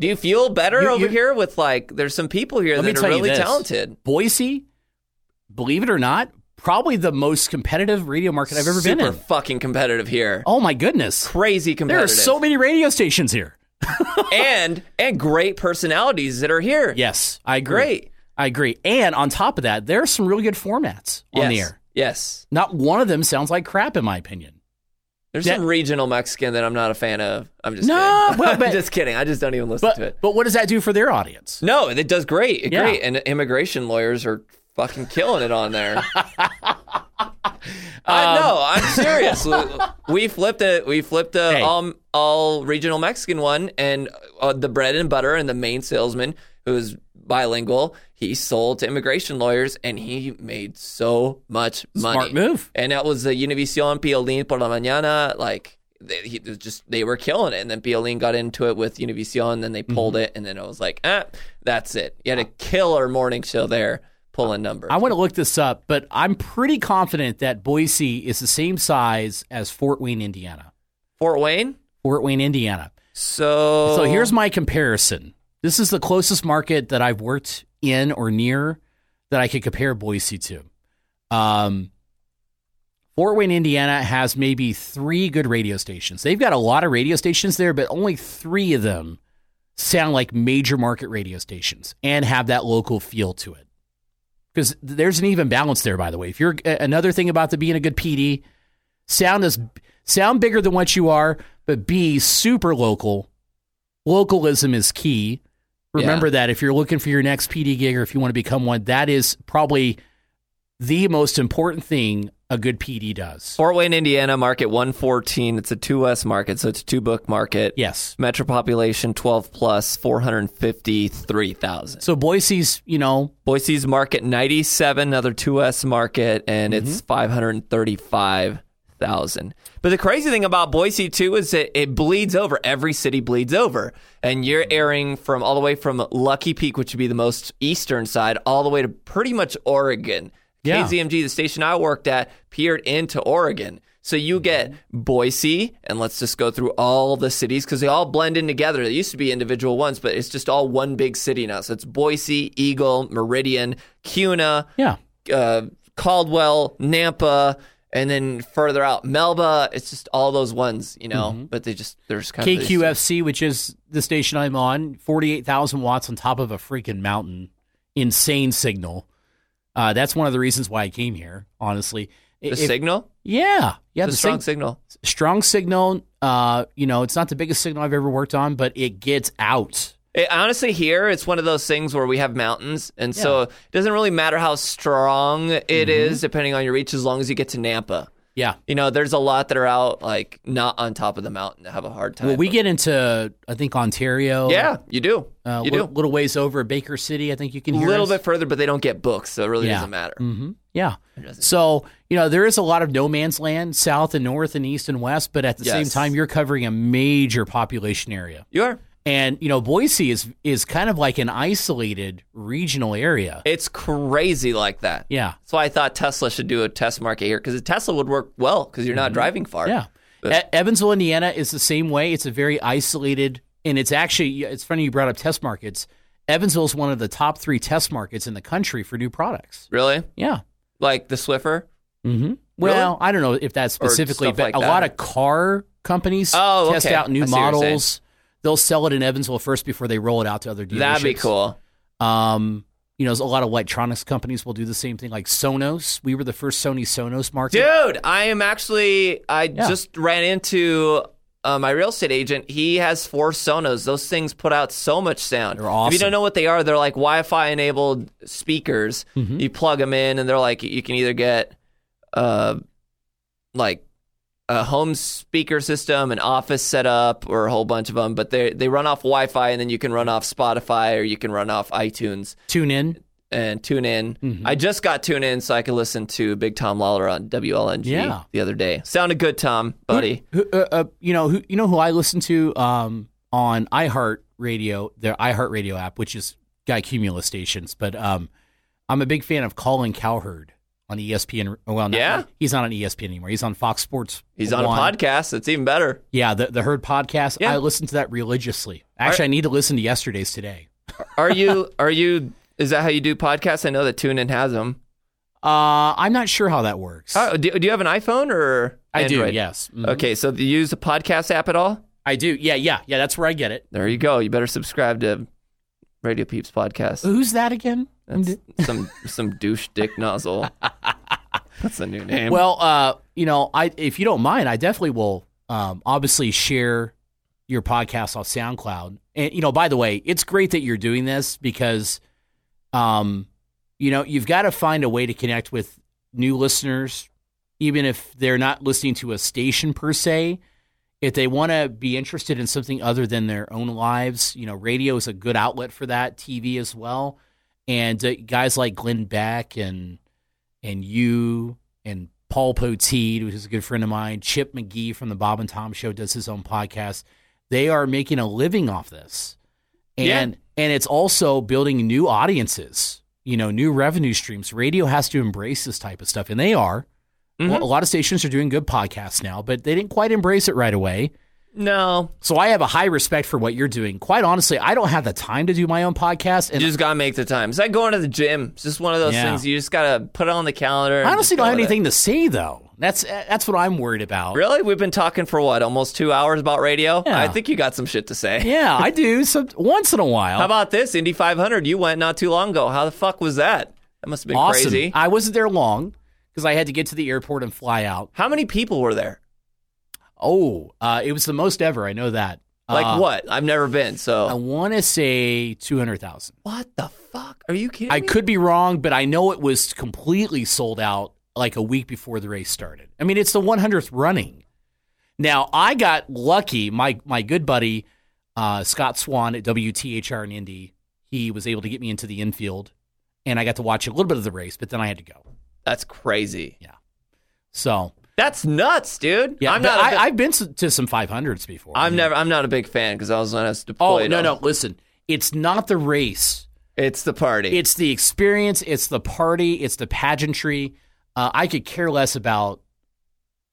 Speaker 1: Do you feel better
Speaker 2: You-
Speaker 1: over
Speaker 2: you-
Speaker 1: here with like there's some people here
Speaker 2: Let me
Speaker 1: that are
Speaker 2: tell you
Speaker 1: really
Speaker 2: this.
Speaker 1: talented?
Speaker 2: Boise, believe it or not, probably the most competitive radio market I've ever
Speaker 1: Super
Speaker 2: been in.
Speaker 1: fucking competitive here.
Speaker 2: Oh my goodness.
Speaker 1: Crazy
Speaker 2: There are
Speaker 1: competitive.
Speaker 2: so many radio stations here.
Speaker 1: and and great personalities that are here.
Speaker 2: Yes, I agree.
Speaker 1: Great.
Speaker 2: I agree. And on top of that, there are some really good formats on
Speaker 1: Yes.
Speaker 2: the air.
Speaker 1: Yes.
Speaker 2: Not one of them sounds like crap in my opinion.
Speaker 1: There's
Speaker 2: That-
Speaker 1: some regional Mexican that I'm not a fan of. I'm just
Speaker 2: No,
Speaker 1: kidding.
Speaker 2: well,
Speaker 1: I'm
Speaker 2: but-
Speaker 1: just kidding. I just don't even listen to
Speaker 2: But
Speaker 1: it.
Speaker 2: but what does that do for their audience?
Speaker 1: No, it does great. It
Speaker 2: Yeah.
Speaker 1: Great. And immigration lawyers are fucking killing it on there.
Speaker 2: Um,
Speaker 1: I know. I'm serious. We- we flipped it. We flipped a
Speaker 2: Hey.
Speaker 1: all all regional Mexican one, and uh, the bread and butter and the main salesman who's bilingual. He sold to immigration lawyers, and he made so much money.
Speaker 2: Smart move.
Speaker 1: And that was the Univision Piolín por la mañana. Like they, he it was just they were killing it. And then Piolín got into it with Univision. Then they pulled
Speaker 2: Mm-hmm.
Speaker 1: it, and then I was like, ah, that's it. You had a killer morning show there, pulling numbers.
Speaker 2: I want to look this up, but I'm pretty confident that Boise is the same size as Fort Wayne, Indiana.
Speaker 1: Fort Wayne.
Speaker 2: Fort Wayne, Indiana.
Speaker 1: So
Speaker 2: So here's my comparison. This is the closest market that I've worked in or near that I could compare Boise to. Um, Fort Wayne, Indiana has maybe three good radio stations. They've got a lot of radio stations there, but only three of them sound like major market radio stations and have that local feel to it. Because there's an even balance there, by the way. If you're a- another thing about the being a good PD, sound is sound bigger than what you are, but be super local. Localism is key. Remember
Speaker 1: Yeah.
Speaker 2: that if you're looking for your next PD gig or if you want to become one, that is probably the most important thing a good PD does.
Speaker 1: Fort Wayne, Indiana, market 114. It's a 2S market, so it's a two book market.
Speaker 2: Yes.
Speaker 1: Metro population 12 plus 453,000.
Speaker 2: So Boise's, you know,
Speaker 1: Boise's market 97, another 2S market, and it's 535,000. But the crazy thing about Boise, too, is that it bleeds over. Every city bleeds over. And you're airing from all the way from Lucky Peak, which would be the most eastern side, all the way to pretty much Oregon.
Speaker 2: Yeah.
Speaker 1: KZMG, the station I worked at, peered into Oregon. So you get Boise, and let's just go through all the cities because they all blend in together. They used to be individual ones, but it's just all one big city now. So it's Boise, Eagle, Meridian, Cuna,
Speaker 2: yeah.
Speaker 1: uh, Caldwell, Nampa, and then further out Melba. It's just all those ones, you know. But they just they're just kind of
Speaker 2: KQFC, which is the station I'm on, 48,000 watts on top of a freaking mountain. Insane signal. Uh, that's one of the reasons why I came here, honestly.
Speaker 1: the
Speaker 2: If-
Speaker 1: signal,
Speaker 2: Yeah. Yeah.
Speaker 1: the, strong
Speaker 2: sig-
Speaker 1: signal.
Speaker 2: strong signal. Uh, you know, it's not the biggest signal I've ever worked on, but it gets out.
Speaker 1: It, honestly, here it's one of those things where we have mountains, and so it doesn't really matter how strong it
Speaker 2: Mm-hmm.
Speaker 1: is, depending on your reach, as long as you get to Nampa.
Speaker 2: Yeah.
Speaker 1: You know, there's a lot that are out like not on top of the mountain that have a hard time.
Speaker 2: Well, we get into, I think, Ontario.
Speaker 1: yeah, you do,
Speaker 2: Uh,
Speaker 1: you
Speaker 2: li-
Speaker 1: do.
Speaker 2: Little ways over Baker City. I think you
Speaker 1: A
Speaker 2: can hear
Speaker 1: little
Speaker 2: us.
Speaker 1: bit further, but they don't get books, so it really
Speaker 2: Yeah.
Speaker 1: doesn't matter.
Speaker 2: hmm Yeah. So, you know, there is a lot of no man's land south and north and east and west, but at the same
Speaker 1: Yes.
Speaker 2: time, you're covering a major population area.
Speaker 1: You are.
Speaker 2: And, you know, Boise is is kind of like an isolated regional area.
Speaker 1: It's crazy like that.
Speaker 2: Yeah.
Speaker 1: That's why I thought Tesla should do a test market here because Tesla would work well because you're not driving far.
Speaker 2: Mm-hmm. Yeah. E- Evansville, Indiana is the same way. It's a very isolated, and it's actually, it's funny you brought up test markets. Evansville is one of the top three test markets in the country for new products.
Speaker 1: Really?
Speaker 2: Yeah.
Speaker 1: Like the Swiffer?
Speaker 2: Mm-hmm. Well, I don't know if that's
Speaker 1: Or
Speaker 2: specifically,
Speaker 1: stuff
Speaker 2: but
Speaker 1: like
Speaker 2: a
Speaker 1: that.
Speaker 2: lot of car companies
Speaker 1: Oh,
Speaker 2: test
Speaker 1: okay.
Speaker 2: out new
Speaker 1: I see what you're saying.
Speaker 2: models. They'll sell it in Evansville first before they roll it out to other dealerships.
Speaker 1: That'd be cool.
Speaker 2: Um, you know, a lot of electronics companies will do the same thing, like Sonos. We were the first Sony Sonos market.
Speaker 1: Dude, I am actually, I
Speaker 2: Yeah.
Speaker 1: just ran into uh, my real estate agent. He has four Sonos. Those things put out so much sound.
Speaker 2: They're
Speaker 1: If you
Speaker 2: awesome.
Speaker 1: don't know what they are, they're like Wi Fi enabled speakers.
Speaker 2: Mm-hmm.
Speaker 1: You plug them in, and they're like, you can either get uh, like a home speaker system, an office setup, or a whole bunch of them, but they, they run off Wi Fi, and then you can run off Spotify or you can run off iTunes
Speaker 2: Tune in.
Speaker 1: and tune in. I just got tune in so I could listen to Big Tom Lawler on WLNG
Speaker 2: Yeah.
Speaker 1: the other day. Sounded good, Tom, buddy.
Speaker 2: Who, uh, uh, you know who? You know who I listen to um, on iHeart Radio, their iHeart Radio app, which is Guy Cumulus stations. But um, I'm a big fan of Colin Cowherd on E ESPN. Well, not,
Speaker 1: Yeah?
Speaker 2: he's not on E ESPN anymore. He's on Fox Sports.
Speaker 1: He's on a
Speaker 2: One.
Speaker 1: podcast. It's even better.
Speaker 2: Yeah, the the Herd podcast.
Speaker 1: Yeah.
Speaker 2: I listen to that religiously. Actually, I need to listen to yesterday's today.
Speaker 1: Are you? Are you? Is that how you do podcasts? I know that TuneIn has them.
Speaker 2: Uh, I'm not sure how that works.
Speaker 1: Oh, do, do you have an iPhone or
Speaker 2: I do.
Speaker 1: Android?
Speaker 2: Yes. Mhm.
Speaker 1: Okay, so do you use the podcast app at all?
Speaker 2: I do. Yeah, yeah, yeah. That's where I get it.
Speaker 1: There you go. You better subscribe to Radio Peeps podcast.
Speaker 2: Who's that again?
Speaker 1: That's some some douche dick nozzle. That's a new name.
Speaker 2: Well, uh, you know, I if you don't mind, I definitely will. Um, obviously share your podcast on SoundCloud, and you know, by the way, it's great that you're doing this because, um, you know, you've got to find a way to connect with new listeners, even if they're not listening to a station per se. If they want to be interested in something other than their own lives, you know, radio is a good outlet for that. TV as well, and uh, guys like Glenn Beck and and you and Paul Poteed, which is a good friend of mine, Chip McGee from the Bob and Tom Show does his own podcast. They are making a living off this, and and it's also building new audiences. You know, new revenue streams. Radio has to embrace this type of stuff,
Speaker 1: Mm-hmm.
Speaker 2: and they are. A lot of stations are doing good podcasts now, but they didn't quite embrace it right away.
Speaker 1: No,
Speaker 2: So I have a high respect for what you're doing. Quite honestly, I don't have the time to do my own podcast, and
Speaker 1: you just gotta make the time. It's like going to the gym. It's just one of those
Speaker 2: Yeah.
Speaker 1: things you just gotta put it on the calendar. and
Speaker 2: I honestly
Speaker 1: just
Speaker 2: don't
Speaker 1: go
Speaker 2: have
Speaker 1: with it.
Speaker 2: anything to say though. That's that's what I'm worried about.
Speaker 1: Really, we've been talking for what almost two hours about radio.
Speaker 2: Yeah.
Speaker 1: I think you got some shit to say.
Speaker 2: Yeah, I do. So once in a while.
Speaker 1: How about this Indy 500? You went not too long ago. How the fuck was that? That must have been
Speaker 2: awesome?
Speaker 1: crazy.
Speaker 2: I wasn't there long because I had to get to the airport and fly out.
Speaker 1: How many people were there?
Speaker 2: Oh, uh, it was the most ever. I know that.
Speaker 1: Like
Speaker 2: Uh,
Speaker 1: what? I've never been. So
Speaker 2: I want to say two hundred thousand.
Speaker 1: what the fuck? Are you kidding?
Speaker 2: I
Speaker 1: me?
Speaker 2: could be wrong, but I know it was completely sold out like a week before the race started. I mean, it's the 100th running. Now, I got lucky. My my good buddy uh, Scott Swan at WTHR in Indy, he was able to get me into the infield, and I got to watch a little bit of the race, but then I had to go.
Speaker 1: That's crazy.
Speaker 2: So
Speaker 1: That's nuts, dude.
Speaker 2: yeah,
Speaker 1: I'm
Speaker 2: but
Speaker 1: not. a
Speaker 2: I,
Speaker 1: bi-
Speaker 2: I've been to to some 500s before.
Speaker 1: I'm never. I'm not a big fan because I was when I was
Speaker 2: Oh
Speaker 1: deployed.
Speaker 2: no
Speaker 1: on-
Speaker 2: no! Listen, it's not the race.
Speaker 1: It's the party.
Speaker 2: It's the experience. It's the party. It's the pageantry. Uh, I could care less about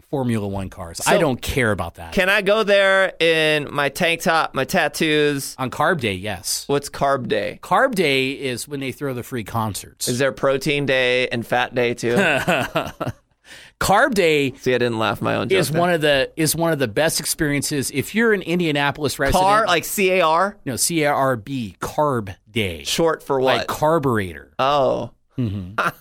Speaker 2: Formula One cars. I
Speaker 1: So-
Speaker 2: don't care about that.
Speaker 1: Can I go there in my tank top, my tattoos?
Speaker 2: On Carb Day, yes.
Speaker 1: What's carb day?
Speaker 2: Carb Day is when they throw the free concerts.
Speaker 1: Is there protein day and fat day too?
Speaker 2: Carb Day
Speaker 1: See, I didn't laugh my own joke.
Speaker 2: is one of the is one of the best experiences. If you're an Indianapolis resident,
Speaker 1: car like C A R
Speaker 2: no C A R B Carb Day,
Speaker 1: short for what?
Speaker 2: like carburetor.
Speaker 1: oh,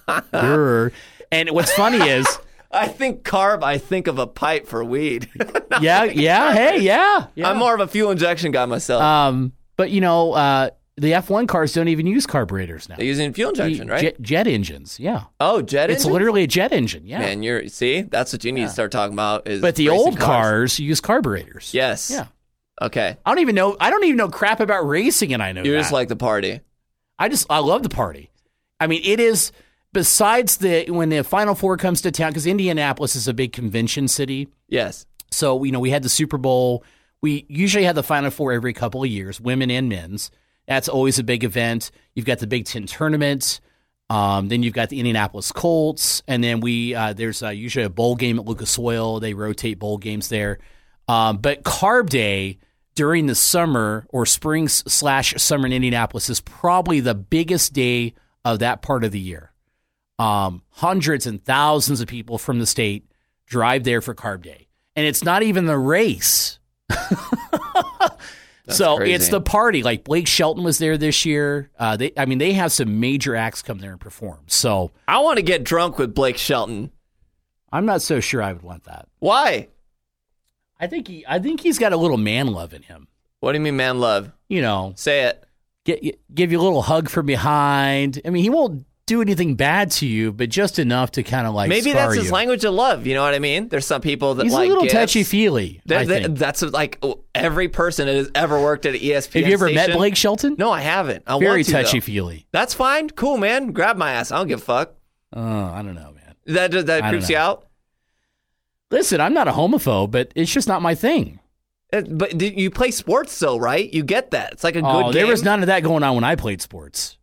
Speaker 2: Grr. and what's funny is,
Speaker 1: I think carb. I think of a pipe for weed.
Speaker 2: yeah, yeah, hey, yeah, yeah.
Speaker 1: I'm more of a fuel injection guy myself.
Speaker 2: Um, but you know, uh, the F1 cars don't even use carburetors now.
Speaker 1: They're using fuel injection,
Speaker 2: The
Speaker 1: right?
Speaker 2: Jet, jet engines, yeah.
Speaker 1: oh, jet
Speaker 2: It's
Speaker 1: engine?
Speaker 2: literally a jet engine, yeah.
Speaker 1: Man, you're see. That's what you need to start talking about. Is
Speaker 2: but the
Speaker 1: racing
Speaker 2: old
Speaker 1: cars.
Speaker 2: cars. use carburetors.
Speaker 1: Yes.
Speaker 2: Yeah.
Speaker 1: Okay.
Speaker 2: I don't even know. I don't even know crap about racing, and I know
Speaker 1: You
Speaker 2: that.
Speaker 1: just like the party.
Speaker 2: I just I love the party. I mean, it is besides the when the Final Four comes to town because Indianapolis is a big convention city.
Speaker 1: Yes.
Speaker 2: So, you know, we had the Super Bowl. We usually have the Final Four every couple of years, women and men's. That's always a big event. You've got the Big Ten tournament. Um, then you've got the Indianapolis Colts. And then we uh, there's uh, usually a bowl game at Lucas Oil. They rotate bowl games there. Um, but Carb Day during the summer or spring s- slash summer in Indianapolis is probably the biggest day of that part of the year. Um, hundreds and thousands of people from the state drive there for Carb Day, and it's not even the race. so
Speaker 1: crazy.
Speaker 2: it's the party. Like Blake Shelton was there this year. Uh, they, I mean, they have some major acts come there and perform. So
Speaker 1: I want to get drunk with Blake Shelton.
Speaker 2: I'm not so sure I would want that.
Speaker 1: Why?
Speaker 2: I think he, I think he's got a little man love in him.
Speaker 1: What do you mean, man? Love?
Speaker 2: You know,
Speaker 1: Say it.
Speaker 2: get, give you a little hug from behind. I mean, he won't do anything bad to you, but just enough to kind of like
Speaker 1: Maybe
Speaker 2: scar
Speaker 1: that's his
Speaker 2: you.
Speaker 1: language of love. You know what I mean? There's some people that
Speaker 2: He's
Speaker 1: like
Speaker 2: a little
Speaker 1: gifts.
Speaker 2: touchy feely.
Speaker 1: That-
Speaker 2: I
Speaker 1: that-
Speaker 2: think.
Speaker 1: that's like oh, every person that has ever worked at E an ESPN.
Speaker 2: Have you ever met
Speaker 1: station-
Speaker 2: Blake Shelton?
Speaker 1: No, I haven't. I
Speaker 2: Very
Speaker 1: want to, though.
Speaker 2: touchy feely.
Speaker 1: That's fine. Cool, man. Grab my ass. I don't give a fuck.
Speaker 2: Oh, I don't know, man.
Speaker 1: That that,
Speaker 2: I don't
Speaker 1: creeps
Speaker 2: know.
Speaker 1: you out.
Speaker 2: Listen, I'm not a homophobe, but it's just not my thing.
Speaker 1: It- Uh, but did- you play sports, though, right? You get that. It's like a
Speaker 2: Oh,
Speaker 1: good
Speaker 2: there
Speaker 1: game.
Speaker 2: was none of that going on when I played sports.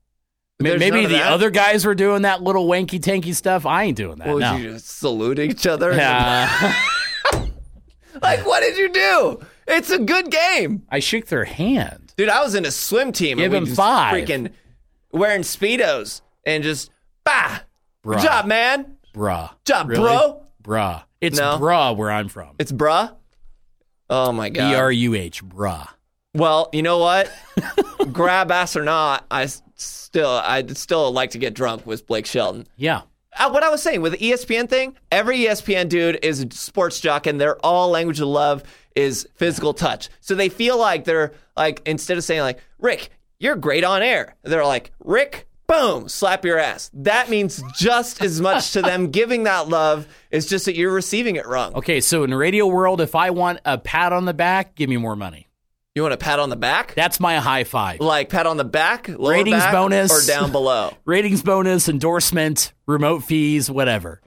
Speaker 2: Ma-
Speaker 1: There's none
Speaker 2: Maybe
Speaker 1: of
Speaker 2: the
Speaker 1: that?
Speaker 2: other guys were doing that little wanky tanky stuff. I ain't doing that.
Speaker 1: What, would
Speaker 2: no.
Speaker 1: you just salute each other?
Speaker 2: Nah.
Speaker 1: Like, what did you do? It's a good game.
Speaker 2: I shook their hand.
Speaker 1: Dude, I was in a swim team.
Speaker 2: Give
Speaker 1: and we
Speaker 2: him
Speaker 1: just
Speaker 2: five.
Speaker 1: Freaking wearing speedos and just bah.
Speaker 2: Bruh.
Speaker 1: Good job, man.
Speaker 2: Bruh.
Speaker 1: Job,
Speaker 2: Really?
Speaker 1: bro.
Speaker 2: Bruh. It's
Speaker 1: No.
Speaker 2: bruh where I'm from.
Speaker 1: It's bruh. Oh my
Speaker 2: B
Speaker 1: god.
Speaker 2: E R U H, bruh.
Speaker 1: well, you know what? Grab ass or not, I s- still I'd still like to get drunk with Blake Shelton.
Speaker 2: Yeah.
Speaker 1: Uh, what I was saying with the ESPN thing, every E ESPN dude is a sports jock, and their all language of love is physical touch. So they feel like they're like instead of saying like Rick, you're great on air, they're like Rick, boom, slap your ass. That means just as much to them giving that love. It's just that you're receiving it wrong.
Speaker 2: Okay, so in the radio world, if I want a pat on the back, give me more money.
Speaker 1: You want a pat on the back,
Speaker 2: That's my high five.
Speaker 1: like pat on the back, lower
Speaker 2: Ratings
Speaker 1: back,
Speaker 2: bonus.
Speaker 1: or down below.
Speaker 2: Ratings bonus, endorsement, remote fees, whatever.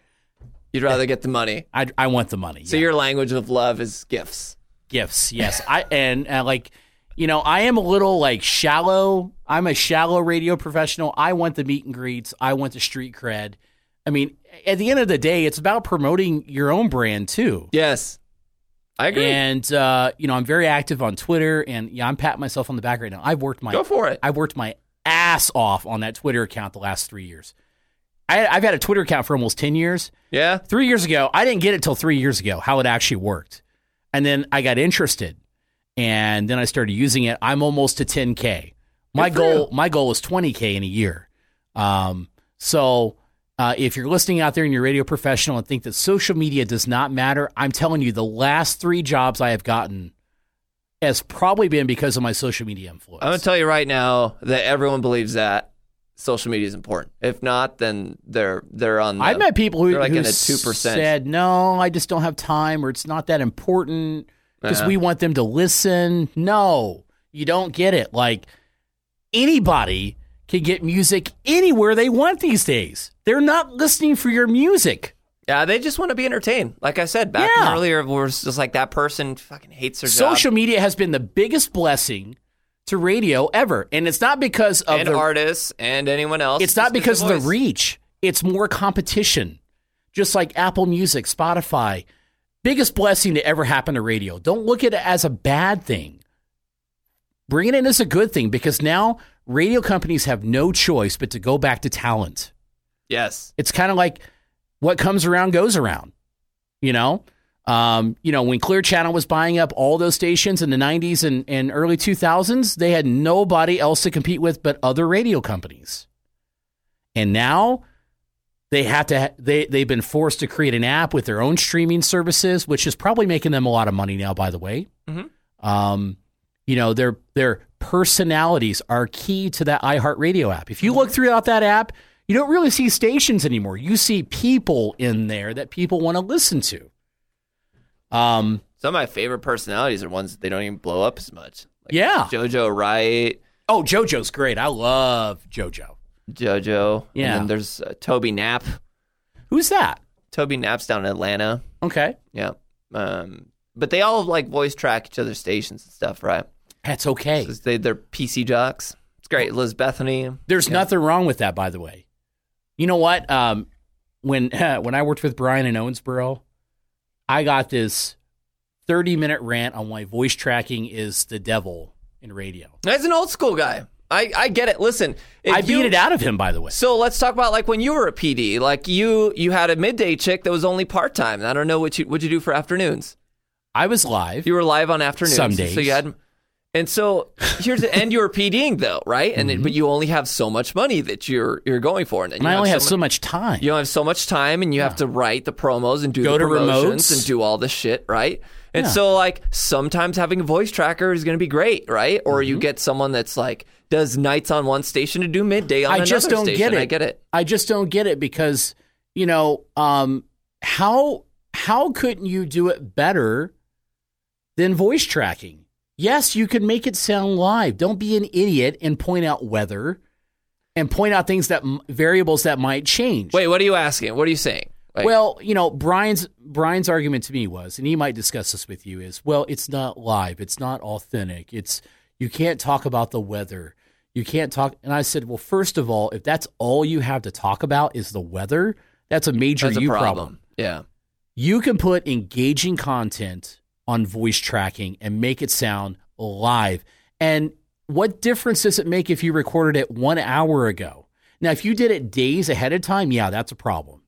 Speaker 1: You'd rather get the money.
Speaker 2: I, I want the money.
Speaker 1: So
Speaker 2: yeah.
Speaker 1: your language of love is gifts.
Speaker 2: gifts. Yes, I and uh, like you know, I am a little like shallow. I'm a shallow radio professional. I want the meet and greets. I want the street cred. I mean, at the end of the day, it's about promoting your own brand too.
Speaker 1: Yes. I agree.
Speaker 2: And uh, you know, I'm very active on Twitter, and yeah, I'm patting myself on the back right now. I've worked my
Speaker 1: Go for it.
Speaker 2: I've worked my ass off on that Twitter account the last three years. I, I've had a Twitter account for almost ten years.
Speaker 1: yeah.
Speaker 2: Three years ago, I didn't get it till three years ago how it actually worked, and then I got interested, and then I started using it. I'm almost to 10k. My
Speaker 1: Good for
Speaker 2: goal, my goal is 20k in a year. Um, so. Uh, if you're listening out there and you're a radio professional and think that social media does not matter, I'm telling you, the last three jobs I have gotten has probably been because of my social media influence.
Speaker 1: I'm gonna tell you right now that everyone believes that social media is important. If not, then they're they're on. The,
Speaker 2: I met people who,
Speaker 1: they're like
Speaker 2: who
Speaker 1: in the 2%.
Speaker 2: said, "No, I just don't have time, or it's not that important because
Speaker 1: Uh-huh.
Speaker 2: we want them to listen." No, you don't get it. Like anybody can get music anywhere they want these days. They're not listening for your music.
Speaker 1: Yeah, they just want to be entertained. Like I said back
Speaker 2: Yeah.
Speaker 1: earlier, where it's just like that person fucking hates their job.
Speaker 2: Social media has been the biggest blessing to radio ever, and it's not because of
Speaker 1: and
Speaker 2: the
Speaker 1: artists and anyone else.
Speaker 2: It's not
Speaker 1: just 'cause
Speaker 2: because of the
Speaker 1: voice.
Speaker 2: reach. It's more competition. Just like Apple Music, Spotify. Biggest blessing to ever happen to radio. Don't look at it as a bad thing. Bring it in as a good thing because now radio companies have no choice but to go back to talent.
Speaker 1: Yes.
Speaker 2: It's kind of like what comes around goes around. You know, um, you know when Clear Channel was buying up all those stations in the '90s and, and early 2000s, they had nobody else to compete with but other radio companies. And now they have to ha- they they've been forced to create an app with their own streaming services, which is probably making them a lot of money now. By the way,
Speaker 1: Mhm.
Speaker 2: um, you know their their personalities are key to that iHeartRadio app. If you look throughout that app, you don't really see stations anymore. You see people in there that people want to listen to. Um,
Speaker 1: Some of my favorite personalities are ones that they don't even blow up as much. Like
Speaker 2: yeah.
Speaker 1: JoJo Wright,
Speaker 2: Oh, JoJo's great. I love JoJo.
Speaker 1: JoJo.
Speaker 2: Yeah.
Speaker 1: And then there's uh, Toby Knapp.
Speaker 2: Who's that?
Speaker 1: Toby Knapp's down in Atlanta.
Speaker 2: Okay,
Speaker 1: Yeah. Um, but they all like voice track each other's stations and stuff, right?
Speaker 2: that's okay.
Speaker 1: 'Cause They, they're PC jocks. It's great. Liz Bethany.
Speaker 2: There's nothing wrong with that, by the way. You know what? Um, when when I worked with Brian in Owensboro, I got this 30 minute rant on why voice tracking is the devil in radio.
Speaker 1: That's an old school guy. I, I get it. Listen, if
Speaker 2: I
Speaker 1: you-
Speaker 2: beat it out of him, by the way.
Speaker 1: So let's talk about like when you were a PD. Like you you had a midday chick that was only part time. I don't know what you what you do for afternoons.
Speaker 2: I was live.
Speaker 1: You were live on afternoons.
Speaker 2: Some
Speaker 1: So
Speaker 2: days.
Speaker 1: you had and so here's the and you were PDing though, right? And it- but you only have so much money that you're you're going for, and, then
Speaker 2: Mm-hmm. and
Speaker 1: you
Speaker 2: I only have
Speaker 1: so
Speaker 2: so
Speaker 1: mu-
Speaker 2: much time.
Speaker 1: you don't have so much time, and you have to write the promos and do
Speaker 2: Go
Speaker 1: the
Speaker 2: to
Speaker 1: promotions
Speaker 2: remotes.
Speaker 1: and do all this shit, right? And
Speaker 2: Yeah.
Speaker 1: so, like, sometimes having a voice tracker is going to be great, right? Or
Speaker 2: Mm-hmm.
Speaker 1: you get someone that's like does nights on one station to do midday on
Speaker 2: I
Speaker 1: another
Speaker 2: just don't
Speaker 1: station.
Speaker 2: get it.
Speaker 1: I get it.
Speaker 2: I just don't get it because you know um, how how couldn't you do it better than voice tracking? Yes, you can make it sound live. Don't be an idiot and point out weather and point out things that m- variables that might change.
Speaker 1: Wait, what are you asking? What are you saying? Like,
Speaker 2: well, you know Brian's Brian's argument to me was, and he might discuss this with you, is well, it's not live, it's not authentic, it's you can't talk about the weather, you can't talk. And I said, well, first of all, if that's all you have to talk about is the weather, that's a major
Speaker 1: that's a
Speaker 2: you
Speaker 1: problem.
Speaker 2: problem
Speaker 1: Yeah.
Speaker 2: you can put engaging content on voice tracking and make it sound live. And what difference does it make if you recorded it one hour ago? Now, if you did it days ahead of time, yeah, that's a problem.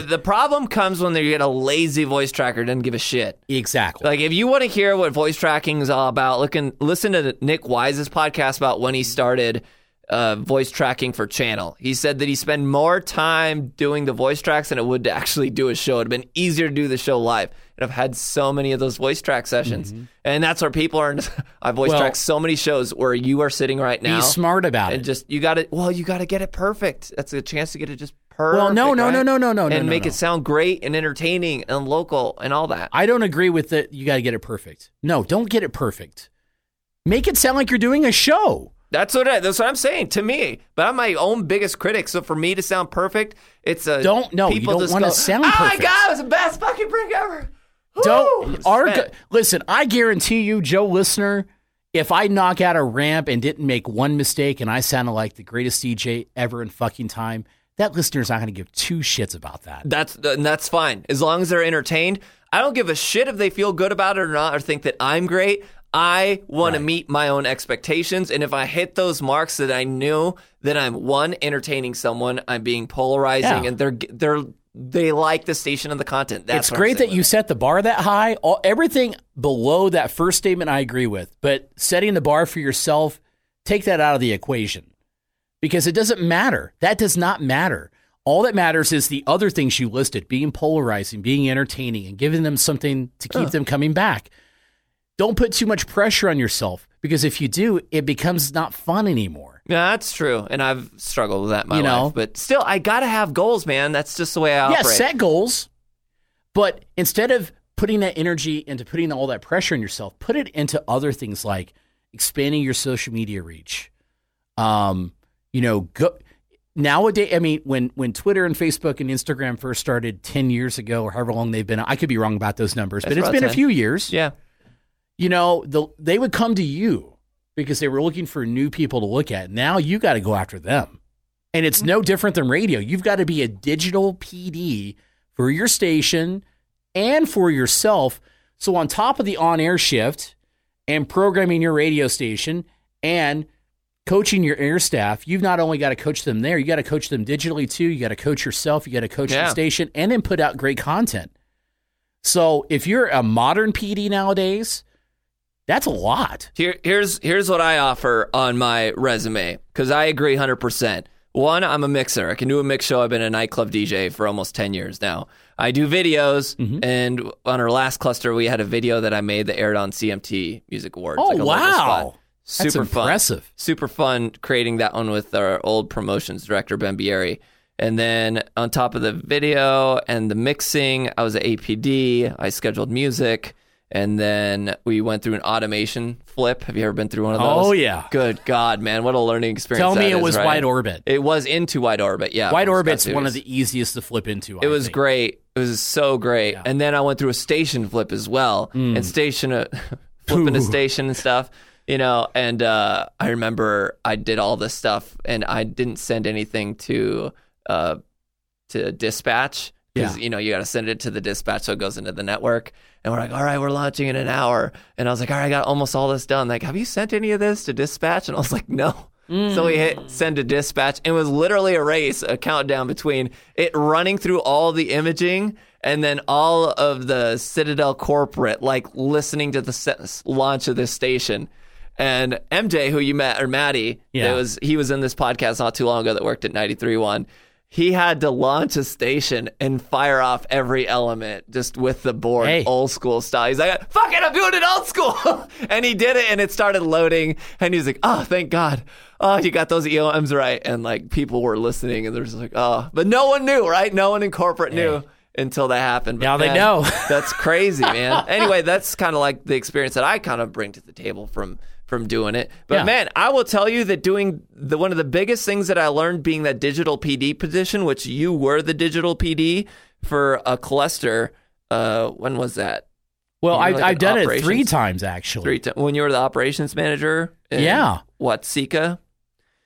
Speaker 1: The, the problem comes when you get a lazy voice tracker doesn't give a shit.
Speaker 2: Exactly.
Speaker 1: Like if you want to hear what voice tracking is all about, look and listen to Nick Wise's podcast about when he started uh, voice tracking for Channel. He said that he spent more time doing the voice tracks than it would to actually do a show. It'd been easier to do the show live. And I've had so many of those voice track sessions, and that's where people are. In, I voice
Speaker 2: Mm-hmm. Well-
Speaker 1: tracked so many shows where you are sitting right now.
Speaker 2: Be smart about
Speaker 1: and
Speaker 2: it.
Speaker 1: just you got to well you got to get it perfect that's a chance to get it just perfect
Speaker 2: Well, no, no,
Speaker 1: right?
Speaker 2: no, no, no, no, no,
Speaker 1: and
Speaker 2: no,
Speaker 1: make
Speaker 2: no.
Speaker 1: it sound great and entertaining and local and all that
Speaker 2: I don't agree with that. You got to get it perfect. No, don't get it perfect. Make it sound like you're doing a show.
Speaker 1: that's what I, that's what i'm saying to me but i'm my own biggest critic so for me to sound perfect it's a
Speaker 2: Don't- no, you
Speaker 1: people
Speaker 2: don't
Speaker 1: just
Speaker 2: wanna
Speaker 1: go,
Speaker 2: sound
Speaker 1: oh
Speaker 2: perfect."
Speaker 1: my god it was the best fucking break ever Woo!"
Speaker 2: Don't our
Speaker 1: Spent.
Speaker 2: gu- listen. I guarantee you, Joe, listener, if I knock out a ramp and didn't make one mistake, and I sounded like the greatest DJ ever in fucking time, That listener's not going to give two shits about that.
Speaker 1: That's and that's fine as long as they're entertained. I don't give a shit if they feel good about it or not, or think that I'm great. I want to meet my own expectations, and if I hit those marks, that I knew that I'm one entertaining someone, I'm being polarizing,
Speaker 2: Yeah.
Speaker 1: and they're they're they like the station and the content. That's
Speaker 2: it's
Speaker 1: what I'm
Speaker 2: great
Speaker 1: saying
Speaker 2: that you
Speaker 1: with
Speaker 2: set the bar that high. All, everything below that first statement, I agree with, but setting the bar for yourself, take that out of the equation because it doesn't matter. That does not matter. All that matters is the other things you listed being polarizing, being entertaining, and giving them something to keep them coming back. Don't put too much pressure on yourself because if you do, it becomes not fun anymore.
Speaker 1: it. Yeah, that's true, and I've struggled with that in my
Speaker 2: You know?
Speaker 1: life. But still, I gotta have goals, man. That's just the way I
Speaker 2: yeah,
Speaker 1: operate.
Speaker 2: set goals, but instead of putting that energy into putting all that pressure on yourself, put it into other things like expanding your social media reach. Um, you know, go nowadays. I mean, when when Twitter and Facebook and Instagram first started ten years ago, or however long they've been, I could be wrong about those numbers,
Speaker 1: That's
Speaker 2: but it's
Speaker 1: about
Speaker 2: been a
Speaker 1: 10.
Speaker 2: few years
Speaker 1: yeah,
Speaker 2: you know, the, they would come to you because they were looking for new people to look at. Now you got to go after them. And it's no different than radio. You've got to be a digital PD for your station and for yourself. So, on top of the on air shift and programming your radio station and coaching your air staff, you've not only got to coach them there, you got to coach them digitally too. You got to coach yourself, you got to coach
Speaker 1: Yeah.
Speaker 2: the station, and then put out great content. So, if you're a modern PD nowadays, that's a lot.
Speaker 1: Here, here's here's what I offer on my resume because I agree 100. percent One, I'm a mixer. I can do a mix show. I've been a nightclub DJ for almost 10 years now. I do videos,
Speaker 2: Mm-hmm.
Speaker 1: and on our last cluster, we had a video that I made that aired on CMT Music Awards.
Speaker 2: Oh,
Speaker 1: like a local
Speaker 2: wow.
Speaker 1: spot.
Speaker 2: That's
Speaker 1: Super fun.
Speaker 2: impressive.
Speaker 1: Super fun creating that one with our old promotions director Ben Bieri. And then on top of the video and the mixing, I was at APD. I scheduled music, and then we went through an automation flip. Have you ever been through one of those?
Speaker 2: Oh, yeah.
Speaker 1: Good God, man, what a learning experience!
Speaker 2: Tell me
Speaker 1: that
Speaker 2: it
Speaker 1: is,
Speaker 2: was
Speaker 1: right?
Speaker 2: wide orbit.
Speaker 1: It was into wide orbit. Yeah,
Speaker 2: Wide
Speaker 1: from
Speaker 2: orbit's
Speaker 1: Scott
Speaker 2: one
Speaker 1: Sutis.
Speaker 2: of the easiest to flip into.
Speaker 1: It was great. It was so great. And then I went through a station flip as well, and station uh, flipping a station and stuff. You know, and uh, I remember I did all this stuff, and I didn't send anything to uh, to dispatch because
Speaker 2: Yeah.
Speaker 1: you know you got to send it to the dispatch so it goes into the network. And we're like, all right, we're launching in an hour, and I was like, all right, I got almost all this done. Like, have you sent any of this to dispatch? And I was like, no. So we
Speaker 2: Mm.
Speaker 1: hit send to dispatch, and it was literally a race, a countdown between it running through all the imaging and then all of the Citadel corporate, like listening to the se- launch of this station. And MJ, who you met, or Maddie,
Speaker 2: Yeah.
Speaker 1: that was he was in this podcast not too long ago that worked at 93.1. He had to launch a station and fire off every element just with the board,
Speaker 2: Hey.
Speaker 1: old school style. He's like, fuck it, I'm doing it old school. and he did it and it started loading. And he's like, oh, thank God. Oh, you got those EOMs right. And like people were listening and they're just like, oh. But no one knew, right? No one in corporate knew until that happened. But
Speaker 2: Now they
Speaker 1: man,
Speaker 2: know.
Speaker 1: that's crazy, man. anyway, that's kind of like the experience that I kind of bring to the table from from doing it. But
Speaker 2: Yeah.
Speaker 1: man, I will tell you that doing the one of the biggest things that I learned being that digital PD position, which you were the digital PD for a cluster. Uh, when was that?
Speaker 2: Well,
Speaker 1: You're
Speaker 2: I've,
Speaker 1: like
Speaker 2: I've
Speaker 1: an
Speaker 2: done it three
Speaker 1: operations-
Speaker 2: times actually.
Speaker 1: Three t- when you were the operations manager. in
Speaker 2: Yeah.
Speaker 1: What Sika?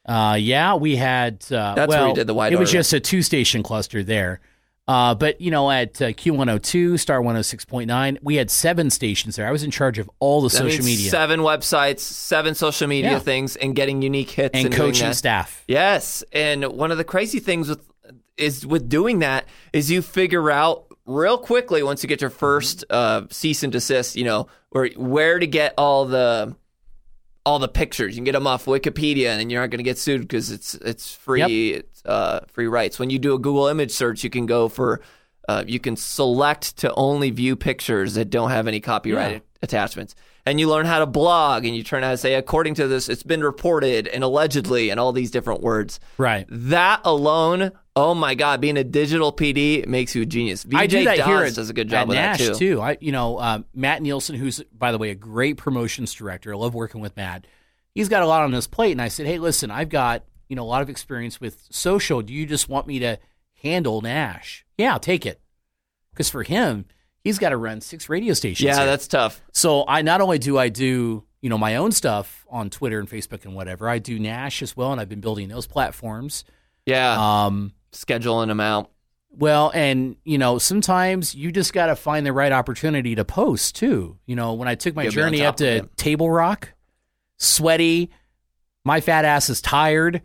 Speaker 2: Uh, yeah, we had. Uh,
Speaker 1: That's where
Speaker 2: well,
Speaker 1: we did the wide
Speaker 2: It was
Speaker 1: orbit.
Speaker 2: just a two station cluster there. Uh, but you know, at uh, Q102, Star 106.9, we had seven stations there. I was in charge of all the
Speaker 1: That
Speaker 2: social
Speaker 1: means
Speaker 2: media
Speaker 1: Seven websites, seven social media
Speaker 2: Yeah.
Speaker 1: things, and getting unique hits
Speaker 2: and
Speaker 1: doing
Speaker 2: coaching
Speaker 1: that.
Speaker 2: staff.
Speaker 1: Yes, and one of the crazy things with is with doing that is you figure out real quickly once you get your first uh, cease and desist, you know, where where to get all the all the pictures. You can get them off Wikipedia, and then you're not going to get sued because it's it's free it's, uh, free rights. When you do a Google image search, you can go for uh, you can select to only view pictures that don't have any copyright attachments. And you learn how to blog, and you turn out to say, according to this, it's been reported and allegedly, and all these different words.
Speaker 2: Right.
Speaker 1: That alone, oh my God, being a digital PD makes you a genius. VJ
Speaker 2: I do that
Speaker 1: Dawes
Speaker 2: here at,
Speaker 1: does a good job
Speaker 2: at
Speaker 1: with
Speaker 2: Nash
Speaker 1: that too.
Speaker 2: I, you know, uh, Matt Nielsen, who's by the way a great promotions director. I love working with Matt. He's got a lot on his plate, and I said, "Hey, listen, I've got you know a lot of experience with social. Do you just want me to handle Nash? Yeah, I'll take it. Because for him, he's got to run six radio stations.
Speaker 1: Yeah,
Speaker 2: here.
Speaker 1: that's tough.
Speaker 2: So I not only do I do you know my own stuff on Twitter and Facebook and whatever, I do Nash as well, and I've been building those platforms.
Speaker 1: Yeah.
Speaker 2: Um,
Speaker 1: scheduling them out.
Speaker 2: Well, and you know, sometimes you just got to find the right opportunity to post too. You know, when I took my
Speaker 1: Gotta be on
Speaker 2: journey
Speaker 1: top
Speaker 2: up to
Speaker 1: of it.
Speaker 2: Table Rock, sweaty, my fat ass is tired,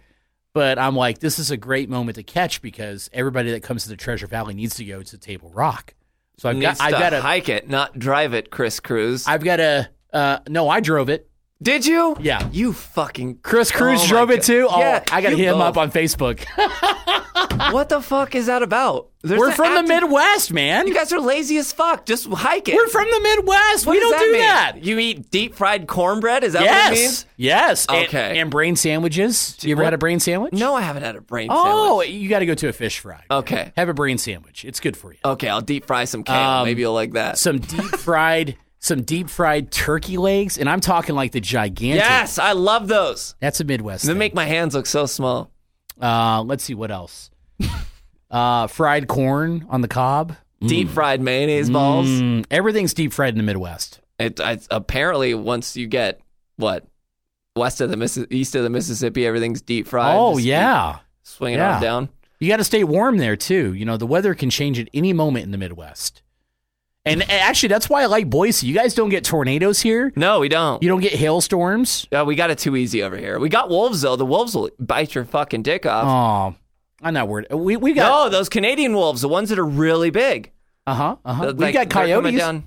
Speaker 2: but I'm like, this is a great moment to catch because everybody that comes to the Treasure Valley needs to go to Table Rock. So I've
Speaker 1: Needs
Speaker 2: got, I've
Speaker 1: to
Speaker 2: got to,
Speaker 1: hike it, not drive it, Chris Cruz.
Speaker 2: I've got to. Uh, no, I drove it.
Speaker 1: Did you?
Speaker 2: Yeah.
Speaker 1: You fucking
Speaker 2: Chris Cruz
Speaker 1: Oh my
Speaker 2: drove it
Speaker 1: God.
Speaker 2: too. Oh,
Speaker 1: Yeah,
Speaker 2: I got to
Speaker 1: you
Speaker 2: hit him
Speaker 1: both.
Speaker 2: up on Facebook.
Speaker 1: What the fuck is that about? There's
Speaker 2: We're
Speaker 1: an
Speaker 2: from
Speaker 1: active-
Speaker 2: the Midwest, man.
Speaker 1: You guys are lazy as fuck. Just hike it.
Speaker 2: We're from the Midwest.
Speaker 1: What
Speaker 2: we
Speaker 1: does
Speaker 2: don't do
Speaker 1: mean?
Speaker 2: that.
Speaker 1: You eat deep fried cornbread? Is that
Speaker 2: yes.
Speaker 1: what it means?
Speaker 2: Yes. And-
Speaker 1: Okay.
Speaker 2: And, brain sandwiches. You ever
Speaker 1: what-
Speaker 2: had a brain sandwich?
Speaker 1: No, I haven't had a brain
Speaker 2: Oh,
Speaker 1: sandwich.
Speaker 2: you got to go to a fish fry.
Speaker 1: Okay. Uh,
Speaker 2: Have a brain sandwich. It's good for you.
Speaker 1: Okay, I'll deep fry some kale.
Speaker 2: Um,
Speaker 1: Maybe you'll like that.
Speaker 2: Some deep fried, some deep fried turkey legs, and I'm talking like the gigantic.
Speaker 1: yes, I love those.
Speaker 2: That's a Midwest.
Speaker 1: They
Speaker 2: thing.
Speaker 1: make my hands look so small.
Speaker 2: uh, let's see what else. uh, fried corn on the cob.
Speaker 1: Deep fried mayonnaise balls.
Speaker 2: Mm, everything's deep fried in the Midwest.
Speaker 1: It, I, apparently, once you get what west of the Missi- east of the Mississippi, everything's deep fried.
Speaker 2: oh
Speaker 1: Just keep
Speaker 2: yeah.
Speaker 1: swinging
Speaker 2: Yeah.
Speaker 1: on down.
Speaker 2: You got to stay warm there too. You know, the weather can change at any moment in the Midwest. And and actually, that's why I like Boise. You guys don't get tornadoes here.
Speaker 1: No, we don't.
Speaker 2: You don't get hailstorms.
Speaker 1: Yeah, we got it too easy over here. We got wolves though. The wolves will bite your fucking dick off.
Speaker 2: Oh, I'm not worried. We we got
Speaker 1: no, those Canadian wolves, the ones that are really big.
Speaker 2: uh huh uh huh.
Speaker 1: Like,
Speaker 2: We got
Speaker 1: they're coming
Speaker 2: coyotes.
Speaker 1: Down.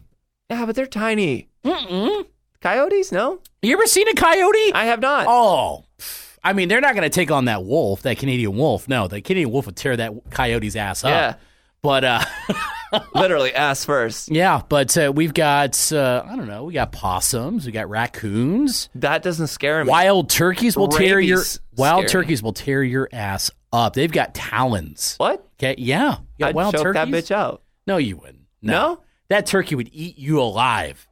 Speaker 1: Yeah, but they're tiny. Mm-mm. Coyotes? No,
Speaker 2: You ever seen a coyote?
Speaker 1: I have not.
Speaker 2: oh, pff, I mean, they're not going to take on that wolf, that Canadian wolf. No, the Canadian wolf would tear that coyote's ass up.
Speaker 1: Yeah,
Speaker 2: But uh,
Speaker 1: literally ass first.
Speaker 2: yeah, but uh, we've got uh, I don't know. We got possums. We got raccoons.
Speaker 1: That doesn't scare me.
Speaker 2: Wild turkeys will tear your
Speaker 1: Rabies
Speaker 2: wild
Speaker 1: scary.
Speaker 2: turkeys will tear your ass up. They've got talons.
Speaker 1: What?
Speaker 2: Okay, yeah, you got
Speaker 1: I'd
Speaker 2: wild
Speaker 1: choke that
Speaker 2: turkeys.
Speaker 1: bitch out.
Speaker 2: No, you wouldn't. No.
Speaker 1: No?
Speaker 2: that turkey would eat you alive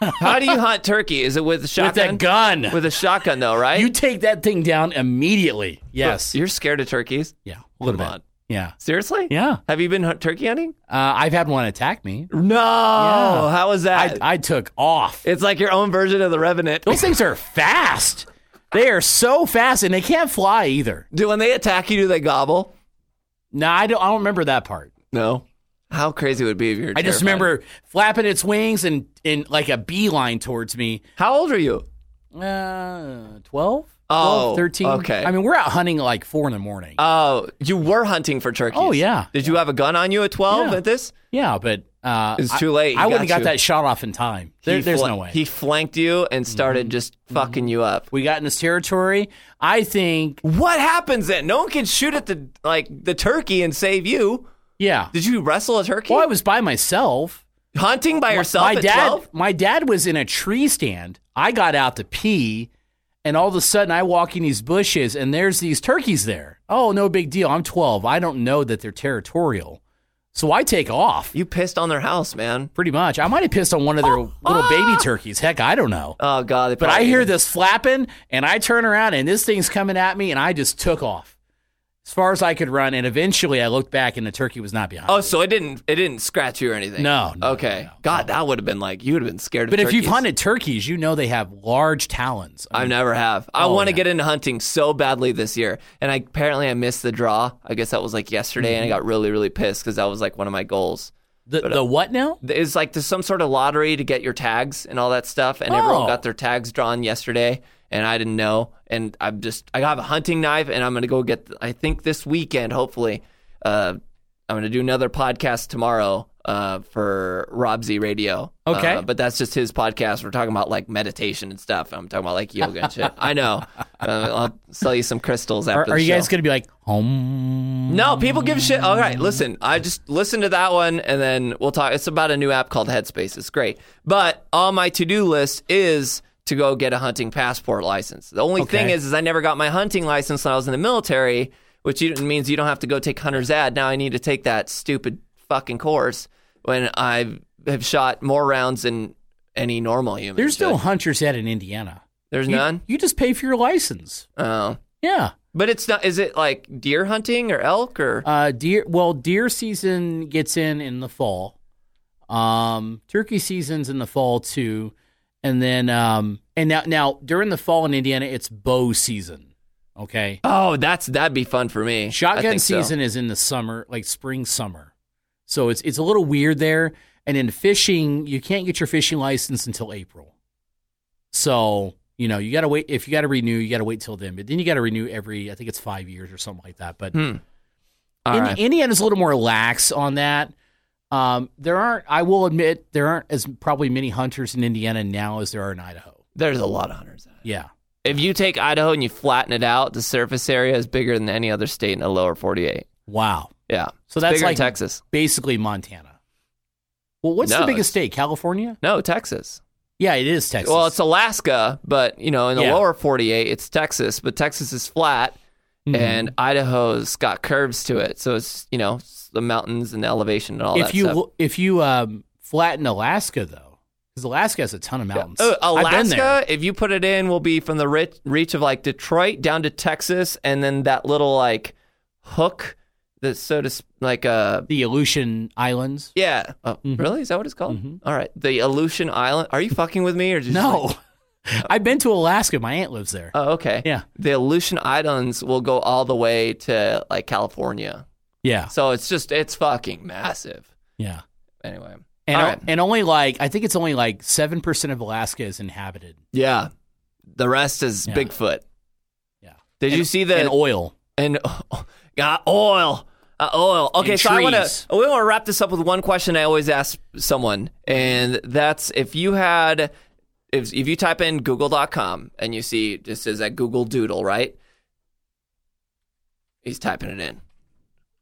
Speaker 1: How do you hunt turkey? Is it with a
Speaker 2: with
Speaker 1: shotgun?
Speaker 2: that gun.
Speaker 1: With a shotgun, though, right?
Speaker 2: you take that thing down immediately. Yes.
Speaker 1: You're scared of turkeys?
Speaker 2: yeah. A little
Speaker 1: Come
Speaker 2: bit.
Speaker 1: on.
Speaker 2: Yeah.
Speaker 1: Seriously?
Speaker 2: Yeah.
Speaker 1: Have you been hunt- turkey hunting?
Speaker 2: Uh, I've had one attack me.
Speaker 1: No. How was
Speaker 2: I,
Speaker 1: that?
Speaker 2: I took off.
Speaker 1: it's like your own version of the Revenant.
Speaker 2: Those things are fast. They are so fast, and they can't fly either.
Speaker 1: Do when they attack you, do they gobble?
Speaker 2: No, I don't. I don't remember that part.
Speaker 1: No. How crazy would it be if you're?
Speaker 2: I just remember flapping its wings and in like a beeline towards me.
Speaker 1: How old are you?
Speaker 2: Uh, 12? 12?
Speaker 1: Oh,
Speaker 2: 13?
Speaker 1: okay.
Speaker 2: I mean, we're out hunting at like 4 in the morning.
Speaker 1: Oh, you were hunting for turkeys.
Speaker 2: Oh, yeah.
Speaker 1: Did you have a gun on you at twelve?
Speaker 2: Yeah.
Speaker 1: At this,
Speaker 2: yeah, but uh,
Speaker 1: It's
Speaker 2: I-
Speaker 1: too late. He
Speaker 2: I, wouldn't
Speaker 1: got
Speaker 2: have got
Speaker 1: you.
Speaker 2: that shot off in time. There,
Speaker 1: He
Speaker 2: there's
Speaker 1: fla-
Speaker 2: no way. Mm-hmm.
Speaker 1: He flanked you and started just fucking you up.
Speaker 2: we got in his territory. I think,
Speaker 1: What happens then? No one can shoot at the like the turkey and save you.
Speaker 2: yeah.
Speaker 1: Did you wrestle a turkey?
Speaker 2: Well, I was by myself.
Speaker 1: hunting by yourself
Speaker 2: my
Speaker 1: at
Speaker 2: dad,
Speaker 1: 12?
Speaker 2: my dad was in a tree stand. I got out to pee, and all of a sudden, I walk in these bushes, and there's these turkeys there. Oh, no big deal. I'm 12. I don't know that they're territorial, so I take off.
Speaker 1: You pissed on their house, man.
Speaker 2: Pretty much. I might have pissed on one of their little baby turkeys. Heck, I don't know.
Speaker 1: Oh god. they
Speaker 2: But I
Speaker 1: probably-
Speaker 2: hear this flapping, and I turn around, and this thing's coming at me, and I just took off as far as I could run. And eventually, I looked back, and the turkey was not behind.
Speaker 1: Oh,
Speaker 2: me.
Speaker 1: so it didn't it didn't scratch you or anything.
Speaker 2: No, no,
Speaker 1: okay.
Speaker 2: no, no.
Speaker 1: God, that would have been like you would have been scared.
Speaker 2: but
Speaker 1: of
Speaker 2: if you've
Speaker 1: turkeys.
Speaker 2: hunted turkeys, you know they have large talons.
Speaker 1: I never have. I
Speaker 2: Oh,
Speaker 1: want to
Speaker 2: yeah.
Speaker 1: get into hunting so badly this year, and I apparently I missed the draw. I guess that was like yesterday, and
Speaker 2: Mm-hmm.
Speaker 1: I got really really pissed because that was like one of my goals.
Speaker 2: the, the what now?
Speaker 1: It's like there's some sort of lottery to get your tags and all that stuff, and everyone
Speaker 2: Oh.
Speaker 1: got their tags drawn yesterday, and I didn't know, and I'm just I have a hunting knife, and I'm gonna go get. I think this weekend, hopefully, uh, I'm gonna do another podcast tomorrow. Uh, for Rob Z Radio.
Speaker 2: Okay.
Speaker 1: Uh, but that's just his podcast. We're talking about like meditation and stuff. I'm talking about like yoga and shit. I know. Uh, I'll sell you some crystals after
Speaker 2: Are,
Speaker 1: the
Speaker 2: are you
Speaker 1: show.
Speaker 2: guys going to be like home?
Speaker 1: No, people give a shit. All right, listen. I just listen to that one, and then we'll talk. It's about a new app called Headspace. It's great. But on my to do list is to go get a hunting passport license. The only thing
Speaker 2: Okay.
Speaker 1: is, is I never got my hunting license when I was in the military, which you- means you don't have to go take hunter's ad. Now I need to take that stupid fucking course when I have shot more rounds than any normal human.
Speaker 2: There's no
Speaker 1: should.
Speaker 2: hunters at in Indiana.
Speaker 1: There's
Speaker 2: You-
Speaker 1: none.
Speaker 2: You just pay for your license.
Speaker 1: Oh.
Speaker 2: Yeah.
Speaker 1: But it's not. Is it like deer hunting or elk or?
Speaker 2: Uh, deer. Well, deer season gets in in the fall. Um, turkey season's in the fall too, and then um, and now now during the fall in Indiana, it's bow season. Okay.
Speaker 1: Oh, that's that'd be fun for me. I
Speaker 2: Shotgun
Speaker 1: think so.
Speaker 2: season is in the summer, like spring, summer. So it's it's a little weird there. And in fishing, you can't get your fishing license until April. So you know you got to wait. If you got to renew, you got to wait till then. But then you got to renew every, I think it's five years or something like that. But
Speaker 1: Hmm. All
Speaker 2: Indi-
Speaker 1: right.
Speaker 2: Indiana's a little more lax on that. Um, there aren't, I will admit, there aren't as probably many hunters in Indiana now as there are in Idaho.
Speaker 1: There's a lot of hunters.
Speaker 2: Yeah.
Speaker 1: If you take Idaho and you flatten it out, the surface area is bigger than any other state in the lower 48.
Speaker 2: Wow.
Speaker 1: Yeah.
Speaker 2: So
Speaker 1: It's
Speaker 2: that's
Speaker 1: bigger
Speaker 2: like
Speaker 1: than Texas.
Speaker 2: basically Montana. Well, what's
Speaker 1: No,
Speaker 2: the biggest
Speaker 1: it's-
Speaker 2: state? California?
Speaker 1: No, Texas.
Speaker 2: Yeah, it is Texas.
Speaker 1: Well, it's Alaska, but you know, in the
Speaker 2: Yeah.
Speaker 1: lower 48, it's Texas, but Texas is flat
Speaker 2: Mm-hmm.
Speaker 1: and Idaho's got curves to it. So it's, you know, it's the mountains and the elevation and all
Speaker 2: if
Speaker 1: that
Speaker 2: you
Speaker 1: stuff.
Speaker 2: lo- if you um, flatten Alaska though, because Alaska has a ton of mountains.
Speaker 1: Uh,
Speaker 2: I've been there.
Speaker 1: Alaska, if you put it in, will be from the reach, reach of like Detroit down to Texas, and then that little like hook that so to sp- like uh
Speaker 2: the Aleutian Islands.
Speaker 1: yeah oh,
Speaker 2: Mm-hmm.
Speaker 1: really is that what it's called? All right, the Aleutian Island. Are you fucking with me or just
Speaker 2: No,
Speaker 1: like-
Speaker 2: I've been to Alaska. My aunt lives there.
Speaker 1: oh okay
Speaker 2: Yeah.
Speaker 1: the Aleutian Islands will go all the way to like California,
Speaker 2: yeah,
Speaker 1: so it's just it's fucking massive.
Speaker 2: yeah.
Speaker 1: Anyway,
Speaker 2: And,
Speaker 1: all right.
Speaker 2: and only like I think it's only like seven percent of Alaska is inhabited.
Speaker 1: yeah, the rest is
Speaker 2: Yeah.
Speaker 1: Bigfoot.
Speaker 2: Yeah.
Speaker 1: Did you see the
Speaker 2: and oil?
Speaker 1: and oh, got oil. Uh, oil. Okay,
Speaker 2: And
Speaker 1: so I want
Speaker 2: trees.
Speaker 1: to. We want to wrap this up with one question I always ask someone, and that's if you had, if if you type in Google.com and you see this is at Google Doodle, right? He's typing it in.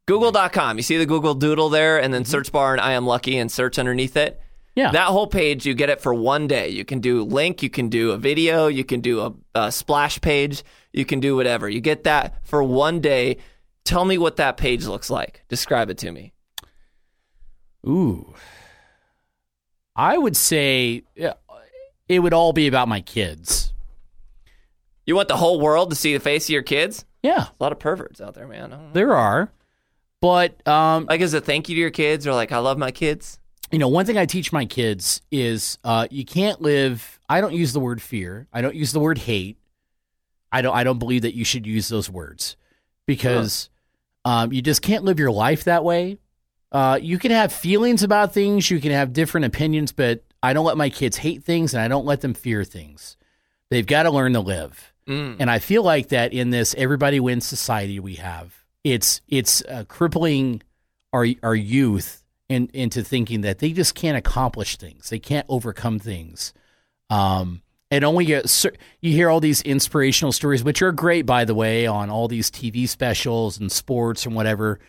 Speaker 1: Google.com. You see the Google Doodle there, and then
Speaker 2: Mm-hmm.
Speaker 1: search bar and I am lucky, and search underneath it.
Speaker 2: Yeah,
Speaker 1: That whole page, you get it for one day. You can do link, you can do a video, you can do a, a splash page, you can do whatever. You get that for one day. Tell me what that page looks like. Describe it to me.
Speaker 2: Ooh. I would say yeah, it would all be about my kids.
Speaker 1: You want the whole world to see the face of your kids?
Speaker 2: Yeah,
Speaker 1: A lot of perverts out there, man. I don't know.
Speaker 2: there are. But um,
Speaker 1: Like, as a thank you to your kids, or like, I love my kids.
Speaker 2: you know, one thing I teach my kids is uh, you can't live. I don't use the word fear. I don't use the word hate. I don't. I don't believe that you should use those words because um, you just can't live your life that way. Uh, you can have feelings about things. You can have different opinions, but I don't let my kids hate things, and I don't let them fear things. They've got to learn to live.
Speaker 1: Mm.
Speaker 2: And I feel like that in this everybody wins society we have, it's it's uh, crippling our our youth in, into thinking that they just can't accomplish things, they can't overcome things. Um, and only get, cer- you hear all these inspirational stories, which are great, by the way, on all these TV specials and sports and whatever.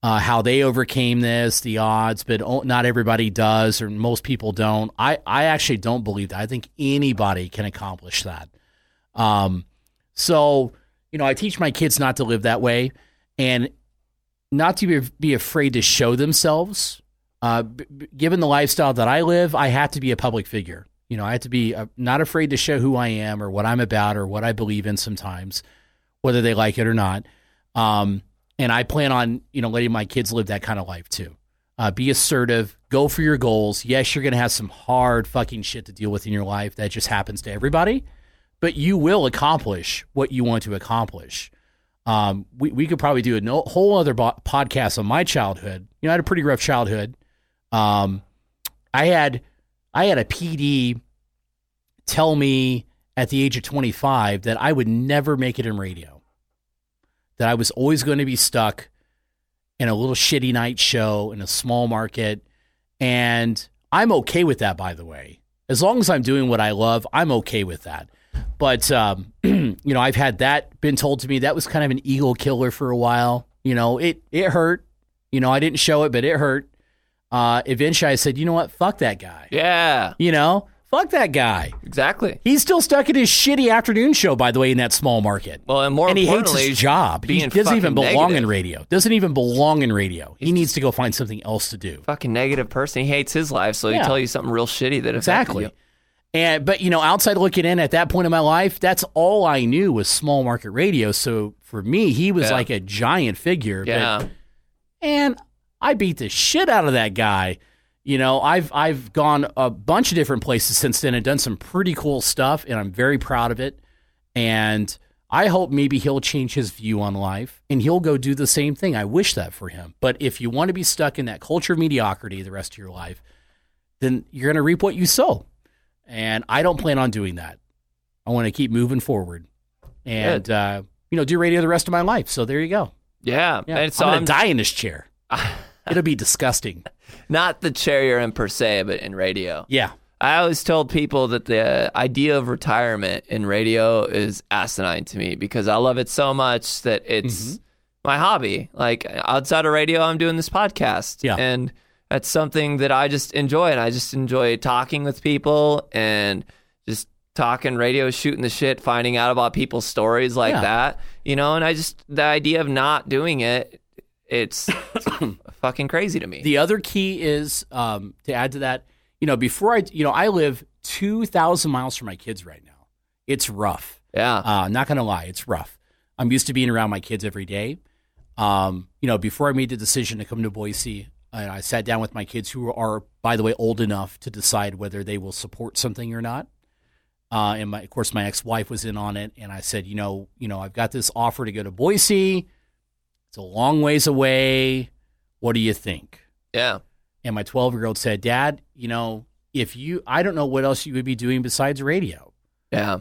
Speaker 2: Uh, how they overcame this, the odds, but o- not everybody does, or most people don't. I, I actually don't believe that. I think anybody can accomplish that. Um, so, you know, I teach my kids not to live that way and not to be, be afraid to show themselves. Uh, b- b- given the lifestyle that I live, I have to be a public figure. You know, I have to be uh, not afraid to show who I am or what I'm about or what I believe in sometimes, whether they like it or not. Um, and I plan on, you know, letting my kids live that kind of life too. Uh, be assertive, go for your goals. Yes, you're going to have some hard fucking shit to deal with in your life. That just happens to everybody but you will accomplish what you want to accomplish. Um, we, we could probably do a no, whole other bo- podcast on my childhood. You know, I had a pretty rough childhood. Um, I had I had a PD tell me at the age of 25 that I would never make it in radio. That I was always going to be stuck in a little shitty night show in a small market and I'm okay with that by the way. As long as I'm doing what I love, I'm okay with that. But um, you know, I've had that been told to me that was kind of an ego killer for a while. You know, it it hurt. You know, I didn't show it, but it hurt. Uh, eventually, I said, you know what? Fuck that guy.
Speaker 1: Yeah,
Speaker 2: You know, fuck that guy.
Speaker 1: exactly.
Speaker 2: He's still stuck in his shitty afternoon show, by the way, in that small market.
Speaker 1: Well, and more
Speaker 2: and he hates
Speaker 1: importantly,
Speaker 2: his job. He
Speaker 1: being
Speaker 2: doesn't even
Speaker 1: fucking
Speaker 2: belong in
Speaker 1: negative.
Speaker 2: radio. Doesn't even belong in radio. He needs to go find something else to do.
Speaker 1: Fucking negative person. He hates his life, so he
Speaker 2: Yeah.
Speaker 1: tell you something real shitty that affected
Speaker 2: Exactly.
Speaker 1: you.
Speaker 2: And but you know, outside looking in at that point in my life, that's all I knew was small market radio. So for me, he was
Speaker 1: Yeah.
Speaker 2: like a giant figure. but-
Speaker 1: Yeah.
Speaker 2: and I beat the shit out of that guy. You know, I've I've gone a bunch of different places since then and done some pretty cool stuff, and I'm very proud of it. And I hope maybe he'll change his view on life and he'll go do the same thing. I wish that for him. But if you want to be stuck in that culture of mediocrity the rest of your life, then you're going to reap what you sow. And I don't plan on doing that. I want to keep moving forward and, uh, you know, do radio the rest of my life. So there you go.
Speaker 1: Yeah.
Speaker 2: Yeah.
Speaker 1: And so
Speaker 2: I'm
Speaker 1: I'm,
Speaker 2: going to die in this chair. It'll be disgusting.
Speaker 1: not the chair you're in per se, but in radio.
Speaker 2: Yeah.
Speaker 1: I always told people that the idea of retirement in radio is asinine to me because I love it so much that it's
Speaker 2: Mm-hmm.
Speaker 1: my hobby. Like outside of radio, I'm doing this podcast.
Speaker 2: Yeah.
Speaker 1: And that's something that I just enjoy. And I just enjoy talking with people and just talking radio, shooting the shit, finding out about people's stories like
Speaker 2: Yeah.
Speaker 1: that. You know, and I just, the idea of not doing it, it's fucking crazy to me.
Speaker 2: The other key is um, to add to that, you know, before I, you know, I live 2,000 miles from my kids right now. It's rough.
Speaker 1: yeah.
Speaker 2: Uh, not going to lie, it's rough. I'm used to being around my kids every day. Um, you know, before I made the decision to come to Boise, and I sat down with my kids who are, by the way, old enough to decide whether they will support something or not. Uh, and my, of course, my ex-wife was in on it, and I said, you know, you know, I've got this offer to go to Boise. It's a long ways away. What do you think?
Speaker 1: yeah.
Speaker 2: And my 12 year old said, Dad, you know, if you, I don't know what else you would be doing besides radio.
Speaker 1: Yeah.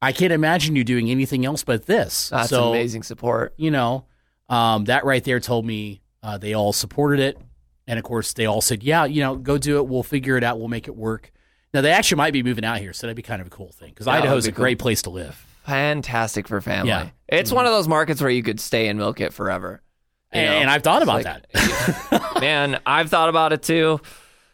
Speaker 2: I can't imagine you doing anything else but this.
Speaker 1: That's
Speaker 2: so,
Speaker 1: amazing support.
Speaker 2: You know, um, that right there told me uh, they all supported it. And of course, they all said, yeah, you know, go do it. We'll figure it out. We'll make it work. Now, they actually might be moving out here. So that'd be kind of a cool thing because
Speaker 1: Yeah,
Speaker 2: Idaho's a
Speaker 1: that'd be
Speaker 2: great place to live.
Speaker 1: fantastic for family.
Speaker 2: Yeah. Mm-hmm.
Speaker 1: It's one of those markets where you could stay and milk it forever. You
Speaker 2: And,
Speaker 1: know?
Speaker 2: and I've thought about
Speaker 1: like-
Speaker 2: that.
Speaker 1: Man, I've thought about it too.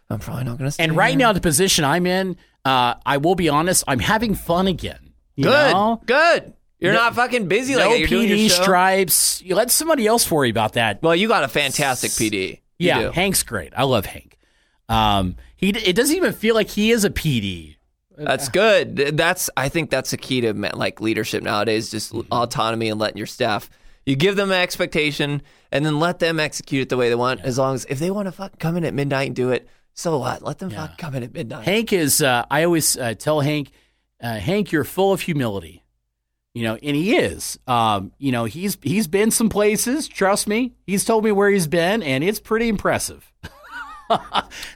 Speaker 1: I'm probably not going to stay.
Speaker 2: and right
Speaker 1: here.
Speaker 2: now, the position I'm in, uh, I will be honest, I'm having fun again. You
Speaker 1: good,
Speaker 2: know?
Speaker 1: good. You're
Speaker 2: No-
Speaker 1: not fucking busy like
Speaker 2: no
Speaker 1: that. You're doing your
Speaker 2: PD
Speaker 1: show.
Speaker 2: stripes. You let somebody else worry about that.
Speaker 1: Well, you got a fantastic PD. You
Speaker 2: yeah,
Speaker 1: do.
Speaker 2: Hank's great. I love Hank. Um, he d- it doesn't even feel like he is a PD.
Speaker 1: that's good. Th- That's I think that's the key to ma- like leadership nowadays. Just
Speaker 2: Mm-hmm.
Speaker 1: autonomy and letting your staff. You give them an expectation and then let them execute it the way they want. As long as if they want to fuck come in at midnight and do it, so what? Let them fuck come in at midnight.
Speaker 2: Hank is. Uh, I always uh, tell Hank, uh, Hank, you're full of humility. You know, and he is. Um, you know, he's he's been some places. Trust me, he's told me where he's been, and it's pretty impressive. that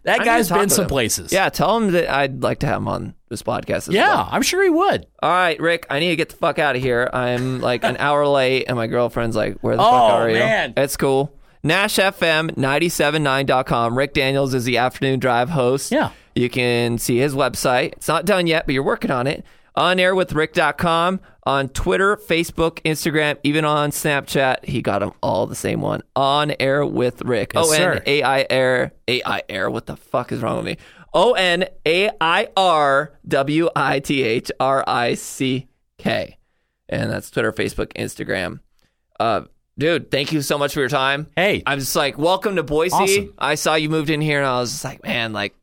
Speaker 1: I need
Speaker 2: guy's
Speaker 1: to talk
Speaker 2: been
Speaker 1: with
Speaker 2: some
Speaker 1: him.
Speaker 2: places.
Speaker 1: Yeah, tell him that I'd like to have him on this podcast. As
Speaker 2: yeah,
Speaker 1: well.
Speaker 2: I'm sure he would.
Speaker 1: All right, Rick, I need to get the fuck out of here. I'm like an hour late, and my girlfriend's like, "Where the
Speaker 2: Oh,
Speaker 1: fuck are you?"
Speaker 2: man.
Speaker 1: It's cool. Nash FM 979.com. Rick Daniels is the afternoon drive host.
Speaker 2: Yeah.
Speaker 1: You can see his website. It's not done yet, but you're working on it. On air with Rick.com on Twitter, Facebook, Instagram, even on Snapchat. He got them all the same one. On air with Rick.
Speaker 2: Yes,
Speaker 1: O N
Speaker 2: sir.
Speaker 1: A I R A I R. What the fuck is wrong with me? O N A I R W I T H R I C K. And that's Twitter, Facebook, Instagram. Uh, dude, thank you so much for your time.
Speaker 2: Hey.
Speaker 1: I'm just like, welcome to Boise.
Speaker 2: Awesome.
Speaker 1: I saw you moved in here, and I was just like, man, like,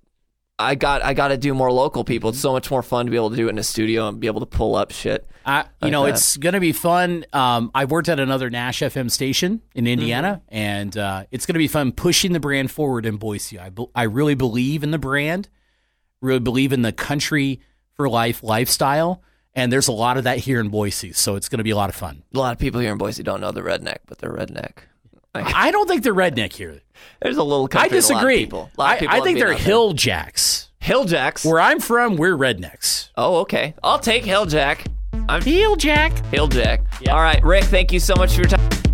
Speaker 1: I got I got to do more local people. It's so much more fun to be able to do it in a studio and be able to pull up shit.
Speaker 2: I, you know,
Speaker 1: that.
Speaker 2: it's going to be fun. Um, I've worked at another Nash FM station
Speaker 1: Mm-hmm.
Speaker 2: in Indiana, and uh, it's going to be fun pushing the brand forward in Boise. I, bel- I really believe in the brand, really believe in the country for life lifestyle, and there's a lot of that here in Boise. So it's going to be a lot of fun.
Speaker 1: A lot of people here in Boise don't know the redneck, but they're redneck.
Speaker 2: I don't think they're redneck here.
Speaker 1: There's a little country.
Speaker 2: I
Speaker 1: with A lot of
Speaker 2: disagree.
Speaker 1: people. A lot of
Speaker 2: I,
Speaker 1: people
Speaker 2: I
Speaker 1: love
Speaker 2: think
Speaker 1: being
Speaker 2: they're
Speaker 1: out there.
Speaker 2: hilljacks.
Speaker 1: hilljacks.
Speaker 2: Where I'm from, we're rednecks.
Speaker 1: oh, okay. I'll take hilljack. I'm
Speaker 2: Hilljack.
Speaker 1: hilljack. All right, Rick. Thank you so much for your time.